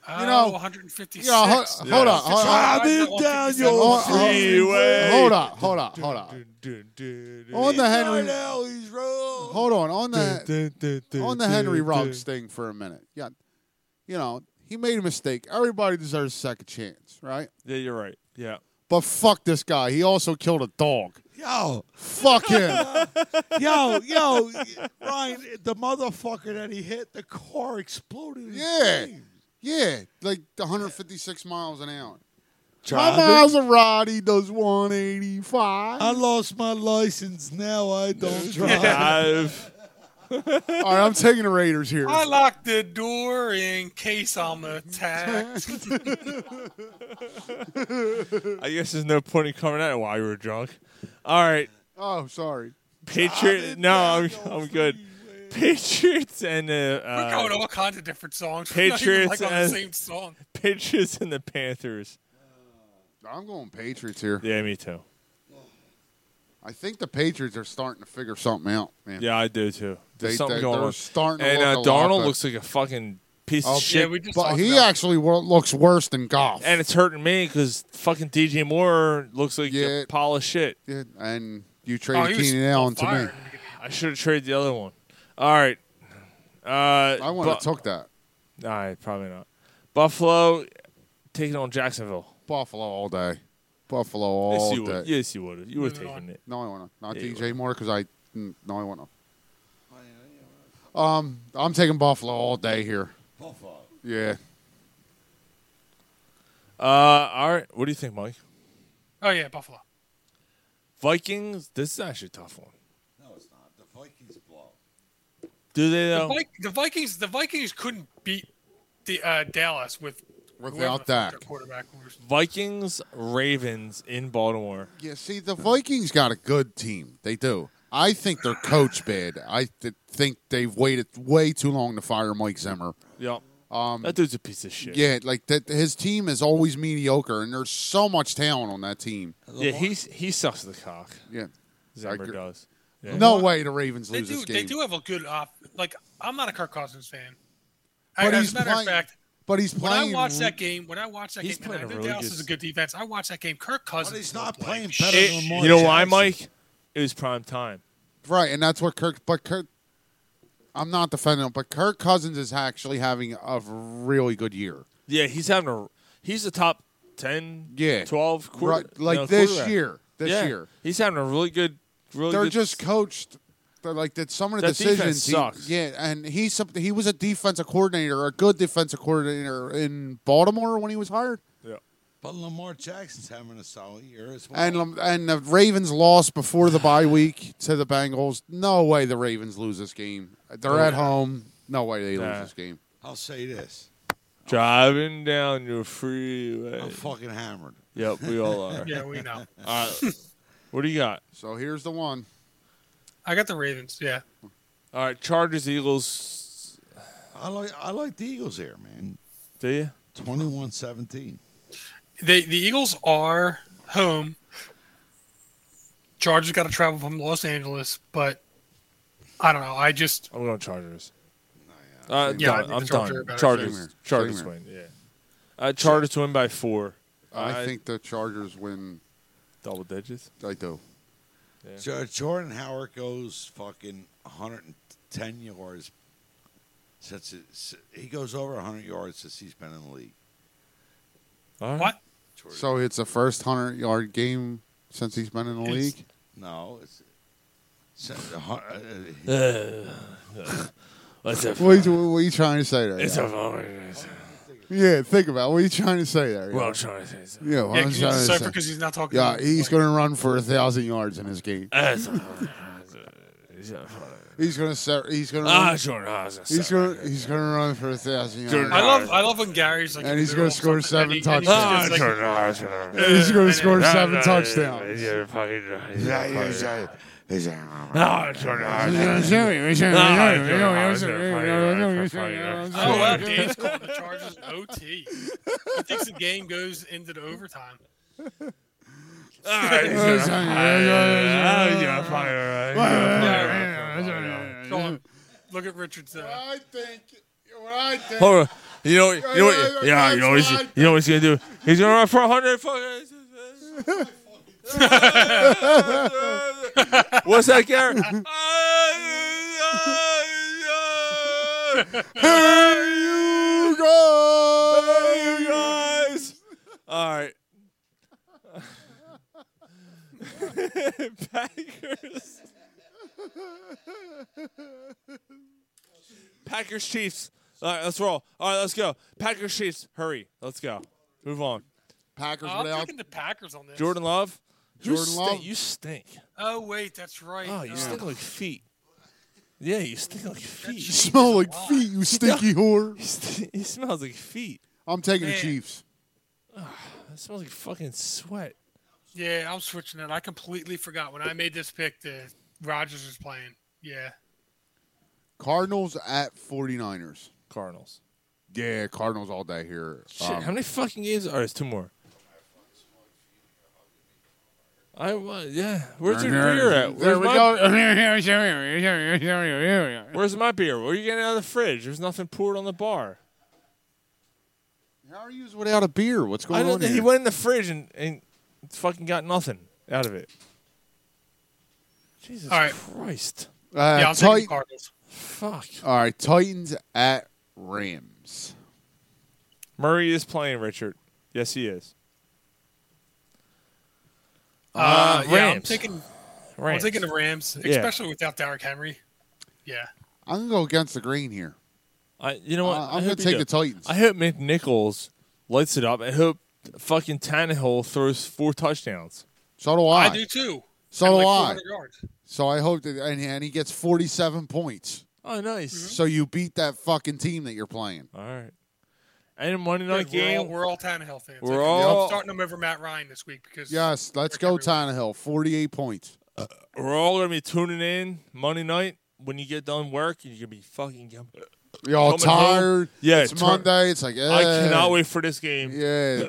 you
know-
156.
You know, hold, hold on, hold on.
Drive it down
your
freeway.
Hold on, hold on, hold on. On the Henry,
He's rolled.
hold on, on the on
on
the Henry Ruggs thing for a minute. Yeah, you know he made a mistake. Everybody deserves a second chance, right?
Yeah, you're right.
*laughs*
Yeah.
But fuck this guy. He also killed a dog.
Yo,
Fuck him.
*laughs*
*laughs*
yo, *laughs* yo, Ryan, the motherfucker that he hit, the car exploded.
yeah, yeah. Like 156 miles an hour. My
Drive it.
Maserati does 185.
I lost my license. Now I don't drive. *laughs*
Five.
All right, I'm taking the Raiders here.
I locked the door in case I'm
*laughs*
attacked.
I guess there's no point in coming out while you were drunk. All right,
Oh, sorry.
Patriot. No, I'm I'm good. Patriots and the
We're
uh,
going all kinds of different songs. We're not even,
Patriots
like on the
and-
same song.
Patriots and the Panthers.
I'm going Patriots here.
Yeah, me too.
I think the Patriots are starting to figure something out, man.
Yeah, I do too. There's
They-
something
they-
going
they're
on.
starting to
and
look
uh,
a lot
Darnold
better.
looks like a fucking piece
Oh,
of shit.
Yeah, we just
But
talked
he
about
actually wo- looks worse than Goff.
and it's hurting me because fucking DJ Moore looks like
Yeah.
a pile of shit.
Yeah, and you
Oh,
traded
he was
Keenan Allen to
fired
me.
in the beginning.
I should have traded the other one. All right. Uh,
I would
Bu-
have took that.
All right, probably not. Buffalo taking on Jacksonville.
Buffalo all day. Buffalo
yes,
all
you
day.
would. Yes, you would. You would have
Moving
taken it.
No, I want to. Not
Yeah, you
DJ Moore because I. mm, No, I want to. Um, I'm taking Buffalo all day here. Buffalo. Yeah.
Uh, all right. What do you think, Mike?
Oh yeah, Buffalo.
Vikings. This is actually a tough one.
No, it's not. The Vikings blow.
Do they
The,
though?
Vi- the Vikings. The Vikings couldn't beat the uh, Dallas with whoever the
Without
fuck their
Dak.
quarterback was.
Vikings Ravens in Baltimore.
Yeah. See, the Vikings got a good team. They do. I think their coach *laughs* bad. I th- think they've waited way too long to fire Mike Zimmer.
Yep. Um, that dude's a piece of shit.
Yeah, like that. His team is always mediocre, and there's so much talent on that team.
Yeah. He's he sucks the cock.
Yeah.
Zimmer
agree.
does. Yeah.
No way the Ravens
They
lose
do.
this game.
They do have a good off. Like I'm not a Kirk Cousins fan.
But
I, as
he's
a matter
playing-
of fact,
But he's
when
playing.
I watched that game, when I watched that
He's
game, and I
playing a
know
really
Dallas
good-
is a good defense. I watched that game. Kirk Cousins.
But he's not
looked like
playing
shit.
better
It-
Eh,
than Lamar
you know why,
Jackson.
Mike? It was prime time.
Right, and that's what Kirk. But Kirk, I'm not defending him, but Kirk Cousins is actually having a really good year.
Yeah, he's having a. He's the top 10,
Yeah.
12 quarter,
right, like
no,
this
quarterback.
year. This
yeah.
year,
He's having a really good. Really
they're
good
just coached. They're like that. Some of the
That defense
decisions. he-
sucks.
yeah, and he sup- he was a defensive coordinator, a good defensive coordinator in Baltimore when he was hired,
Yeah.
But Lamar Jackson's having a solid year as well.
and um, and the Ravens lost before the bye week to the Bengals. No way the Ravens lose this game. They're at home. No way they
Nah.
lose this game.
I'll say this.
Driving down your freeway.
I'm fucking hammered.
*laughs* Yep, we all are.
*laughs* Yeah, we know.
All right. What do you got?
So here's the one.
I got the Ravens. Yeah.
All right, Chargers, Eagles.
I like I like the Eagles here, man.
Do you?
21-17.
They the Eagles are home. Chargers got to travel from Los Angeles, but I don't know. I just
I'm going Chargers. Uh,
Yeah, I
done.
think the
I'm
Chargers
done.
are better.
Same here.
Chargers. Chargers
Same
win. Yeah. Uh, Chargers win by four.
I
Uh,
think the Chargers win.
double digits.
I do.
Yeah.
Jo- Jordan Howard goes fucking 110 yards since it, s- he goes over 100 yards since he's been in the league.
What?
So it's the first hundred yard game since he's been in the
It's-
league.
No, it's. since a hun- uh,
Uh, *laughs* what's
What
up?
are, you, what are you trying to say there?
It's
yeah?
a phone.
Yeah, think about it. what are you trying to say there.
What
yeah?
I'm trying to say is-
Yeah, what
Yeah,
I'm
'cause
trying to
it's so-
say.
because he's not talking
Yeah,
about-
he's going to run for a thousand yards in his game.
It's a phone. It's a phone.
He's going to. He's going to.
Ah, Jordan Howard's a
He's
sucker.
going. He's going to run for a thousand yards.
Jordan
I love I love when Gary's like,
And
in the
he's gonna
middle of
score
something, and
seven
he- and
Ah,
he's just like-
Jordan Howard's a sucker.
And he's going to score
No,
seven
no,
touchdowns.
he's a fucking- he's a
uh,
fucking-
No,
Ah, Jordan Howard's a-
Oh
*laughs*
wow, Dave's calling the Chargers an OT. He thinks the game goes into the overtime.
Ah, he's a fucking- ah, he's a fucking-
Go on. Look at Richard's. Uh,
I think. What I think.
Hold on. You know, you know, what- yeah, you know, what he's, you know what he's gonna do? He's gonna run for a hundred *laughs* fucking. What's that, *laughs* Garrett?
Here you go.
you guys. All right. *laughs* Packers. Packers Chiefs. All right, let's roll. All right, let's go. Packers Chiefs. Hurry. Let's go. Move on.
Packers
I'm
without.
picking the Packers on this.
Jordan Love. you
Jordan
stink.
Love.
You stink.
Oh wait, that's right.
Oh, you
Uh,
stink like feet. Yeah, you stink like
You *laughs*
feet.
smell like feet,
*laughs*
you stinky whore.
You stink- It smells like feet.
I'm taking the
Man.
Chiefs.
It smells like fucking sweat.
yeah, I'm switching it. I completely forgot when I made this pick that Rogers was playing. Yeah,
Cardinals at 49ers.
Cardinals.
Yeah, Cardinals all day here.
Shit,
Um,
how many fucking games? All right, it's two more. I was, yeah. Where's your beer at? Where's
There we
my,
*laughs* go.
Where's my beer? Where are you getting it out of the fridge? There's nothing poured on the bar.
How are you without a beer? What's
I
going
don't
on
think he
here?
went in the fridge and, and fucking got nothing out of it. Jesus
All right.
Christ.
Uh,
yeah, I'm taking
Titan-
the Cardinals.
Fuck.
all right, Titans at Rams.
Murray is playing, Richard. Yes, he is.
Uh,
Uh,
yeah, I'm
Rams.
taking
Rams.
I'm taking the Rams,
Yeah.
especially without Derrick Henry. Yeah,
I'm gonna go against the green here.
I, you know what?
Uh,
I
I'm gonna
hope he
take
do-
the Titans.
I hope McNichols lights it up. I hope fucking Tannehill throws four touchdowns.
So do I.
I do too.
So
And
do
like
I.
400 yards.
So I hope that, and, and he gets 47 points.
Oh, nice.
So you beat that fucking team that you're playing.
All right. And Monday
Dude,
night
we're, all,
game.
we're all Tannehill fans.
We're
I'm
all-
starting him over Matt Ryan this week because
Yes, let's
Rick
go,
everywhere.
Tannehill. 48 points.
We're all gonna be tuning in Monday night when you get done work. and You're gonna be fucking. yum-
You're all
Coming home.
tired.
Yeah,
it's
turn-
Monday. It's like,
I
eh,
cannot wait for this game.
Yeah,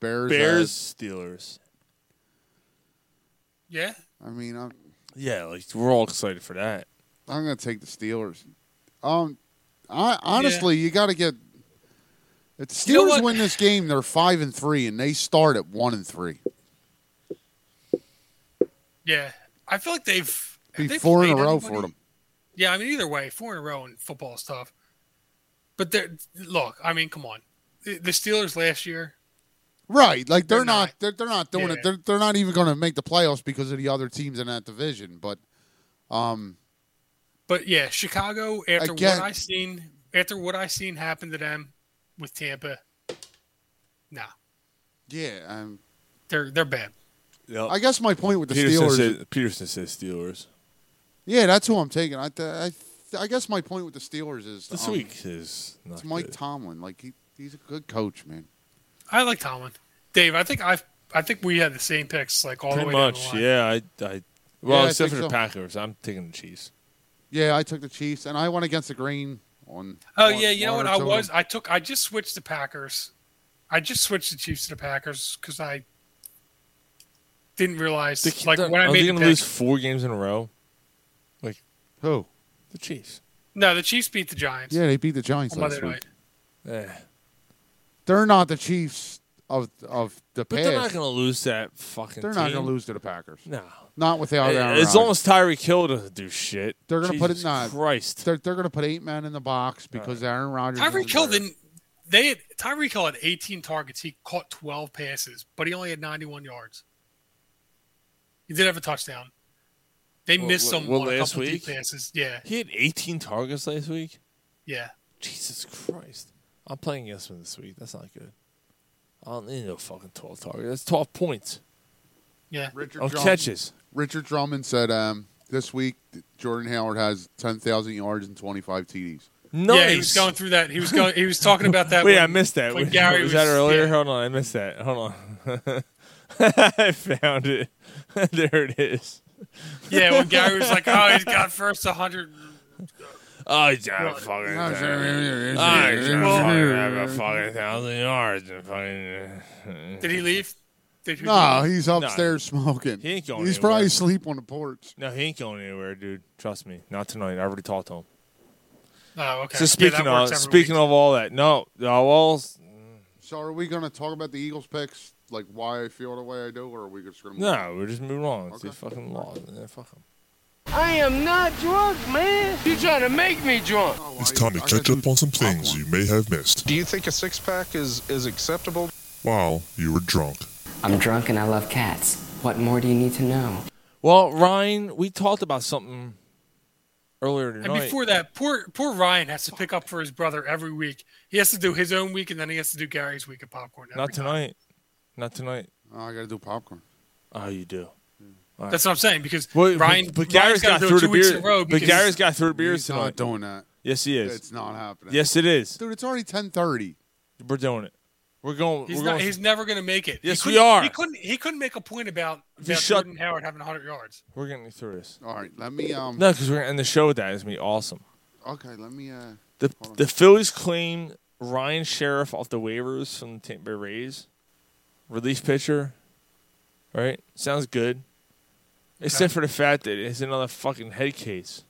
Bears.
Bears,
ass.
Steelers.
yeah,
I mean, I'm
Yeah, like we're all excited for that.
I'm gonna take the Steelers. Um, I honestly, you got to get. If the Steelers
You know what?
win this game, they're five and three, and they start at one and three.
yeah. I feel like they've have
Be
they
four in a
played
row
anybody?
for them.
Yeah, I mean, either way, four in a row in football is tough. But they're look, I mean, come on, the, the Steelers last year.
Right, like they're,
They're
not,
not.
They're, they're not doing
Yeah.
it. They're they're not even going to make the playoffs because of the other teams in that division. But, um,
But yeah, Chicago. After
Again.
what I seen, after what I seen happen to them with Tampa, nah,
yeah, um,
they're they're bad.
Yep.
I guess my point with the
Peterson
Steelers,
said Peterson says Steelers.
yeah, that's who I'm taking. I, I, I guess my point with the Steelers is
This
um,
week is not
It's Mike
good.
Tomlin. Like he, he's a good coach, man.
I like Tomlin, Dave. I think I've I think we had the same picks like all
Pretty
the way down the
much,
line.
yeah. I, I well,
Yeah, I
except
think
for the
so.
Packers, I'm taking the Chiefs.
Yeah, I took the Chiefs, and I went against the grain on.
Oh
on-
yeah, you know
on
what?
or
I
two of
was
them.
I took I just switched the Packers. I just switched the Chiefs to the Packers because I didn't realize
The-
like
the-
when I
are
made
they
the
gonna
pick,
lose four games in a row?
Who?
The Chiefs.
No, the Chiefs beat the Giants
Yeah, they beat the Giants
on
last
Eh.
Monday
week.
night.
Yeah.
They're not the Chiefs of of the
But
past.
they're not going to lose that fucking.
They're not
team.
gonna lose to the Packers.
No.
Not without
It-
Aaron
It's
Rodgers.
almost Tyree Hill doesn't do shit.
They're going to put it
Jesus
not
Christ.
They're, they're going to put eight men in the box because Aaron Rodgers.
Tyreek
isn't
Hill
there.
didn't. They had, Tyreek Hill had 18 targets. He caught 12 passes, but he only had 91 yards. He did have a touchdown. They
Well,
missed
well,
some
well,
on a
last
couple
week?
deep passes. Yeah,
He had 18 targets last week.
yeah.
Jesus Christ. I'm playing against him this week. That's not good. I don't need no fucking 12 targets. That's 12 points.
Yeah.
Richard
Oh,
Drummond-
catches.
Richard Drummond said um, this week Jordan Howard has ten thousand yards and twenty five TDs.
Nice.
Yeah, he was going through that. He was going. He was talking
*laughs*
about that.
Wait,
when-
I missed that. *laughs*
When
Wait,
Gary
was, that earlier?
yeah.
Hold on, I missed that. Hold on. *laughs* I found it. *laughs* there it is.
Yeah, when Gary was like, "Oh, he's got first 100."
Oh, he's got a
Well,
fucking.
no,
Oh,
sure.
he's got a
Well-
fucking-
Oh,
have a fucking thousand yards and fucking. uh,
Did he leave? Did he
No,
leave?
he's upstairs smoking.
He ain't going
He's
anywhere.
probably asleep on the porch.
No, he ain't going anywhere, dude. Trust me. Not tonight. I already talked to him.
Oh, okay.
So speaking
yeah,
of speaking of all that, no, uh, well, s-
So are we going to talk about the Eagles picks, like why I feel the way I do, or are we just going to?
no, we're just moving on. It's these fucking laws. Yeah, fuck 'em.
I am not drunk, man. You trying to make me drunk?
Oh,
It's time to catch up on some things you may have missed
Do you think a six pack is, is acceptable?
while you were drunk.
I'm drunk and I love cats. What more do you need to know?
Well, Ryan, we talked about something earlier tonight.
And before that, poor poor Ryan has to pick up for his brother every week. He has to do his own week, and then he has to do Gary's week of popcorn. every
Not
time.
tonight. Not tonight.
Oh, I got to do popcorn.
Oh, you do. All right.
That's what I'm saying because
Well,
Ryan.
but, but
Ryan's
Gary's got
gotta do
through
it
the
two weeks
beer.
in a row
but
because
Gary's got through the beers
He's
tonight.
not doing that.
Yes, he is.
It's not happening.
Yes, it is.
dude. It's already ten thirty.
We're doing it. We're going.
He's
we're
not.
going.
He's never going to make it. He
Yes, we
couldn't-
are.
He couldn't. He couldn't make a point about,
If you
about
shut-
Jordan Howard having 100 yards.
we're getting through this.
All right, let me um.
No, because we're gonna end the show with that. It's gonna be awesome.
Okay, let me uh.
The the Phillies claim Ryan Sheriff off the waivers from the Tampa Bay Rays. Relief pitcher. Right? Sounds good. Except for the fact that it's another fucking head case.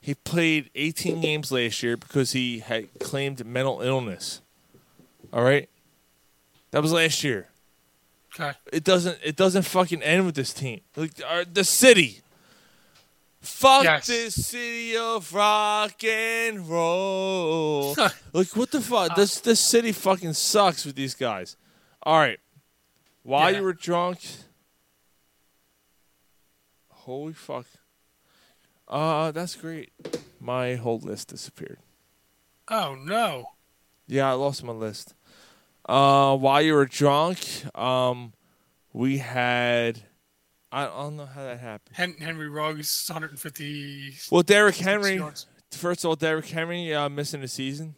He played 18 games last year because he had claimed mental illness. All right? That was last year.
Okay.
It doesn't it doesn't fucking end with this team. Like our, the city. Fuck
Yes.
this city of rock and
*laughs*
roll. like what the
Uh,
fuck? This this city fucking sucks with these guys. All right. While
Yeah.
you were drunk. Holy fuck. Uh that's great. My whole list disappeared.
Oh no.
Yeah, I lost my list. Uh, while you were drunk, um, we had I don't know how that happened.
Hen- Henry Ruggs 150.
Well, Derrick Henry.
yards.
First of all, Derrick Henry uh, missing the season.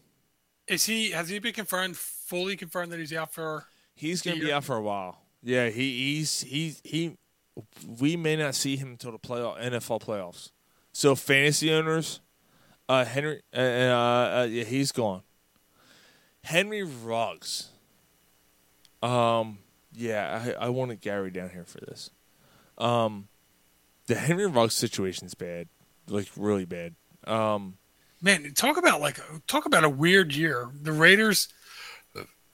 Is he? Has he been confirmed? Fully confirmed that he's out for.
He's
the
gonna be
year?
out for a while. Yeah, he he's he he. We may not see him until the playoff NFL playoffs. So fantasy owners, uh, Henry, uh, uh, uh, yeah, he's gone. Henry Ruggs. Um, yeah, I I wanted Gary down here for this. Um, the Henry Ruggs situation's bad, like really bad. Um,
Man, talk about like talk about a weird year. The Raiders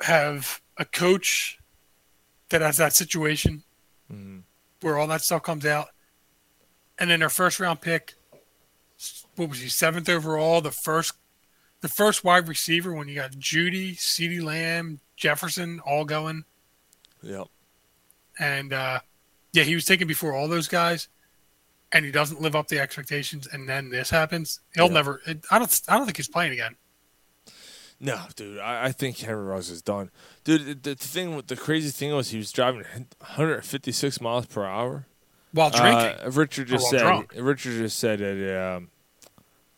have a coach that has that situation where all that stuff comes out, and then their first round pick, what was he seventh overall? The first, the first wide receiver when you got Judy, Ceedee Lamb, Jefferson all going,
yep.
and uh, yeah, he was taken before all those guys. And he doesn't live up to expectations, and then this happens. He'll
Yeah.
never. It, I don't. I don't think he's playing again.
No, dude, I, I think Henry Ruggs is done. Dude, the, the thing, with- the crazy thing was he was driving 156 miles per hour
While
Uh,
drinking.
Richard
Or
just
while
said.
drunk.
Richard just said that um,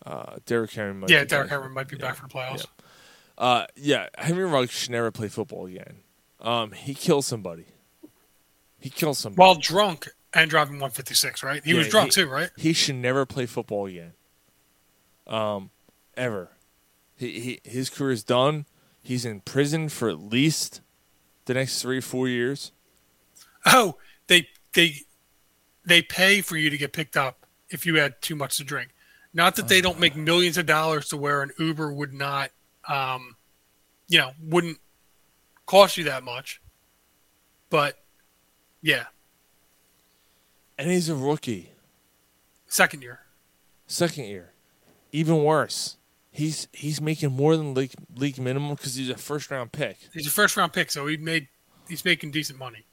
uh, Derrick Henry might.
yeah,
be
Derek
back.
Henry might be back for the playoffs.
Uh, yeah, Henry Ruggs should never play football again. Um, he killed somebody. He killed somebody.
While drunk and driving 156, right? He
Yeah,
was drunk too, right?
He should never play football again. Um, ever. He, he his career is done. He's in prison for at least the next three four years.
Oh, they they they pay for you to get picked up if you had too much to drink. Not that they don't
Oh.
make millions of dollars to where an Uber would not, um, you know, wouldn't cost you that much. But yeah,
And he's a rookie,
second year.
second year. Even worse, he's he's making more than league league minimum because he's a first round pick.
He's a first round pick, so he made he's making decent money.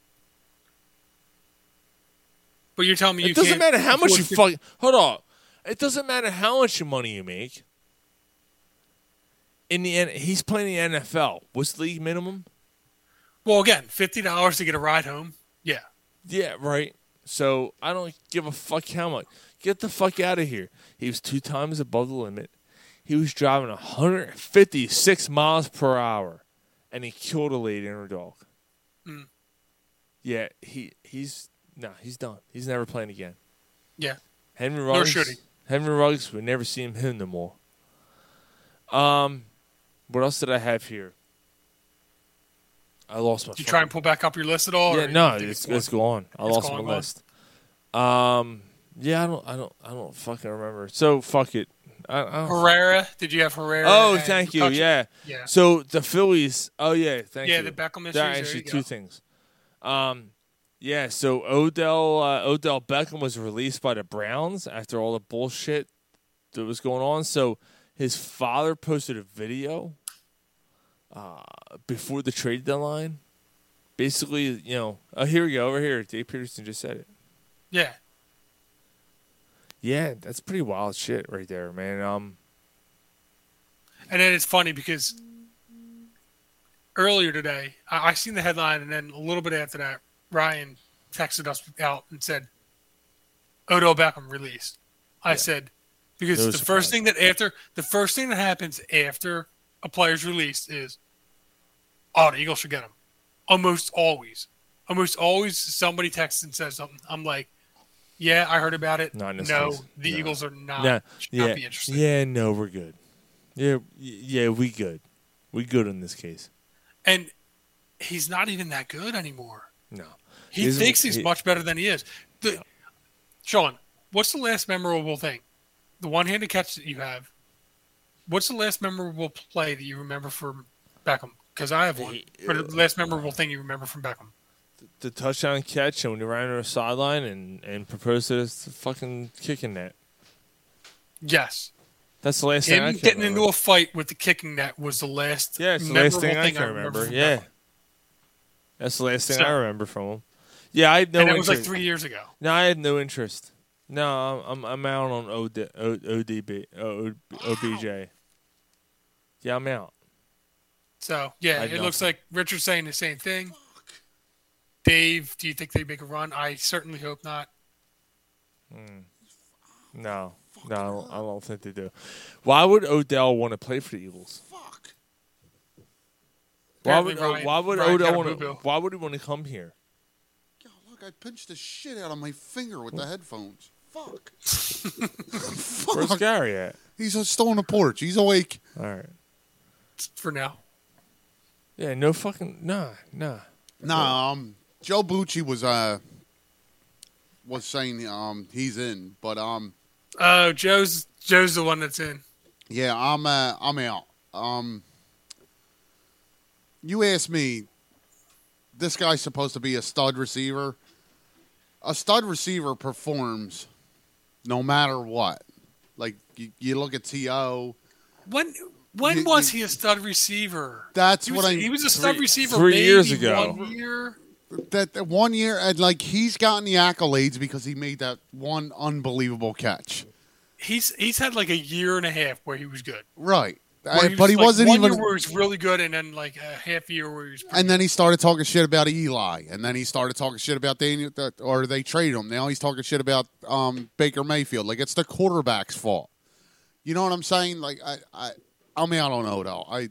But you're telling me you
it doesn't
can't
matter how much
afford
you
fif-
fuck. Hold on. It doesn't matter how much money you make. In the end, he's playing the NFL. What's the league minimum?
Well, again, fifty dollars to get a ride home. Yeah,
Yeah, right. So I don't give a fuck how much. Get the fuck out of here. He was two times above the limit. He was driving 156 miles per hour, and he killed a lady and her dog.
Mm.
Yeah, he he's nah, he's done. He's never playing again.
yeah.
Henry
Nor
Ruggs.
should he.
Henry Ruggs. We never see him him no more. Um, what else did I have here? I lost my.
Did you
fucking-
try and pull back up your list at all? or
yeah,
you
no,
think
it's, it's gone. I
It's
lost
gone,
my
gone.
list. Um, yeah, I don't, I don't, I don't fucking remember. So fuck it. I, I don't-
Herrera? Did you have Herrera?
Oh,
and
thank you.
McCutcheon?
Yeah.
Yeah.
So the Phillies. Oh yeah, thank
Yeah,
you.
the Beckham issues,
There are
there
actually
you
two
go.
things. Um, yeah. So Odell uh, Odell Beckham was released by the Browns after all the bullshit that was going on. So his father posted a video uh, before the trade deadline. Basically, you know, oh here we go over here. Dave Peterson just said it.
yeah.
Yeah, that's pretty wild shit right there, man. Um,
And then it's funny because earlier today, I, I seen the headline, and then a little bit after that, Ryan texted us out and said, "Odell Beckham released." I said, because
That
the
was
first thing that after the first thing that happens after a player's released is, oh, the Eagles should get him. Almost always, almost always, somebody texts and says something. I'm like, yeah, I heard about it.
Not in this
no,
case.
the
No.
Eagles are not
nah,
should
yeah,
not be interested.
yeah, no, we're good. Yeah, y- yeah, we good. We good in this case.
and he's not even that good anymore.
No,
He
Isn't-
thinks he's
he-
much better than he is. The, Sean, what's the last memorable thing? The one-handed catch that you have. What's the last memorable play that you remember from Beckham? Because I have one. Or the last memorable thing you remember from Beckham.
The touchdown catch and when he ran to the sideline and and proposed to this fucking kicking net.
Yes,
That's the last thing I
him
can
getting
remember.
into a fight with the kicking net was the last.
yeah, it's the last thing I can remember.
from
yeah,
Beckham.
that's the last thing
So-
I remember from him. Yeah, I had no.
and that was like
interest.
three years ago.
No, I had no interest. No, I'm I'm, I'm out on OD, o, ODB O- O- OBJ. Yeah, I'm out.
So yeah,
I
it
know.
looks like Richard's saying the same thing. Dave, do you think they make a run? I certainly hope not. *laughs*
Mm. No, no, I don't, I don't think they do. Why would Odell want to play for the Eagles? Fuck. Why would
Apparently Ryan-
Why would
Ryan got
Odell
a
want to?
boo-boo.
Why would he want to come *laughs* here?
Look, I pinched the shit out of my finger with the headphones. Fuck.
Where's
Fuck.
Gary at?
He's still on the porch. He's awake.
All right.
For now.
Yeah, no fucking nah, nah. Oh.
Nah, um, Joe Bucci was uh was saying um he's in, but um
Oh, Joe's Joe's the one that's in.
yeah, I'm uh I'm out. Um, you asked me, this guy's supposed to be a stud receiver. A stud receiver performs no matter what. Like you, you look at To.
When when was he a stud receiver?
That's
he
what
was,
I-
He was a stud
Three-
receiver
three
maybe
years ago.
One year.
that, that one year, and like he's gotten the accolades because he made that one unbelievable catch.
He's he's had like a year and a half where he was good.
Right.
Where
Uh,
was,
but he
like,
wasn't
one
even.
year where he's really good, and then like a half year where he's.
and then he started talking shit about Eli, and then he started talking shit about Daniel, that- or they traded him. Now he's talking shit about um, Baker Mayfield. Like it's the quarterback's fault. You know what I'm saying? Like I, I, I'm out on Odell. I,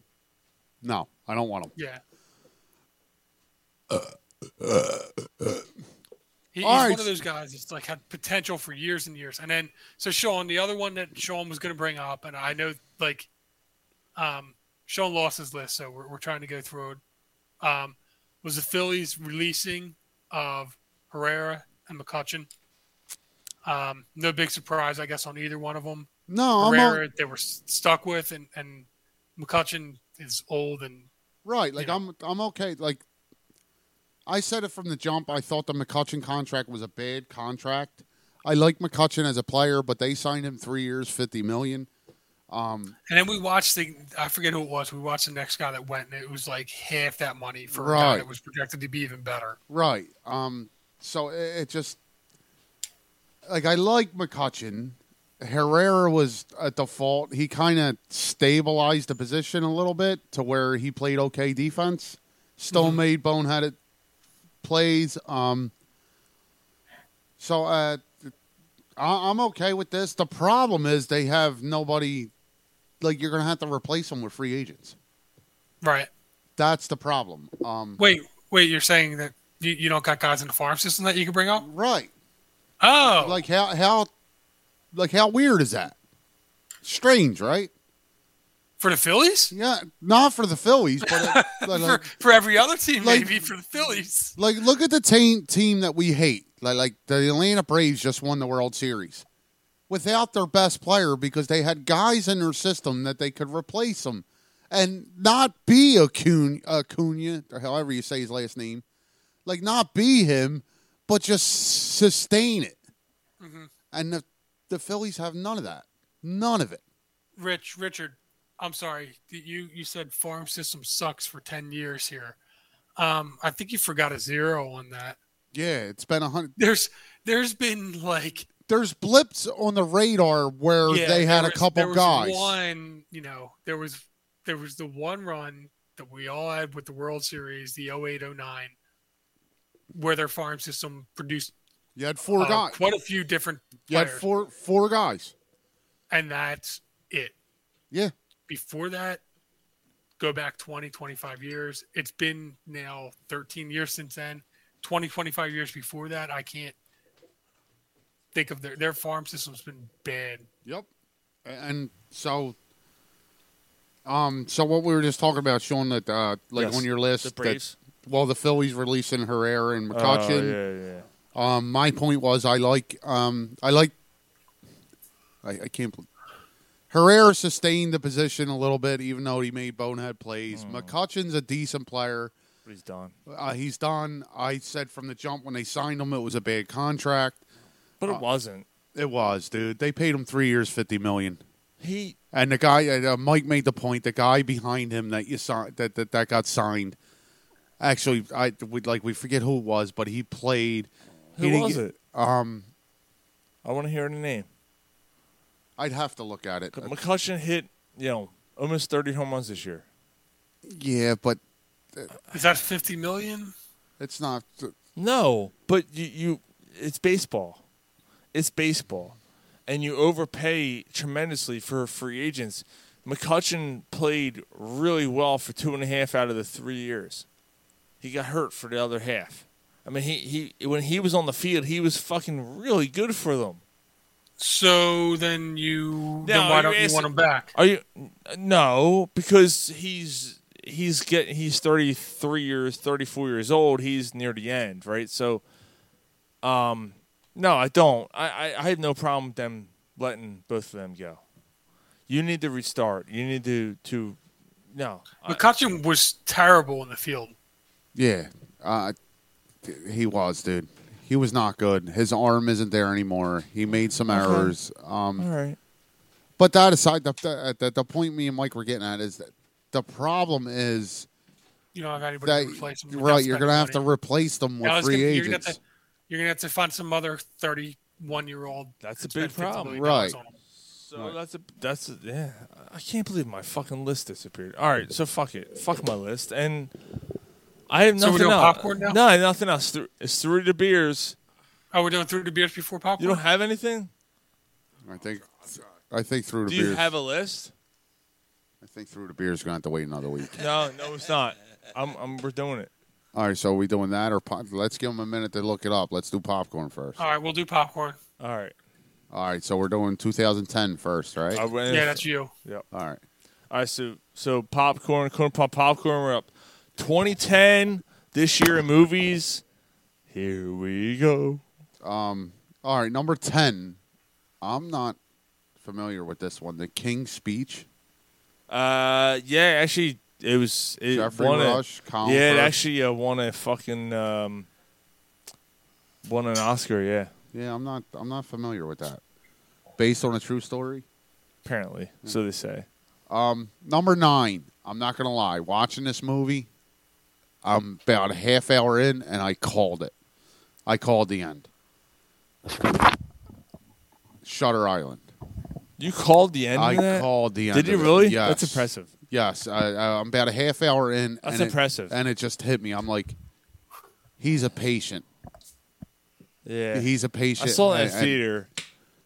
no, I don't want him.
Yeah. He, he's
All right.
one of those guys that's like had potential for years and years. And then so Sean, the other one that Sean was going to bring up, and I know like um, Sean lost his list, so we're, we're trying to go through it. Um, was the Phillies releasing of Herrera and McCutcheon? Um, no big surprise, I guess, on either one of them.
No, I'm
Herrera they were s- stuck with, and and McCutcheon is old and
Right. Like I'm I'm okay. Like I said it from the jump. I thought the McCutcheon contract was a bad contract. I like McCutcheon as a player, but they signed him three years, fifty million. Um,
And then we watched the I forget who it was. We watched the next guy that went, and it was like half that money for a
Right.
guy that was projected to be even better.
Right. Um. So it, it just like I like McCutcheon. Herrera was at the fault. He kind of stabilized the position a little bit to where he played okay defense. Still
Mhm.
made boneheaded plays. Um. So uh, I, I'm okay with this. The problem is they have nobody. Like you're gonna have to replace them with free agents.
Right.
That's the problem. Um.
Wait, wait. You're saying that you, you don't got guys in the farm system that you can bring up?
Right.
Oh.
Like how how like how weird is that? Strange, right?
For the Phillies?
Yeah, not for the Phillies, but it, *laughs* like,
for,
like,
for every other team,
like-
maybe for the Phillies.
like, look at the team team that we hate. Like like the Atlanta Braves just won the World Series without their best player because they had guys in their system that they could replace them and not be Acuna, Acuna or however you say his last name. Like not be him, but just sustain it.
Mm-hmm.
And the, the Phillies have none of that. None of it.
Rich, Richard, I'm sorry. You you said farm system sucks for ten years here. Um, I think you forgot a zero on that.
Yeah, it's been a hundred.
There's there's been like
There's blips on the radar where
yeah,
they had
there
a
was-
couple
there was
guys.
One, you know, there was there was the one run that we all had with the World Series, the 0809, where their farm system produced
You had four
uh,
guys.
quite a few different
You had
players,
four four guys.
and that's it.
Yeah.
Before that, go back 20, 25 years. It's been now 13 years since then. 20, 25 years before that, I can't think of their their farm system's been bad.
Yep. And so, um, so what we were just talking about, Sean, that uh, like
Yes.
on your list,
The
that-
Braves.
well, the Phillies releasing Herrera and
Oh,
McCutcheon.
yeah, yeah.
Um, my point was, I like, um, I like, I, I can't. bel- Herrera sustained the position a little bit, even though he made bonehead plays.
Oh.
McCutcheon's a decent player.
But he's done.
Uh, he's done. I said from the jump when they signed him, it was a bad contract.
But it
Uh,
wasn't.
It was, dude. They paid him three years, fifty million.
He
And the guy, uh, Mike made the point. The guy behind him that you signed, that, that that got signed. Actually, I we like we forget who it was, but he played.
Who
he didn't
was
get-
it?
Um,
I want to hear the name.
I'd have to look at it.
Uh, McCutcheon hit, you know, almost 30 home runs this year.
Yeah, but
Is that 50 million?
it's not.
No, but you, you it's baseball. It's baseball. And you overpay tremendously for free agents. McCutcheon played really well for two and a half out of the three years. He got hurt for the other half. I mean, he, he when he was on the field, he was fucking really good for them.
So then you
No,
then why
you
don't you
asked-
want him back?
Are you? No, because he's he's get he's thirty three years, thirty four years old. He's near the end, right? So, um, no, I don't. I I, I have no problem with them letting both of them go. You need to restart. You need to to no. I-
McCutcheon was terrible in the field.
Yeah, uh, he was, dude. He was not good. His arm isn't there anymore. He made some
Okay.
errors. Um,
all right.
But that aside, the, the, the, the point me and Mike were getting at is that the problem is
You don't have anybody
that
to replace him.
right, you're gonna have to replace them with free
you're gonna,
agents.
have to, you're gonna have to find some other 31 year old.
That's a
spend
big
50
problem.
million dollars
Right.
on him.
So that's a that's a, yeah. I can't believe my fucking list disappeared. All right, so fuck it, fuck my list, and I have
So we're
nothing
doing
else.
popcorn now?
No, I have nothing else. Th- It's three to beers.
Oh, we're doing through the beers before popcorn.
You don't have anything.
I think I think through the
Do you
beers.
have a list?
I think through the beers gonna have to wait another
*laughs*
week.
No, no, it's not. I'm, I'm we're doing it.
All right, so are we doing that or pop- let's give them a minute to look it up. Let's do popcorn first.
All right, we'll do popcorn.
All right.
All right, so we're doing 2010 first, right?
I went
Yeah, that's you.
Yep.
All right.
All right. So so popcorn, corn pop, popcorn. We're up. 2010 this year in movies. Here we go.
Um. All right, number 10. I'm not familiar with this one. The King's Speech.
Uh, yeah, actually, it was it
Jeffrey
won a-
Rush, Colin
yeah, it
Firth.
actually uh, won a fucking um, won an Oscar. Yeah,
Yeah, I'm not. I'm not familiar with that. Based on a true story.
apparently. So they say.
Um, number nine. I'm not gonna lie. Watching this movie, I'm about a half hour in, and I called it. I called the end. Shutter Island.
You called the end.
I
of that?
called the end.
Did you
of it.
really?
Yes.
That's impressive.
Yes, I, I- I'm about a half hour in.
That's
and it-
impressive.
and it just hit me. I'm like, he's a patient.
Yeah,
He's a patient.
I saw that
and- and-
theater.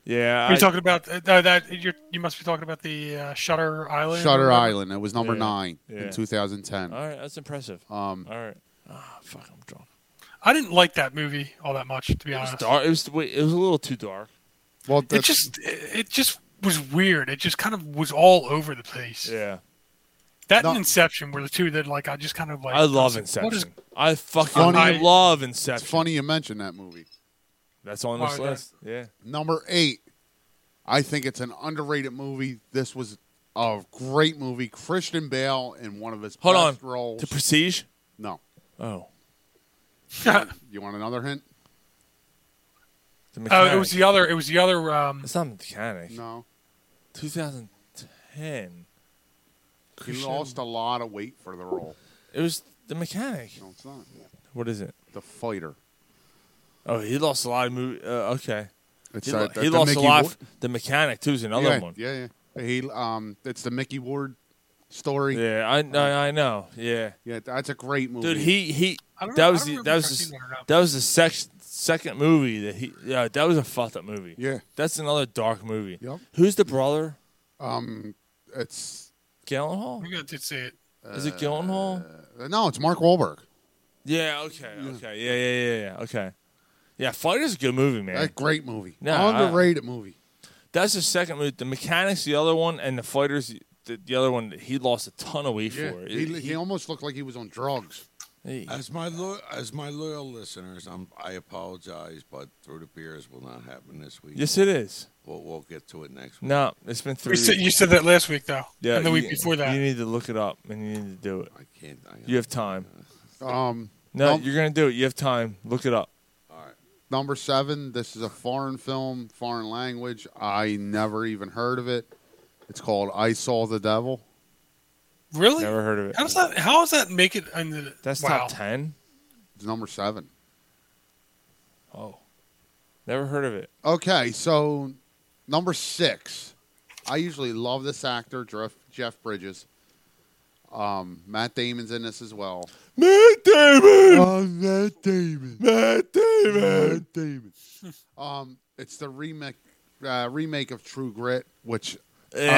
Yeah,
Are you
I-
talking about uh, that? that you're, you must be talking about the uh, Shutter Island.
Shutter
or whatever?
Island. It was number
Yeah.
nine
Yeah.
in 2010.
All right, that's impressive.
Um,
All right. Ah, fuck, I'm drunk. Ah,
I didn't like that movie all that much, to be
It was
honest.
dark. It was wait, it was a little too dark.
Well,
It just it it just was weird. It just kind of was all over the place.
Yeah.
That
No.
and Inception were the two that like I just kind of like.
I love
was like,
Inception.
what is- Oh,
I fucking
Funny-
I love
It's
Inception.
funny you mentioned that movie.
Oh, That's on this list. Yeah.
Number eight. I think it's an underrated movie. This was a great movie. Christian Bale in one of his
Hold
best
on.
roles.
To Prestige?
No.
Oh.
you want another hint?
Oh, it was the other. It was the other. Um,
it's not mechanic.
No.
2010.
He
Christian-
lost a lot of weight for the role.
It was the mechanic.
No, it's not.
What is it?
The fighter.
Oh, he lost a lot of movie. Uh, okay.
It's
he
that-
lo-
that-
he
the
lost
Mickey
a lot.
Wo-
f- the mechanic too is another
yeah,
one.
Yeah, yeah. He um, it's the Mickey Ward story.
Yeah, I, I I know. Yeah.
Yeah, that's a great movie.
Dude, he he
I don't
that
know-
was
I don't
the, that
remember
was
if I've
the,
seen that or not.
that was the sec- second movie that he yeah that was a fucked up movie.
Yeah.
that's another dark movie.
Yep.
Who's the brother?
Um, it's
Gyllenhaal.
We got to see it.
Is it Gyllenhaal?
Uh, no, it's Mark Wahlberg.
Yeah. Okay. Okay. Yeah. Yeah. Yeah. Yeah. Okay. Yeah. Fighter's a good movie, man.
That great movie.
No, I-
Underrated movie.
That's the second movie. The mechanics, the other one, and the fighters, the, the other one. He lost a ton of weight
Yeah.
for.
He, he, almost looked like he was on drugs.
As my lo- as my loyal listeners, I'm, I apologize, but through the beers will not happen this week.
Yes, it is.
We'll, we'll get to it next week.
no, it's been three.
We said, you said that last week though.
Yeah.
And the week
you-
before that.
you need to look it up and you need to do it. I
can't. I
you have time.
Um,
No,
num-
you're gonna do it. You have time. Look it up.
number seven. This is a foreign film, foreign language. I never even heard of it. It's called I Saw the Devil.
Really?
Never heard of it.
How does that? How does that make it? In the,
That's
wow.
top ten.
It's number seven.
Oh, never heard of it.
Okay, so number six. I usually love this actor, Jeff, Jeff Bridges. Um, Matt Damon's in this as well.
Matt Damon.
Uh, Matt Damon.
Uh, Matt Damon.
Matt Damon. *laughs* um, it's the remake uh, remake of True Grit, which uh,
Eh,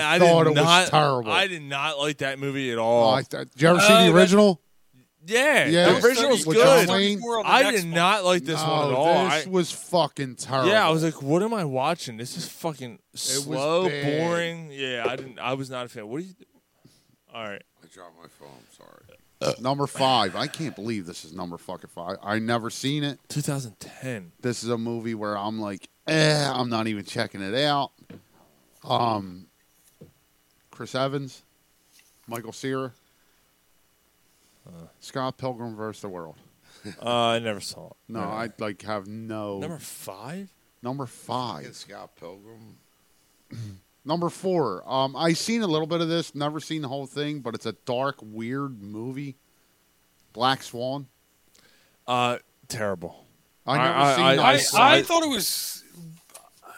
I,
did
thought it
not-
was terrible.
I did not like that movie at
Oh,
all.
I th- did you ever see
Oh,
the
that-
original?
yeah,
Yeah.
the original's
With
good.
John Wayne? Before on the
I
next
did not like this one at
No,
all.
Oh, This
I-
was fucking terrible.
yeah, I was like, what am I watching? This is fucking
was
slow,
bad.
boring. Yeah, I didn't. I was not a fan. What do you? All right.
I dropped my phone. I'm sorry.
number five. I can't believe this is number fucking five. I never seen it.
2010.
This is a movie where I'm like, eh, I'm not even checking it out. Um, Chris Evans, Michael Cera, Scott Pilgrim versus the World.
Uh, I never saw it.
No, I like have no
Number five.
number five.
It's Scott Pilgrim.
Number four. Um, I seen a little bit of this. Never seen the whole thing, but it's a dark, weird movie. Black Swan.
Uh, terrible.
I never seen
I,
that.
I,
saw it.
thought it was.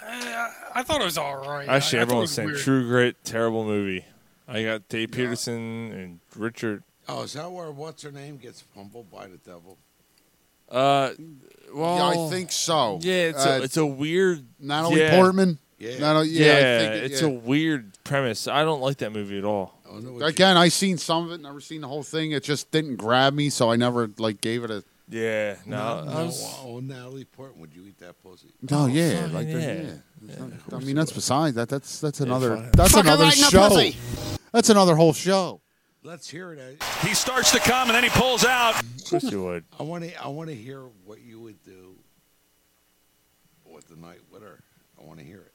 I, I thought it was all right.
Actually,
I- I thought it
everyone's
was
saying
weird.
True Grit, terrible movie. I got Dave Peterson and Richard.
Oh, is that where what's her name gets humbled by the devil?
Uh,
Yeah,
well,
I think so.
Yeah, it's
Uh,
a it's a weird.
Natalie
yeah.
Portman.
Yeah.
Natalie, yeah, I think it-
it's
yeah.
a weird premise. I don't like that movie at all.
I don't know what you-
Again, I seen some of it, never seen the whole thing. It just didn't grab me, so I never like gave it a.
Yeah, no.
No,
Uh, I was-
oh, Natalie Portman, would you eat that pussy?
No, yeah,
fucking
like
Oh, yeah.
yeah. I mean, that's beside that. That's that's another
fuck it.
that's
Fucking
another
right in the
show.
pussy.
That's another whole show.
Let's hear it.
He starts to come and then he pulls out.
Of course you would.
I want to. I want to hear what you would do with the night with her. I want to hear it.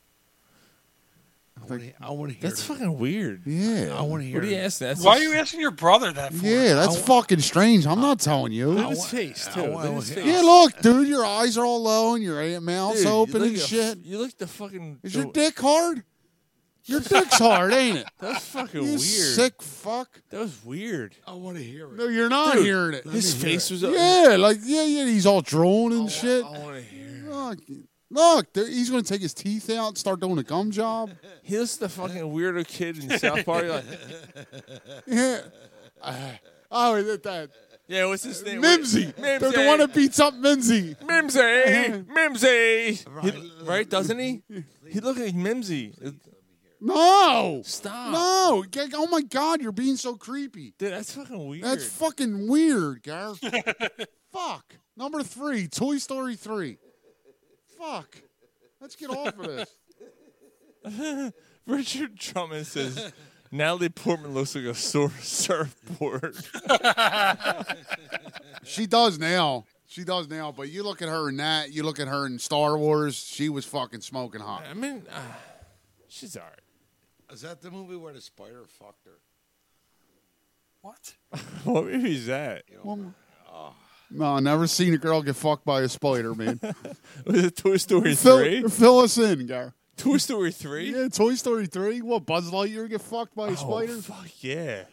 I
think.
I want to hear.
That's fucking weird.
Yeah.
I want to hear.
What do you ask that?
Why are you asking your brother that for?
Yeah, that's fucking strange. I'm not telling you.
Look at his face too. Look at his face.
Yeah, look, dude, your eyes are all low and your mouth's
Dude, you
open
look
and
at-
shit.
You look the fucking.
Is your dick hard? Your dick's hard,
*laughs*
ain't it?
That's fucking
You
weird.
sick fuck.
That was weird.
I want to hear it.
No, you're not
Dude,
hearing it.
His face was.
Yeah, like yeah, yeah. He's all drawn
Oh,
and shit.
I want to hear.
Look, look, there- he's gonna take his teeth out and start doing a
*laughs*
gum job.
He looks the fucking weirdo kid in South Park. Like,
Yeah. Uh, oh, that, that
*laughs* yeah, what's his name?
Mimsy.
*laughs* Mimsy.
They're the one that beats up Mimsy. *laughs*
Mimsy. Mimsy. He- right? Doesn't he? He looked like Mimsy.
No.
Stop.
No. G- Oh my God, you're being so creepy.
Dude, that's fucking weird.
That's fucking weird, Gar.
*laughs*
Fuck. Number three, Toy Story three. Fuck. Let's get off of this.
Richard Drummond says Natalie Portman looks like a sur- surfboard.
She does now. She does now. But you look at her in that. You look at her in Star Wars. She was fucking smoking hot.
I mean, uh, she's all right.
Is that the movie where the spider fucked her?
What?
What movie is that?
One- No, I never seen a girl get fucked by a
*laughs*
spider, man.
Was it Toy Story
fill,
three?
fill us in, Gar.
Toy Story three?
Yeah, Toy Story three. What Buzz Lightyear get fucked by a spider?
Oh, fuck yeah.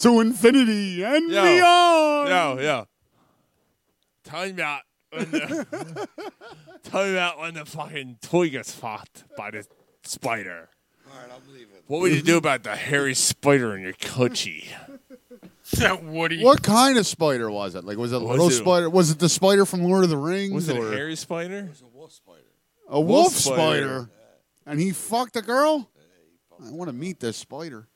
to infinity and
Yo.
beyond.
Yo, yo. Tell me about when the, *laughs* tell me about when the fucking toy gets fucked by the spider.
All right, I'm leaving.
What would you do about the hairy spider in your coochie?
*laughs* That Woody.
What kind of spider was it? Like, was it a
Was
little
it-
spider? Was it the spider from Lord of the Rings?
Was it a
or
hairy spider?
It's a wolf spider.
a wolf
spider?
spider? And he fucked a girl? I want to meet this spider.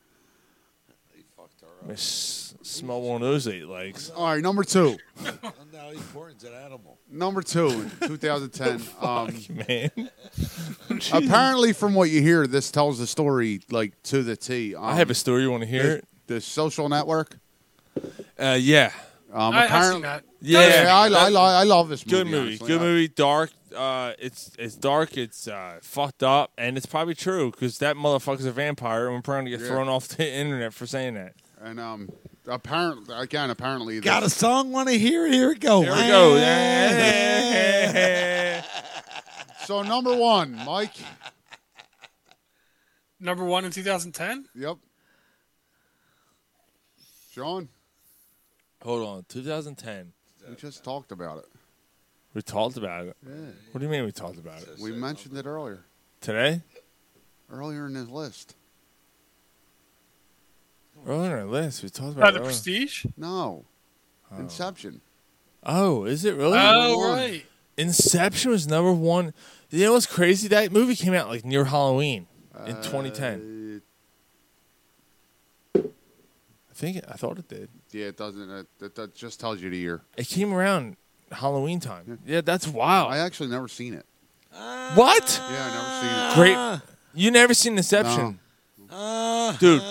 He fucked her
I s- smell one of those eight legs.
All right, number two.
up. And now he Portman's an animal.
Number two
*laughs*
in 2010. um,
Man.
apparently, from what you hear, this tells the story like to the T. Um,
I have a story. You want to hear
the,
it?
the social network.
Uh, yeah.
Um,
I, I
apparently,
seen that.
Yeah.
I, I, I, I love this movie.
Good movie.
honestly.
Good
I-
movie. Dark. Uh, it's it's dark. It's uh, fucked up, and it's probably true because that motherfucker's a vampire, and we're probably gonna get
Yeah.
thrown off the *laughs* internet for saying that.
And um, apparently, again, apparently, this-
Got a song? Want to hear? it? Here we go.
Here we go.
So number one, Mike.
Number one in 2010.
Yep. Sean,
*laughs* Hold on. 2010.
we just talked about it.
We talked about it. What do you mean we talked about it
We mentioned it earlier.
today?
Earlier in this list.
Earlier on our list, we talked
Uh,
about it.
the
earlier.
Prestige.
No. Inception.
Oh, is it really?
Oh right.
Inception was number one. You know what's crazy? That movie came out like near Halloween in 2010.
Uh,
I think it, I thought it did.
yeah, it doesn't. It, that, that just tells you the year.
It came around Halloween time. Yeah, that's wild.
I actually never seen it.
what?
Yeah, I never seen it.
Great. You never seen Inception, dude?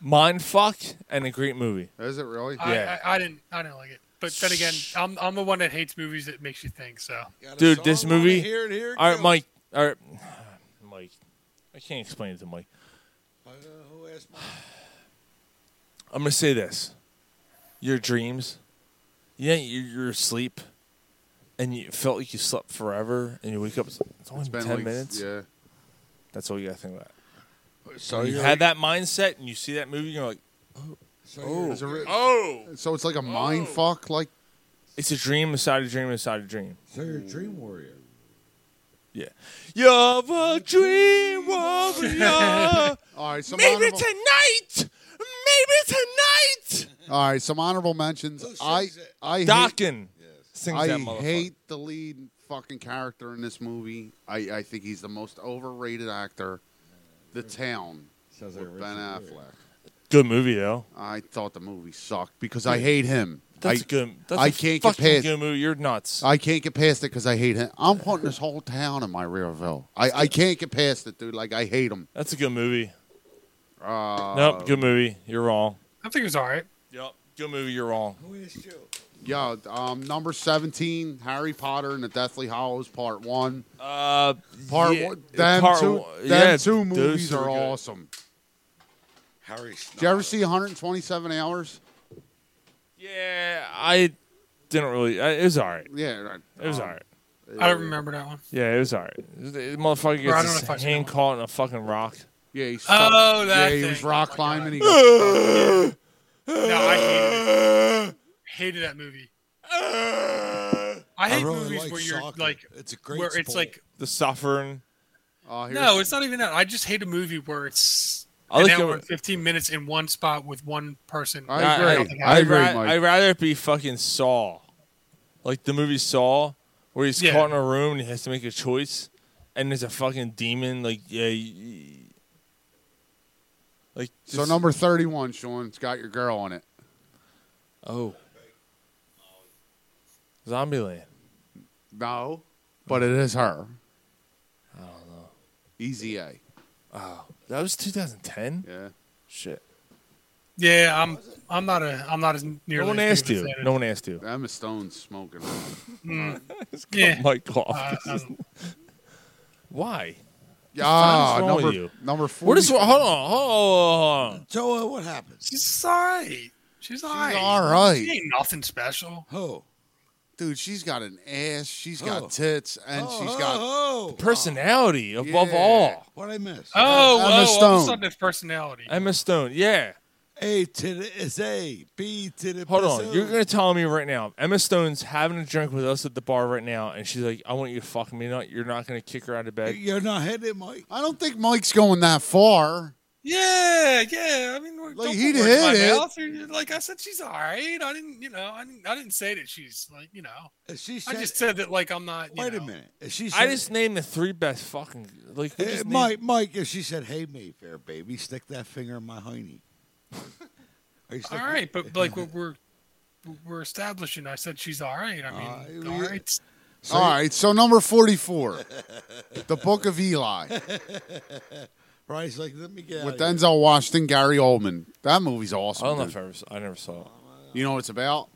Mind fuck and a great movie.
Is it really?
I,
Yeah.
I, I didn't. I didn't like it. But then again, I'm I'm the one that hates movies that makes you think. So
Got a
Dude, this
song? Wanna
movie-
Hear it? Here it
All right,
goes.
Mike. All right, Mike. I can't explain it to Mike.
Uh, who asked Mike?
I'm gonna say this: your dreams, yeah, you're, you're asleep, and you felt like you slept forever, and you wake up. It's, like, it's only
It's been
ten
like-
minutes.
Yeah.
That's all you gotta think about.
So
you
Oh, you're
had that mindset, and you see that movie, you're like,
So you're-
Is it re-
oh,
So it's like a mind fuck. Like
it's a dream inside a dream inside a dream.
so you're a dream warrior.
Yeah, you're a dream *laughs* warrior.
all right, some
Maybe
honorable,
tonight. Maybe tonight.
all right, some honorable mentions.
Who sings
I
it?
I hate,
Dockin sings
I
that motherfucker.
hate the lead fucking character in this movie. I, I think he's the most overrated actor. The town
Sounds like a
with Ben
Richard Gere.
Affleck.
Good movie though.
I thought the movie sucked because I hate him.
That's
I,
a good. That's
I
a
can't
fucking
compare- Uh,
good movie. You're nuts.
I can't get past it because I hate him. I'm putting this whole town in my rear view. I, I can't get past it, dude. Like I hate him.
That's a good movie.
Uh,
Nope, good movie. You're wrong.
I think it was all right.
Yep, good movie. You're wrong.
Who asked you?
Yo, um, number seventeen, Harry Potter and the Deathly Hollows Part One.
Uh,
part
yeah,
one. Them
part
two.
one-
them
yeah,
two
those
movies
two
are
were good.
awesome.
Harry.
Did you ever see 127 hours?
Yeah, I didn't really. I, it was all right.
Yeah, right.
It was
Um,
all right.
I don't remember that one.
Yeah, it was all right. The the motherfucker
Bro, I don't know
gets
if I
his hand caught in a fucking rock.
Yeah, he's
Oh, that
yeah, he
thing.
was rock climbing. He
*laughs*
no,
I hated, it. hated that movie.
Uh.
I hate
really
movies
like
where you're
soccer.
like,
It's a great
where it's
sport.
like,
The suffering.
Oh,
no, it's not even that. I just hate a movie where it's
I
an
like
hour
the-
and 15 minutes in one spot with one person.
I, ra- I'd rather it be fucking Saw, like the movie Saw, where he's
Yeah.
caught in a room and he has to make a choice, and there's a fucking demon. Like yeah, y- y- like
So number 31, Sean, it's got your girl on it.
Oh. Zombieland.
No, but it is her. Easy A.
Oh, that was 2010.
Yeah.
Shit.
Yeah, I'm. I'm not a. I'm not as nearly.
No one
as
asked
big of
you.
a fan
No one asked you.
Emma Stone's smoking.
Mm.
*laughs* It's got
Yeah.
Mike Goff.
Uh,
This is- Why?
Ah,
What the fuck is wrong with
number-
you?
number
What is wrong?
40.
Hold on, hold on.
So uh, what happened?
*laughs* She's all right. She's all right.
all right.
She ain't nothing special.
Who?
Dude, she's got an ass. She's got
Oh.
tits, and she's got
Oh,
Personality above
Yeah.
all.
what I miss?
Emma
Oh, oh, all of a
Stone.
sudden it's personality.
Emma Stone. Yeah.
A to the is A, B to the.
Hold on.
bazoo.
You're gonna tell me right now. Emma Stone's having a drink with us at the bar right now, and she's like, "I want you to fuck me." Not you're not gonna kick her out of bed.
You're not hitting it, Mike.
I don't think Mike's going that far.
Yeah, yeah. I mean, we're-
Like,
don't
he'd
put words in my
hit it.
mouth. You're- Like I said, she's all right. I didn't, you know, I didn't, I didn't say that she's like, you know.
Is she
I
said-
just said that like I'm not. You
Wait
know.
a minute. If she
I
said,
just named the three best fucking like we
Eh,
just named-
Mike, Mike, if she said, "Hey Mayfair, baby, stick that finger in my
*laughs*
hiney." Are you
All
sticking-
right, but like what we're we're establishing, I said she's all right. I mean, all right.
All right, so
*laughs*
number 44, The Book of Eli,
right, he's like, "Let me get
with
out of
Denzel Washington, Gary Oldman. That movie's
I
awesome.
don't know
dude.
if I ever. I never saw it.
You know what it's about?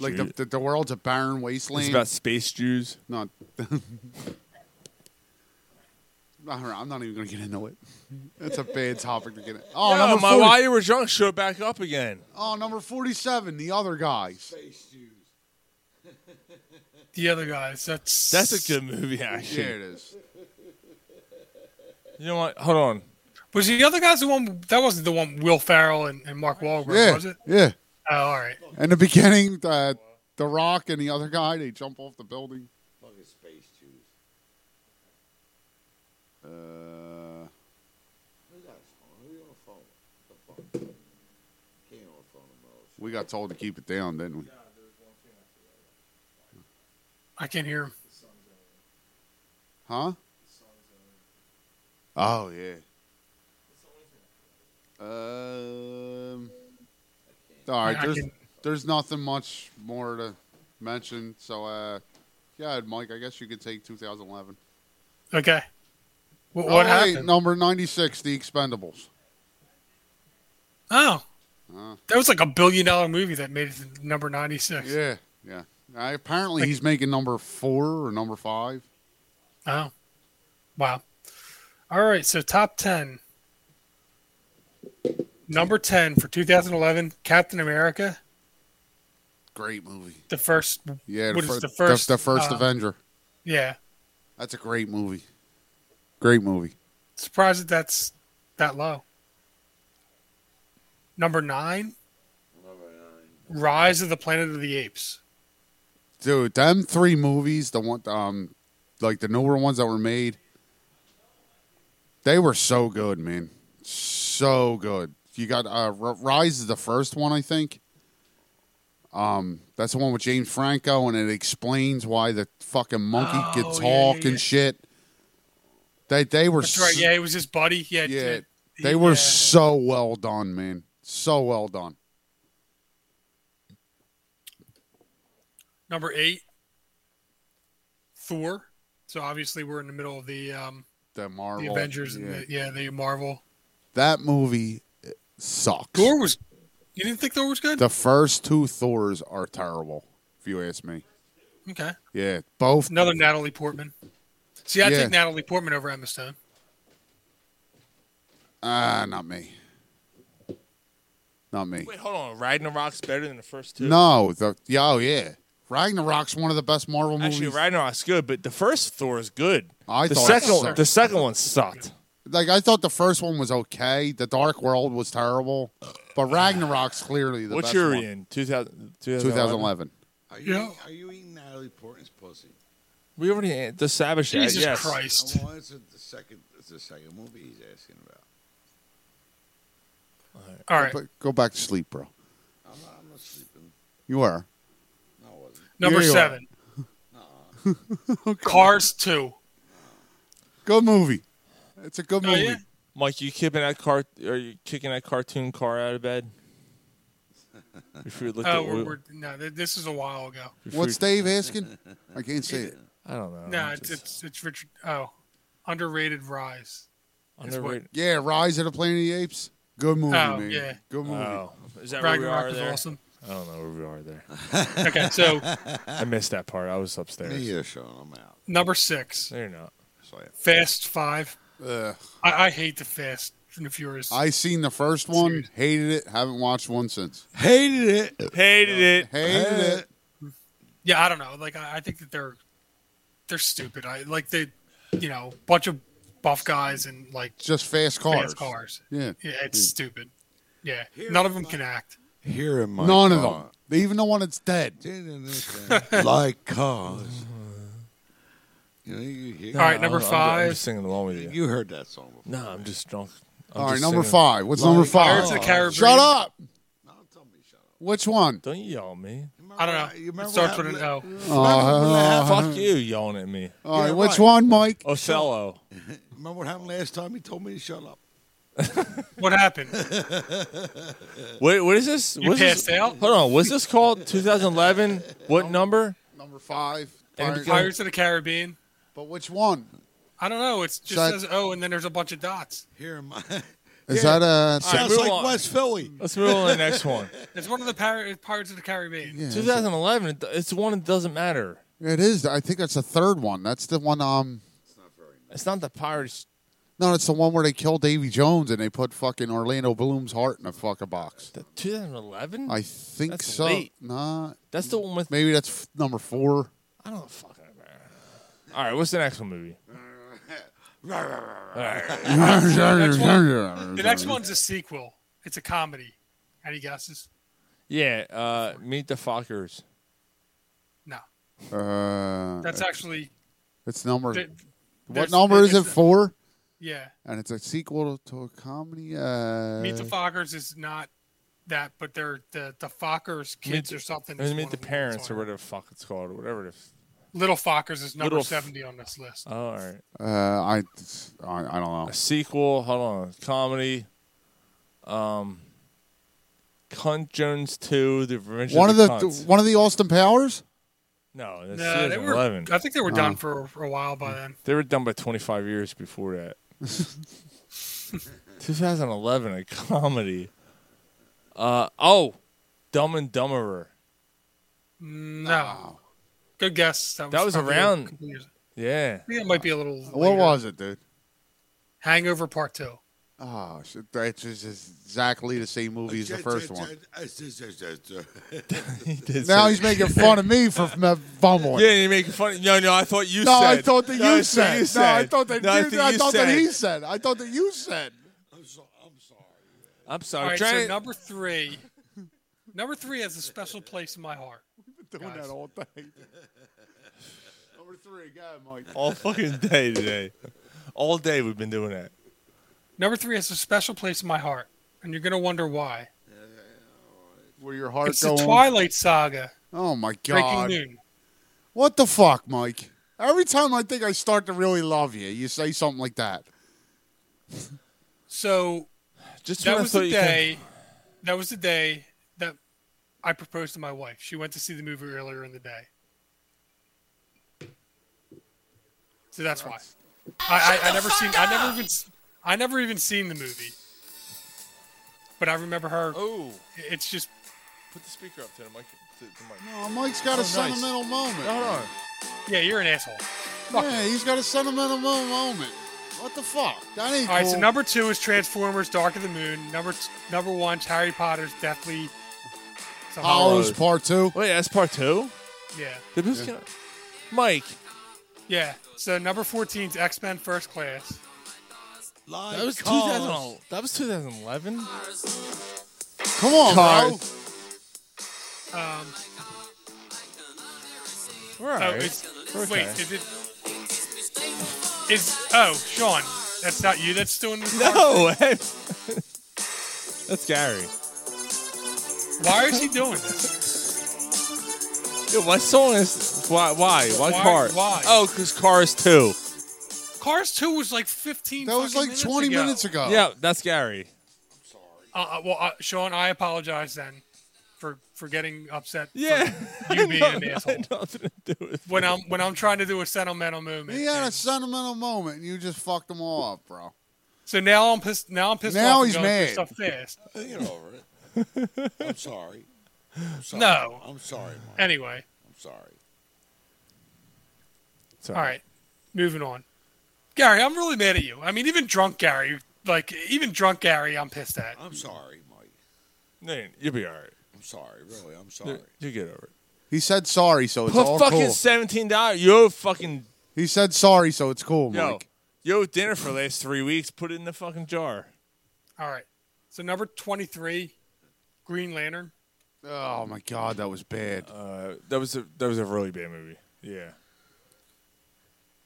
Like the,
Shoot.
the, the world's a barren wasteland.
It's about space Jews.
Not. *laughs* All right, I'm not even going to get into it. That's a bad topic to get in. Oh,
Yo,
number
my
40
while you were drunk showed back up again.
oh, number 47, the other guys.
The other guys. That's
That's a good movie, actually.
Yeah, it is.
You know what? Hold on.
Was the other guys the one that wasn't the one Will Farrell and, and Mark Wahlberg,
Yeah,
was it?
yeah.
Oh, all right.
In the beginning, uh, the Rock and the other guy they jump off the building.
fucking space Jews.
Uh,
Who's that phone? Who you on the phone? with? The phone. Can't on the phone tomorrow.
we got told to keep it down, didn't we?
I can't hear him.
Huh? Oh yeah. Um. All right.
I
There's
can-
there's nothing much more to mention. So uh, yeah, Mike. I guess you could take 2011.
Okay. What,
Oh, wait,
what happened?
number 96, The Expendables.
Oh,
Uh,
that was like a billion dollar movie that made it to number ninety six.
yeah, yeah. Uh, apparently,
Like-
he's making number four or number five.
Oh, wow. All right, so top 10. Number 10 for 2011, Captain America,
Great movie.
the first.
Yeah,
What is
fir-
the first,
The, first
uh,
Avenger.
Yeah.
That's a great movie. Great movie.
Surprised that that's that low. Number 9, Rise of the Planet of the Apes.
dude them three movies the one um like the newer ones that were made they were so good man so good you got uh R- rise is the first one i think um that's the one with james franco and it explains why the fucking monkey
Oh,
could
yeah,
talk
yeah, yeah.
and shit they they were
That's right.
so-
Yeah, uh, it was his buddy. He had,
yeah,
he-
they were
yeah.
so well done man so well done
Number 8, Thor. So obviously we're in the middle of the um,
the marvel
the Avengers and
yeah.
the, yeah, the Marvel.
that movie sucks
Thor was You didn't think Thor was good?
The first two Thors are terrible, if you ask me.
Okay.
Yeah, both.
Another Natalie Portman. See, I
Yeah.
take Natalie Portman over Emma Stone.
Ah, not me. Not me.
Wait, hold on. Ragnarok's better than the first two.
No, the yeah, oh yeah, Ragnarok's one of the best Marvel movies.
Actually, Ragnarok's good, but the first Thor is good.
I
the
thought it
second one,
sucked.
the second one sucked.
Like I thought the first one was okay. The Dark World was terrible, but Ragnarok's clearly the
What
best
year were
one.
you in? 2000,
2011.
Are you, are you eating Natalie Portman's
*laughs*
pussy?
We already had the Savage. Act, yes.
Oh, Well, it's the second. It's the second movie he's asking about.
All right.
Go ba- go back to sleep, bro.
I'm, I'm not sleeping.
You are.
No, I wasn't.
Number
Yeah, you are. *laughs*
seven. Cars two.
Good movie. It's a good
Oh,
movie.
yeah?
Mike, you kicking that car? Are you kicking that cartoon car out of
*laughs*
bed? If you looked
Oh,
at
we're,
Wi-
we're, no, th- this is a while ago.
What's Dave asking? I can't say it.
I don't
Oh,
know.
No, it's, it's it's Richard. Oh, underrated rise. is what-
Yeah, Rise of the Planet of the Apes. Good movie,
Oh,
man.
yeah.
Good movie.
Oh. Is that where we
Ragnarok
are
is
there? *laughs*
awesome.
I don't know where we are
*laughs*
there.
Okay, so-
I missed that part. I was upstairs.
Me either, Sean. I'm out.
Number six.
No, you're not.
Fast Five.
Ugh.
I, I hate the Fast and the Furious.
I seen the first one, hated it, haven't watched one since.
Hated it.
Hated it.
Hated it.
yeah, I don't know. Like I, I think that they're they're stupid. I like they, you know, bunch of buff guys and like
Just fast cars. Hmm.
fast cars.
Yeah.
it's stupid. Yeah, none of them can act.
Here in my
None
car. *laughs*
of them. Even the one that's dead.
*laughs*
like cars. You know, you hear-
All right, number
I'm- I'm- I'm
five.
just singing along with you.
You heard that song before.
No, I'm just drunk. I'm
All right,
just
number
singing.
five. What's number
Like
five?
Pirates of the Caribbean.
Shut up. Which one?
Don't you yell at me.
I don't know. It starts with an O.
Uh,
Fuck you yelling at me.
All right,
Yeah,
which
right.
one, Mike?
Othello.
Remember what happened last time? He told me to shut up.
*laughs*
What happened?
Wait, what is this?
You
What's this-
passed out?
Hold on. What's this called? 2011? What number?
Number five.
And
Pirates-
Pirates of the Caribbean.
But which one?
I don't know. It just
Shut-
says O, and then there's a bunch of dots.
Here in my. *laughs*
Is that a
Sounds
move
like
on.
West Philly.
Let's move on to the next one.
It's one of the Pir- Pirates of the Caribbean.
2011. it- It's the one that doesn't matter.
It is. I think that's the third one. That's the one. Um,
It's not the Pirates.
no, it's the one where they killed Davy Jones and they put fucking Orlando Bloom's heart in a fucking box.
2011.
I think
That's
so.
late.
Nah,
That's the one with.
maybe that's f- number four.
I don't know. Fuck. All right. What's the next one
*laughs*
movie? All right.
next The next one's a sequel. It's a comedy. Any guesses?
Yeah. Uh, Meet the Fockers.
No.
Uh,
That's actually
it's number.
th-
what
there's-
number is it?
it's-
Four.
Yeah.
And it's a sequel to a comedy. Uh,
Meet the Fockers is not that, but they're the the Fockers kids
the-
or something.
I
is
mean,
one
Meet the
of them.
Parents
Sorry.
or whatever the fuck it's called or whatever. The f-
Little Fockers is number
Little f-
seventy on this list.
oh, all right.
uh, I, I, I don't know.
A sequel. Hold on. Comedy. Um. Cunt Jones Two. The Revenge
One of
the
the
Cunts.
one of the Austin Powers.
no, that's
No, they were.
2011.
I think they were done
Um,
for a while by then.
They were done by 25 years before
*laughs*
that. 2011, a comedy. Uh oh, Dumb and Dumberer.
No. Good guess. That was,
That was
probably
around-
a couple years-
Yeah, *laughs*
I think it might be a little.
What
later.
was it, dude?
Hangover Part Two?
Oh, shit, that's just exactly the same movie as the first one.
uh,
he did.
Now
say-
he's making fun of me for f-
*laughs*
fumbling.
Yeah, you're making fun. Of, no, no, I thought you
no,
said.
I thought that
No, I
you said.
You
No,
said.
I thought that
No,
you,
I
I
think you
thought
said.
that he said. I thought that
*laughs*
you said.
I'm
All
sorry.
right,
trying-
so number three. Number three has a special place in my heart.
Doing
Guys.
that all day. Number three, go ahead, Mike.
all fucking day today. All day we've been doing that.
Number three has a special place in my heart, and you're gonna wonder why.
Where your heart
it's
going?
the Twilight Saga.
Oh my
Breaking
god!
noon.
What the fuck, Mike? Every time I think I start to really love you, you say something like that.
So
Just
that
when I
was
thought
the
you came-
day. That was the day that I proposed to my wife. She went to see the movie earlier in the day. So that's why. I, I, I never seen. I never even. s- I never even seen the movie. But I remember her.
Oh,
it's just
Put the speaker up to the mic. To the mic.
Oh, Mike's got
Oh,
a
nice.
sentimental moment.
Hold on.
yeah, you're an asshole.
yeah, he's got a sentimental mo- moment. What the fuck? That ain't
All right,
cool.
so number two is Transformers: Dark of the Moon. Number t- number one's Harry Potter's definitely.
Hollows part two.
Wait, that's part two.
Yeah.
Did this get- Mike?
Yeah. So number 14's X Men First Class.
That was 2000. That was 2011.
Come on, bro.
Cars.
Um,
We're all
oh,
right.
it's,
We're
wait,
okay.
is it? Is oh Sean? That's not you. That's still in the
*laughs* No, that's Gary.
Why is he doing this?
Yo, what song is? Why? Why? Why,
Why-
Cars?
why?
Oh, because Cars Two.
Cars Two was like 15.
That was
fucking
like 20
ago.
minutes ago.
Yeah, that's Gary.
Uh, uh, well, uh, Sean, I apologize then for for getting upset. for
Yeah, *laughs*
you being an asshole.
Nothing to do with.
When I'm when I'm trying to do a sentimental movement.
He had a sentimental moment, and you just fucked him all up, bro.
So now I'm pissed. Now I'm pissed
Now
off. and
he's
going through
mad.
Stuff fast.
Get over it. I'm sorry. I'm sorry.
No.
I'm sorry, Mike.
Anyway,
I'm sorry.
Sorry.
all right, moving on. Gary, I'm really mad at you. I mean, even drunk Gary, like even drunk Gary, I'm pissed at.
I'm sorry, Mike.
No, you'll be all right.
I'm sorry, really. I'm sorry.
You- You get over it.
He said sorry, so it's all
Put fucking
cool.
seventeen dollars. Yo, fucking
He said sorry, so it's cool,
yo,
Mike.
yo, dinner for the last three weeks. Put it in the fucking jar.
All right. So number 23, Green Lantern.
Oh my god, that was bad.
Uh, that was a that was a really bad movie. Yeah.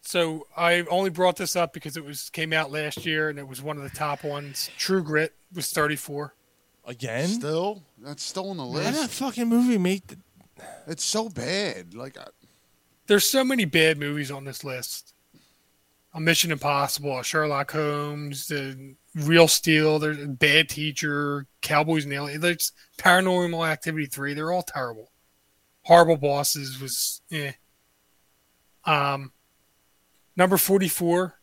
So I only brought this up because it was came out last year and it was one of the top ones. True Grit was 34.
Again?
Still, that's still on the
How did that
list.
fucking movie make? The,
It's so bad. Like, uh, I-
There's so many bad movies on this list. A Mission Impossible, a Sherlock Holmes, the Real Steel, there's Bad Teacher, Cowboys and Aliens, there's Paranormal Activity 3. They're all terrible. Horrible Bosses was eh. Um, number 44,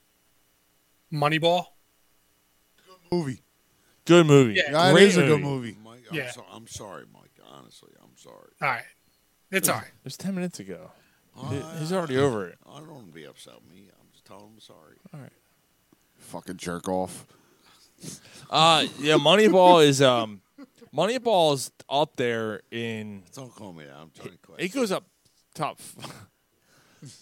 Moneyball.
movie.
good movie.
Yeah.
Yeah, it
Great
is a good movie.
Mike,
Yeah.
I'm, so, I'm sorry, Mike. Honestly, I'm sorry.
All right. It's all right.
It was ten minutes ago. He- He's already over it.
I don't want to be upset with me. I'm just telling him I'm sorry.
All right.
Fucking jerk off.
Uh, yeah. Moneyball is um, Moneyball is up there in.
Don't call me that. I'm trying to quit.
It goes up top, f-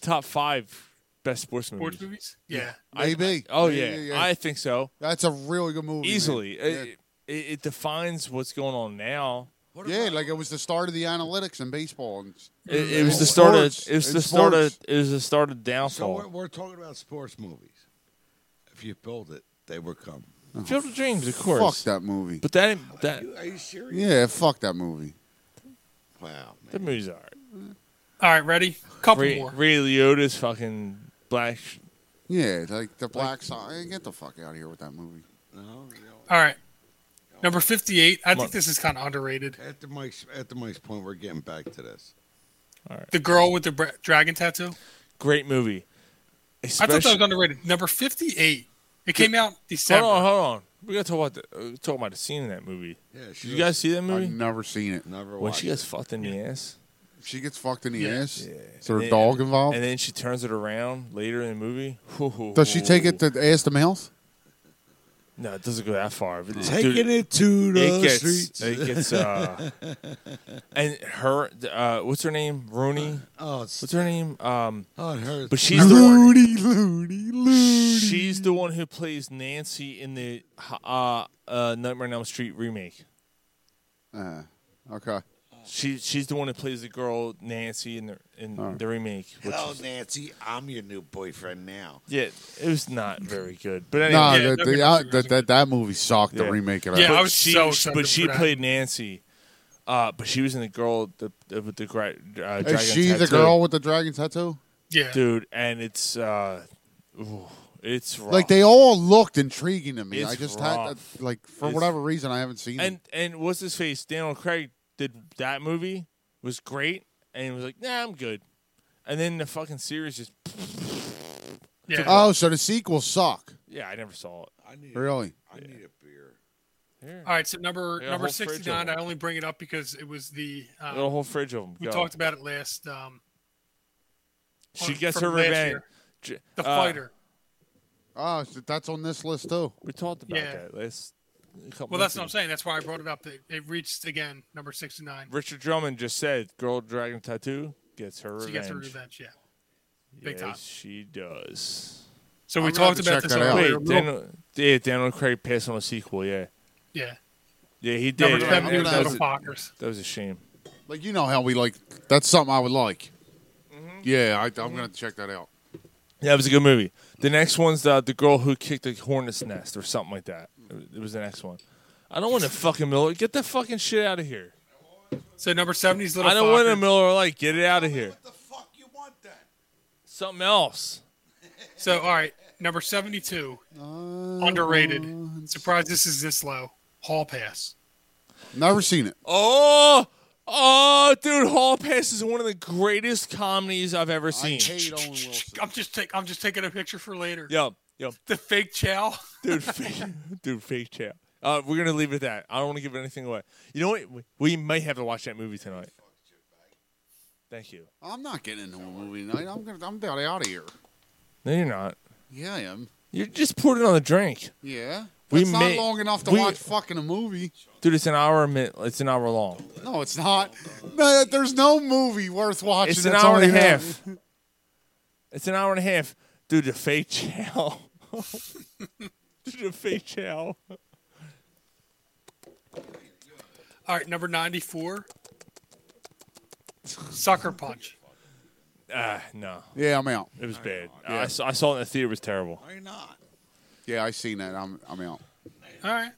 *laughs* top five best sports movies.
Sports movies? Yeah.
Maybe.
Oh
Maybe,
yeah, I think so.
that's a really good movie. man.
Easily, Uh,
Yeah.
it, it, it defines what's going on now.
Yeah, like it was the start of the analytics in baseball. And
It, it
In
was the start of
sports.
it was
In
the start of
sports.
it was the start of
So we're,
downfall.
we're talking about sports movies. If you build it, they will come.
Field of Dreams, of
Fuck
course.
that movie.
But that that
You- Are you serious?
Yeah, fuck that movie.
Wow,
that
man.
movie's alright.
All right, ready? Couple
Ray,
more.
Ray Liotta's fucking black. sh-
Yeah, like the Black Song. Get the fuck out of here with that movie.
No, you know,
All right. Number 58. I think
on.
this is kind of underrated.
at the Mike's at the Mike's point, we're getting back to this.
The girl with the bra- dragon tattoo.
Great movie.
I thought that was
Especially-
underrated. Number 58. It came out
hold
December.
on, hold on. We gotta talk about the uh, talk about the scene in that movie.
Yeah,
Did
she
you
was-
guys see that
I've
movie?
never seen it.
Never
When
watched.
she gets
it.
fucked in the ass.
She gets fucked in the
Yeah.
ass.
Yeah.
Is there
And then-
a dog involved?
And then she turns it around later in the movie.
Does she take it to ass to mouth?
No, it doesn't go that far. But
Taking it to the
it gets,
streets.
It gets uh, and her uh, what's her name? Rooney.
oh, it's,
What's her name? Um,
oh, it hurts.
but she's the one,
Loony, loony, loony.
she's the one who plays Nancy in the uh, uh, Nightmare on Elm Street remake.
Uh, okay.
She she's the one who plays the girl Nancy in the in the remake. Which
Hello,
is,
Oh, Nancy. I'm your new boyfriend now.
yeah, it was not very good. But anyway,
No,
Yeah,
the, the,
that movie
uh,
was
the, that that movie sucked.
Yeah.
The remake of
Yeah,
it.
I was
she,
so excited
But
for
she
that.
played Nancy. Uh, but she was in the girl the, the with the gra- uh, dragon
Is she the
tattoo.
girl with the dragon tattoo?
Yeah.
dude, and it's uh, ooh, it's rough.
Like they all looked intriguing to me.
It's
I just had
rough.
like for
It's-
whatever reason I haven't seen
and
it.
and what's his face? Daniel Craig did that movie was great, and he was like, nah, I'm good. And then the fucking series just
Yeah.
Oh, so the sequels suck.
yeah, I never saw it.
I need.
Really?
I need a beer.
I Here.
All right, so
I
number
got a
number
whole fridge of
sixty nine. I
them.
only bring it up because it was the
I
um,
got a whole fridge of 'em.
We
Go.
talked about it last. Um,
She
on-
gets
from
her
last
revenge.
year.
J-
The
uh,
fighter.
Oh, so that's on this list too.
We talked
about Yeah. that
last.
Well, that's what I'm saying. That's why I brought it up. It, it reached again number sixty nine.
Richard Drummond just said, "Girl, dragon tattoo gets her
She
revenge."
gets her revenge. Yeah. Big
yes,
time.
she does.
So we I'm gonna have talked to about check this that out. earlier.
Wait, Daniel, yeah, Daniel Craig passed on a sequel. Yeah,
Yeah.
yeah, he did.
Number
Yeah,
seven,
yeah,
he was
that,
Little
was
Fockers.
a, that was a shame.
Like you know how we like. That's something I would like. Yeah, I, I'm gonna check that out.
Yeah, it was a good movie. The next one's the the girl who kicked the hornet's nest or something like that. It was the next one. I don't want to fucking Miller. Get the fucking shit out of here.
So number seventy is little.
I don't want a
Fockers.
Miller Lite. Get it out of here. What the fuck you want then? Something else.
So all right, number seventy two. Underrated. Surprised this is this low. Hall pass.
Never seen it.
Oh, oh, dude, Hall Pass is one of the greatest comedies I've ever seen.
I'm just take, I'm just taking a picture for later.
Yo, yo,
The fake chow.
dude, *laughs* fake, dude, fake chat. Uh, we're gonna leave it at that. I don't want to give anything away. You know what? We- We might have to watch that movie tonight. Thank you.
I'm not getting into a movie tonight. I'm gonna. I'm about out of here.
No, you're not.
Yeah, I am.
You're just poured it on the drink,
Yeah.
We
It's not
may-
long enough to
we-
watch fucking a movie.
dude. It's an hour a minute. It's an hour long.
No, it's not. No, there's no movie worth watching.
It's an
that's
hour and a
only
half.
that.
It's an hour and a half. Dude, the fake chow. *laughs* dude, the fake chow.
All right, number ninety four. Sucker punch.
Ah, no.
Yeah, I'm out.
It was bad.
Yeah.
I, saw, I saw it in the theater. It was terrible.
Yeah, I seen that. I'm. I'm out.
All right.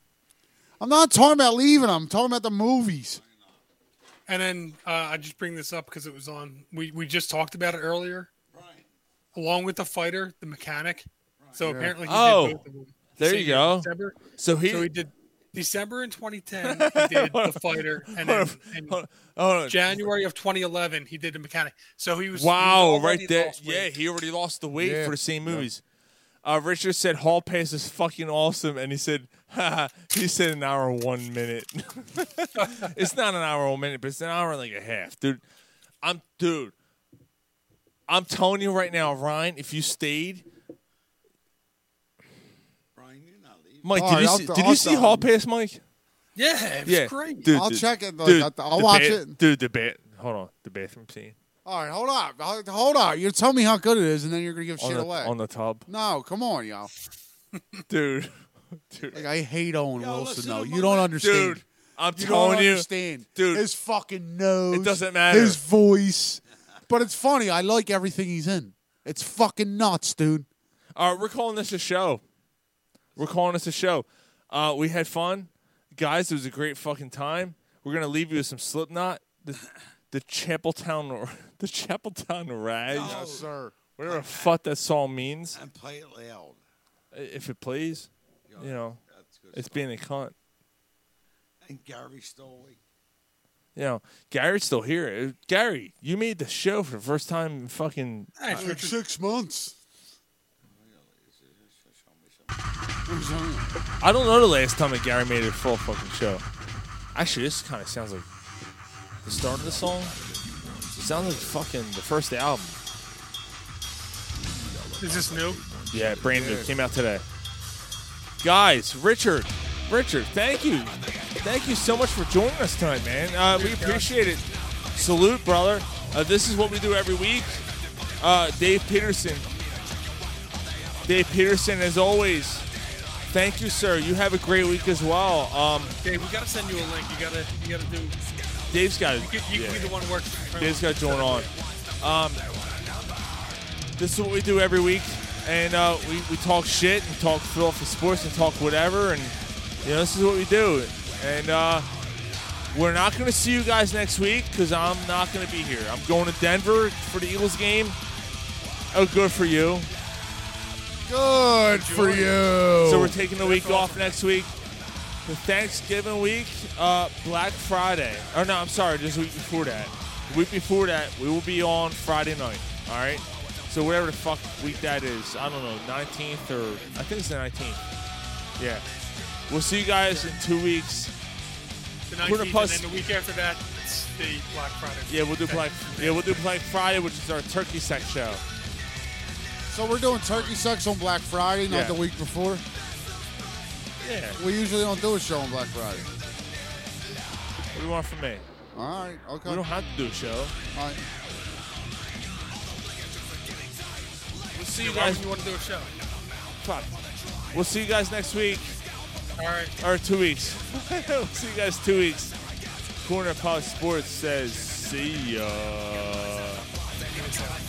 I'm not talking about leaving. I'm talking about the movies.
And then uh, I just bring this up because it was on. We we just talked about it earlier. Right. Along with the fighter, the mechanic. So
Yeah.
apparently, he
Oh,
did both of them.
there you
So he did
go.
December,
So he-
did December in 2010. He did the
*laughs*
fighter, and then in
hold on.
January of 2011 he did the mechanic. So he was he was
oh, Wow, right
already
there.
lost weight.
Yeah, he already lost the weight
Yeah.
for the same movies. Uh, Richard said Hall Pass is fucking awesome, and he said, *laughs* Haha, he said an hour and one minute. *laughs* it's not an hour and one minute, but it's an hour and like a half, dude. I'm dude. I'm telling you right now, Ryan, if you stayed. Mike,
All
did
right,
you
I'll-
see,
I'll
did you see
stop.
Hall Pass, Mike?
Yeah, it was
yeah,
great.
Dude,
I'll
dude,
check it, like,
Dude,
I'll- I'll
the
watch
ba-
it.
Dude, the bat. Hold on, the bathroom scene
All right, hold on. Hold- Hold on. You tell me how good it is, and then you're gonna give
on
shit
the,
away.
on the tub,
no, come on, y'all.
dude. dude.
Like I hate Owen Wilson though. You don't understand.
Dude, I'm
you
telling
don't
you,
understand.
dude.
His fucking nose.
It doesn't matter.
His voice. But it's funny. I like everything he's in. It's fucking nuts, dude.
All right, we're calling this a show. We're calling this a show. Uh, we had fun, guys. It was a great fucking time. We're gonna leave you with some Slipknot, the, the Chapeltown, *laughs* the Chapeltown Rag,
sir.
whatever the fuck that song means.
And play it loud.
I- If it plays, you know, it's being a cunt.
And Gary Stoley.
You know, Gary's still here. Uh, Gary, you made the show for the first time. in Fucking
All right, Richard,
six months.
I don't know the last time that Gary made a full fucking show. Actually, this kind of sounds like the start of the song. It sounds like fucking the first album.
is this new?
Yeah, brand new. Came out today. Guys, Richard, Richard, thank you. Thank you so much for joining us tonight, man. Uh, we appreciate it. Salute, brother. Uh, this is what we do every week. Uh, Dave Peterson. Dave Peterson, as always, thank you, sir. You have a great week as well. Um,
Dave, we gotta send you a link. You gotta you gotta do.
Dave's got
You can, you
yeah.
can be the one working.
Dave's got going on. Um, this is what we do every week, and uh, we, we talk shit and talk Phil for sports and talk whatever, and you know this is what we do. And uh, we're not going to see you guys next week because I'm not going to be here. I'm going to Denver for the Eagles game. Oh, good for you.
Good for you.
So we're taking the week off next week. The Thanksgiving week, uh, Black Friday. Or no, I'm sorry, just the week before that. The week before that, we will be on Friday night. All right. So whatever the fuck week that is, I don't know, 19th or I think it's the 19th. Yeah. We'll see you guys in two weeks.
The 19th, pos- and then the week after that, it's the Black Friday.
Yeah, we'll do Black. Yeah, we'll do Black Friday, which is our turkey sack show.
So we're doing turkey sex on Black Friday, not
Yeah.
the week before.
Yeah.
We usually don't do a show on Black Friday.
What do you want from me?
All right. Okay.
We don't have to do a show.
All right.
We'll see
You
you guys.
you want to do a show?
Fuck. We'll see you guys next week
All right.
or two weeks. *laughs* we'll see you guys two weeks. Corner Pop Sports says, "See ya."
Give it to him.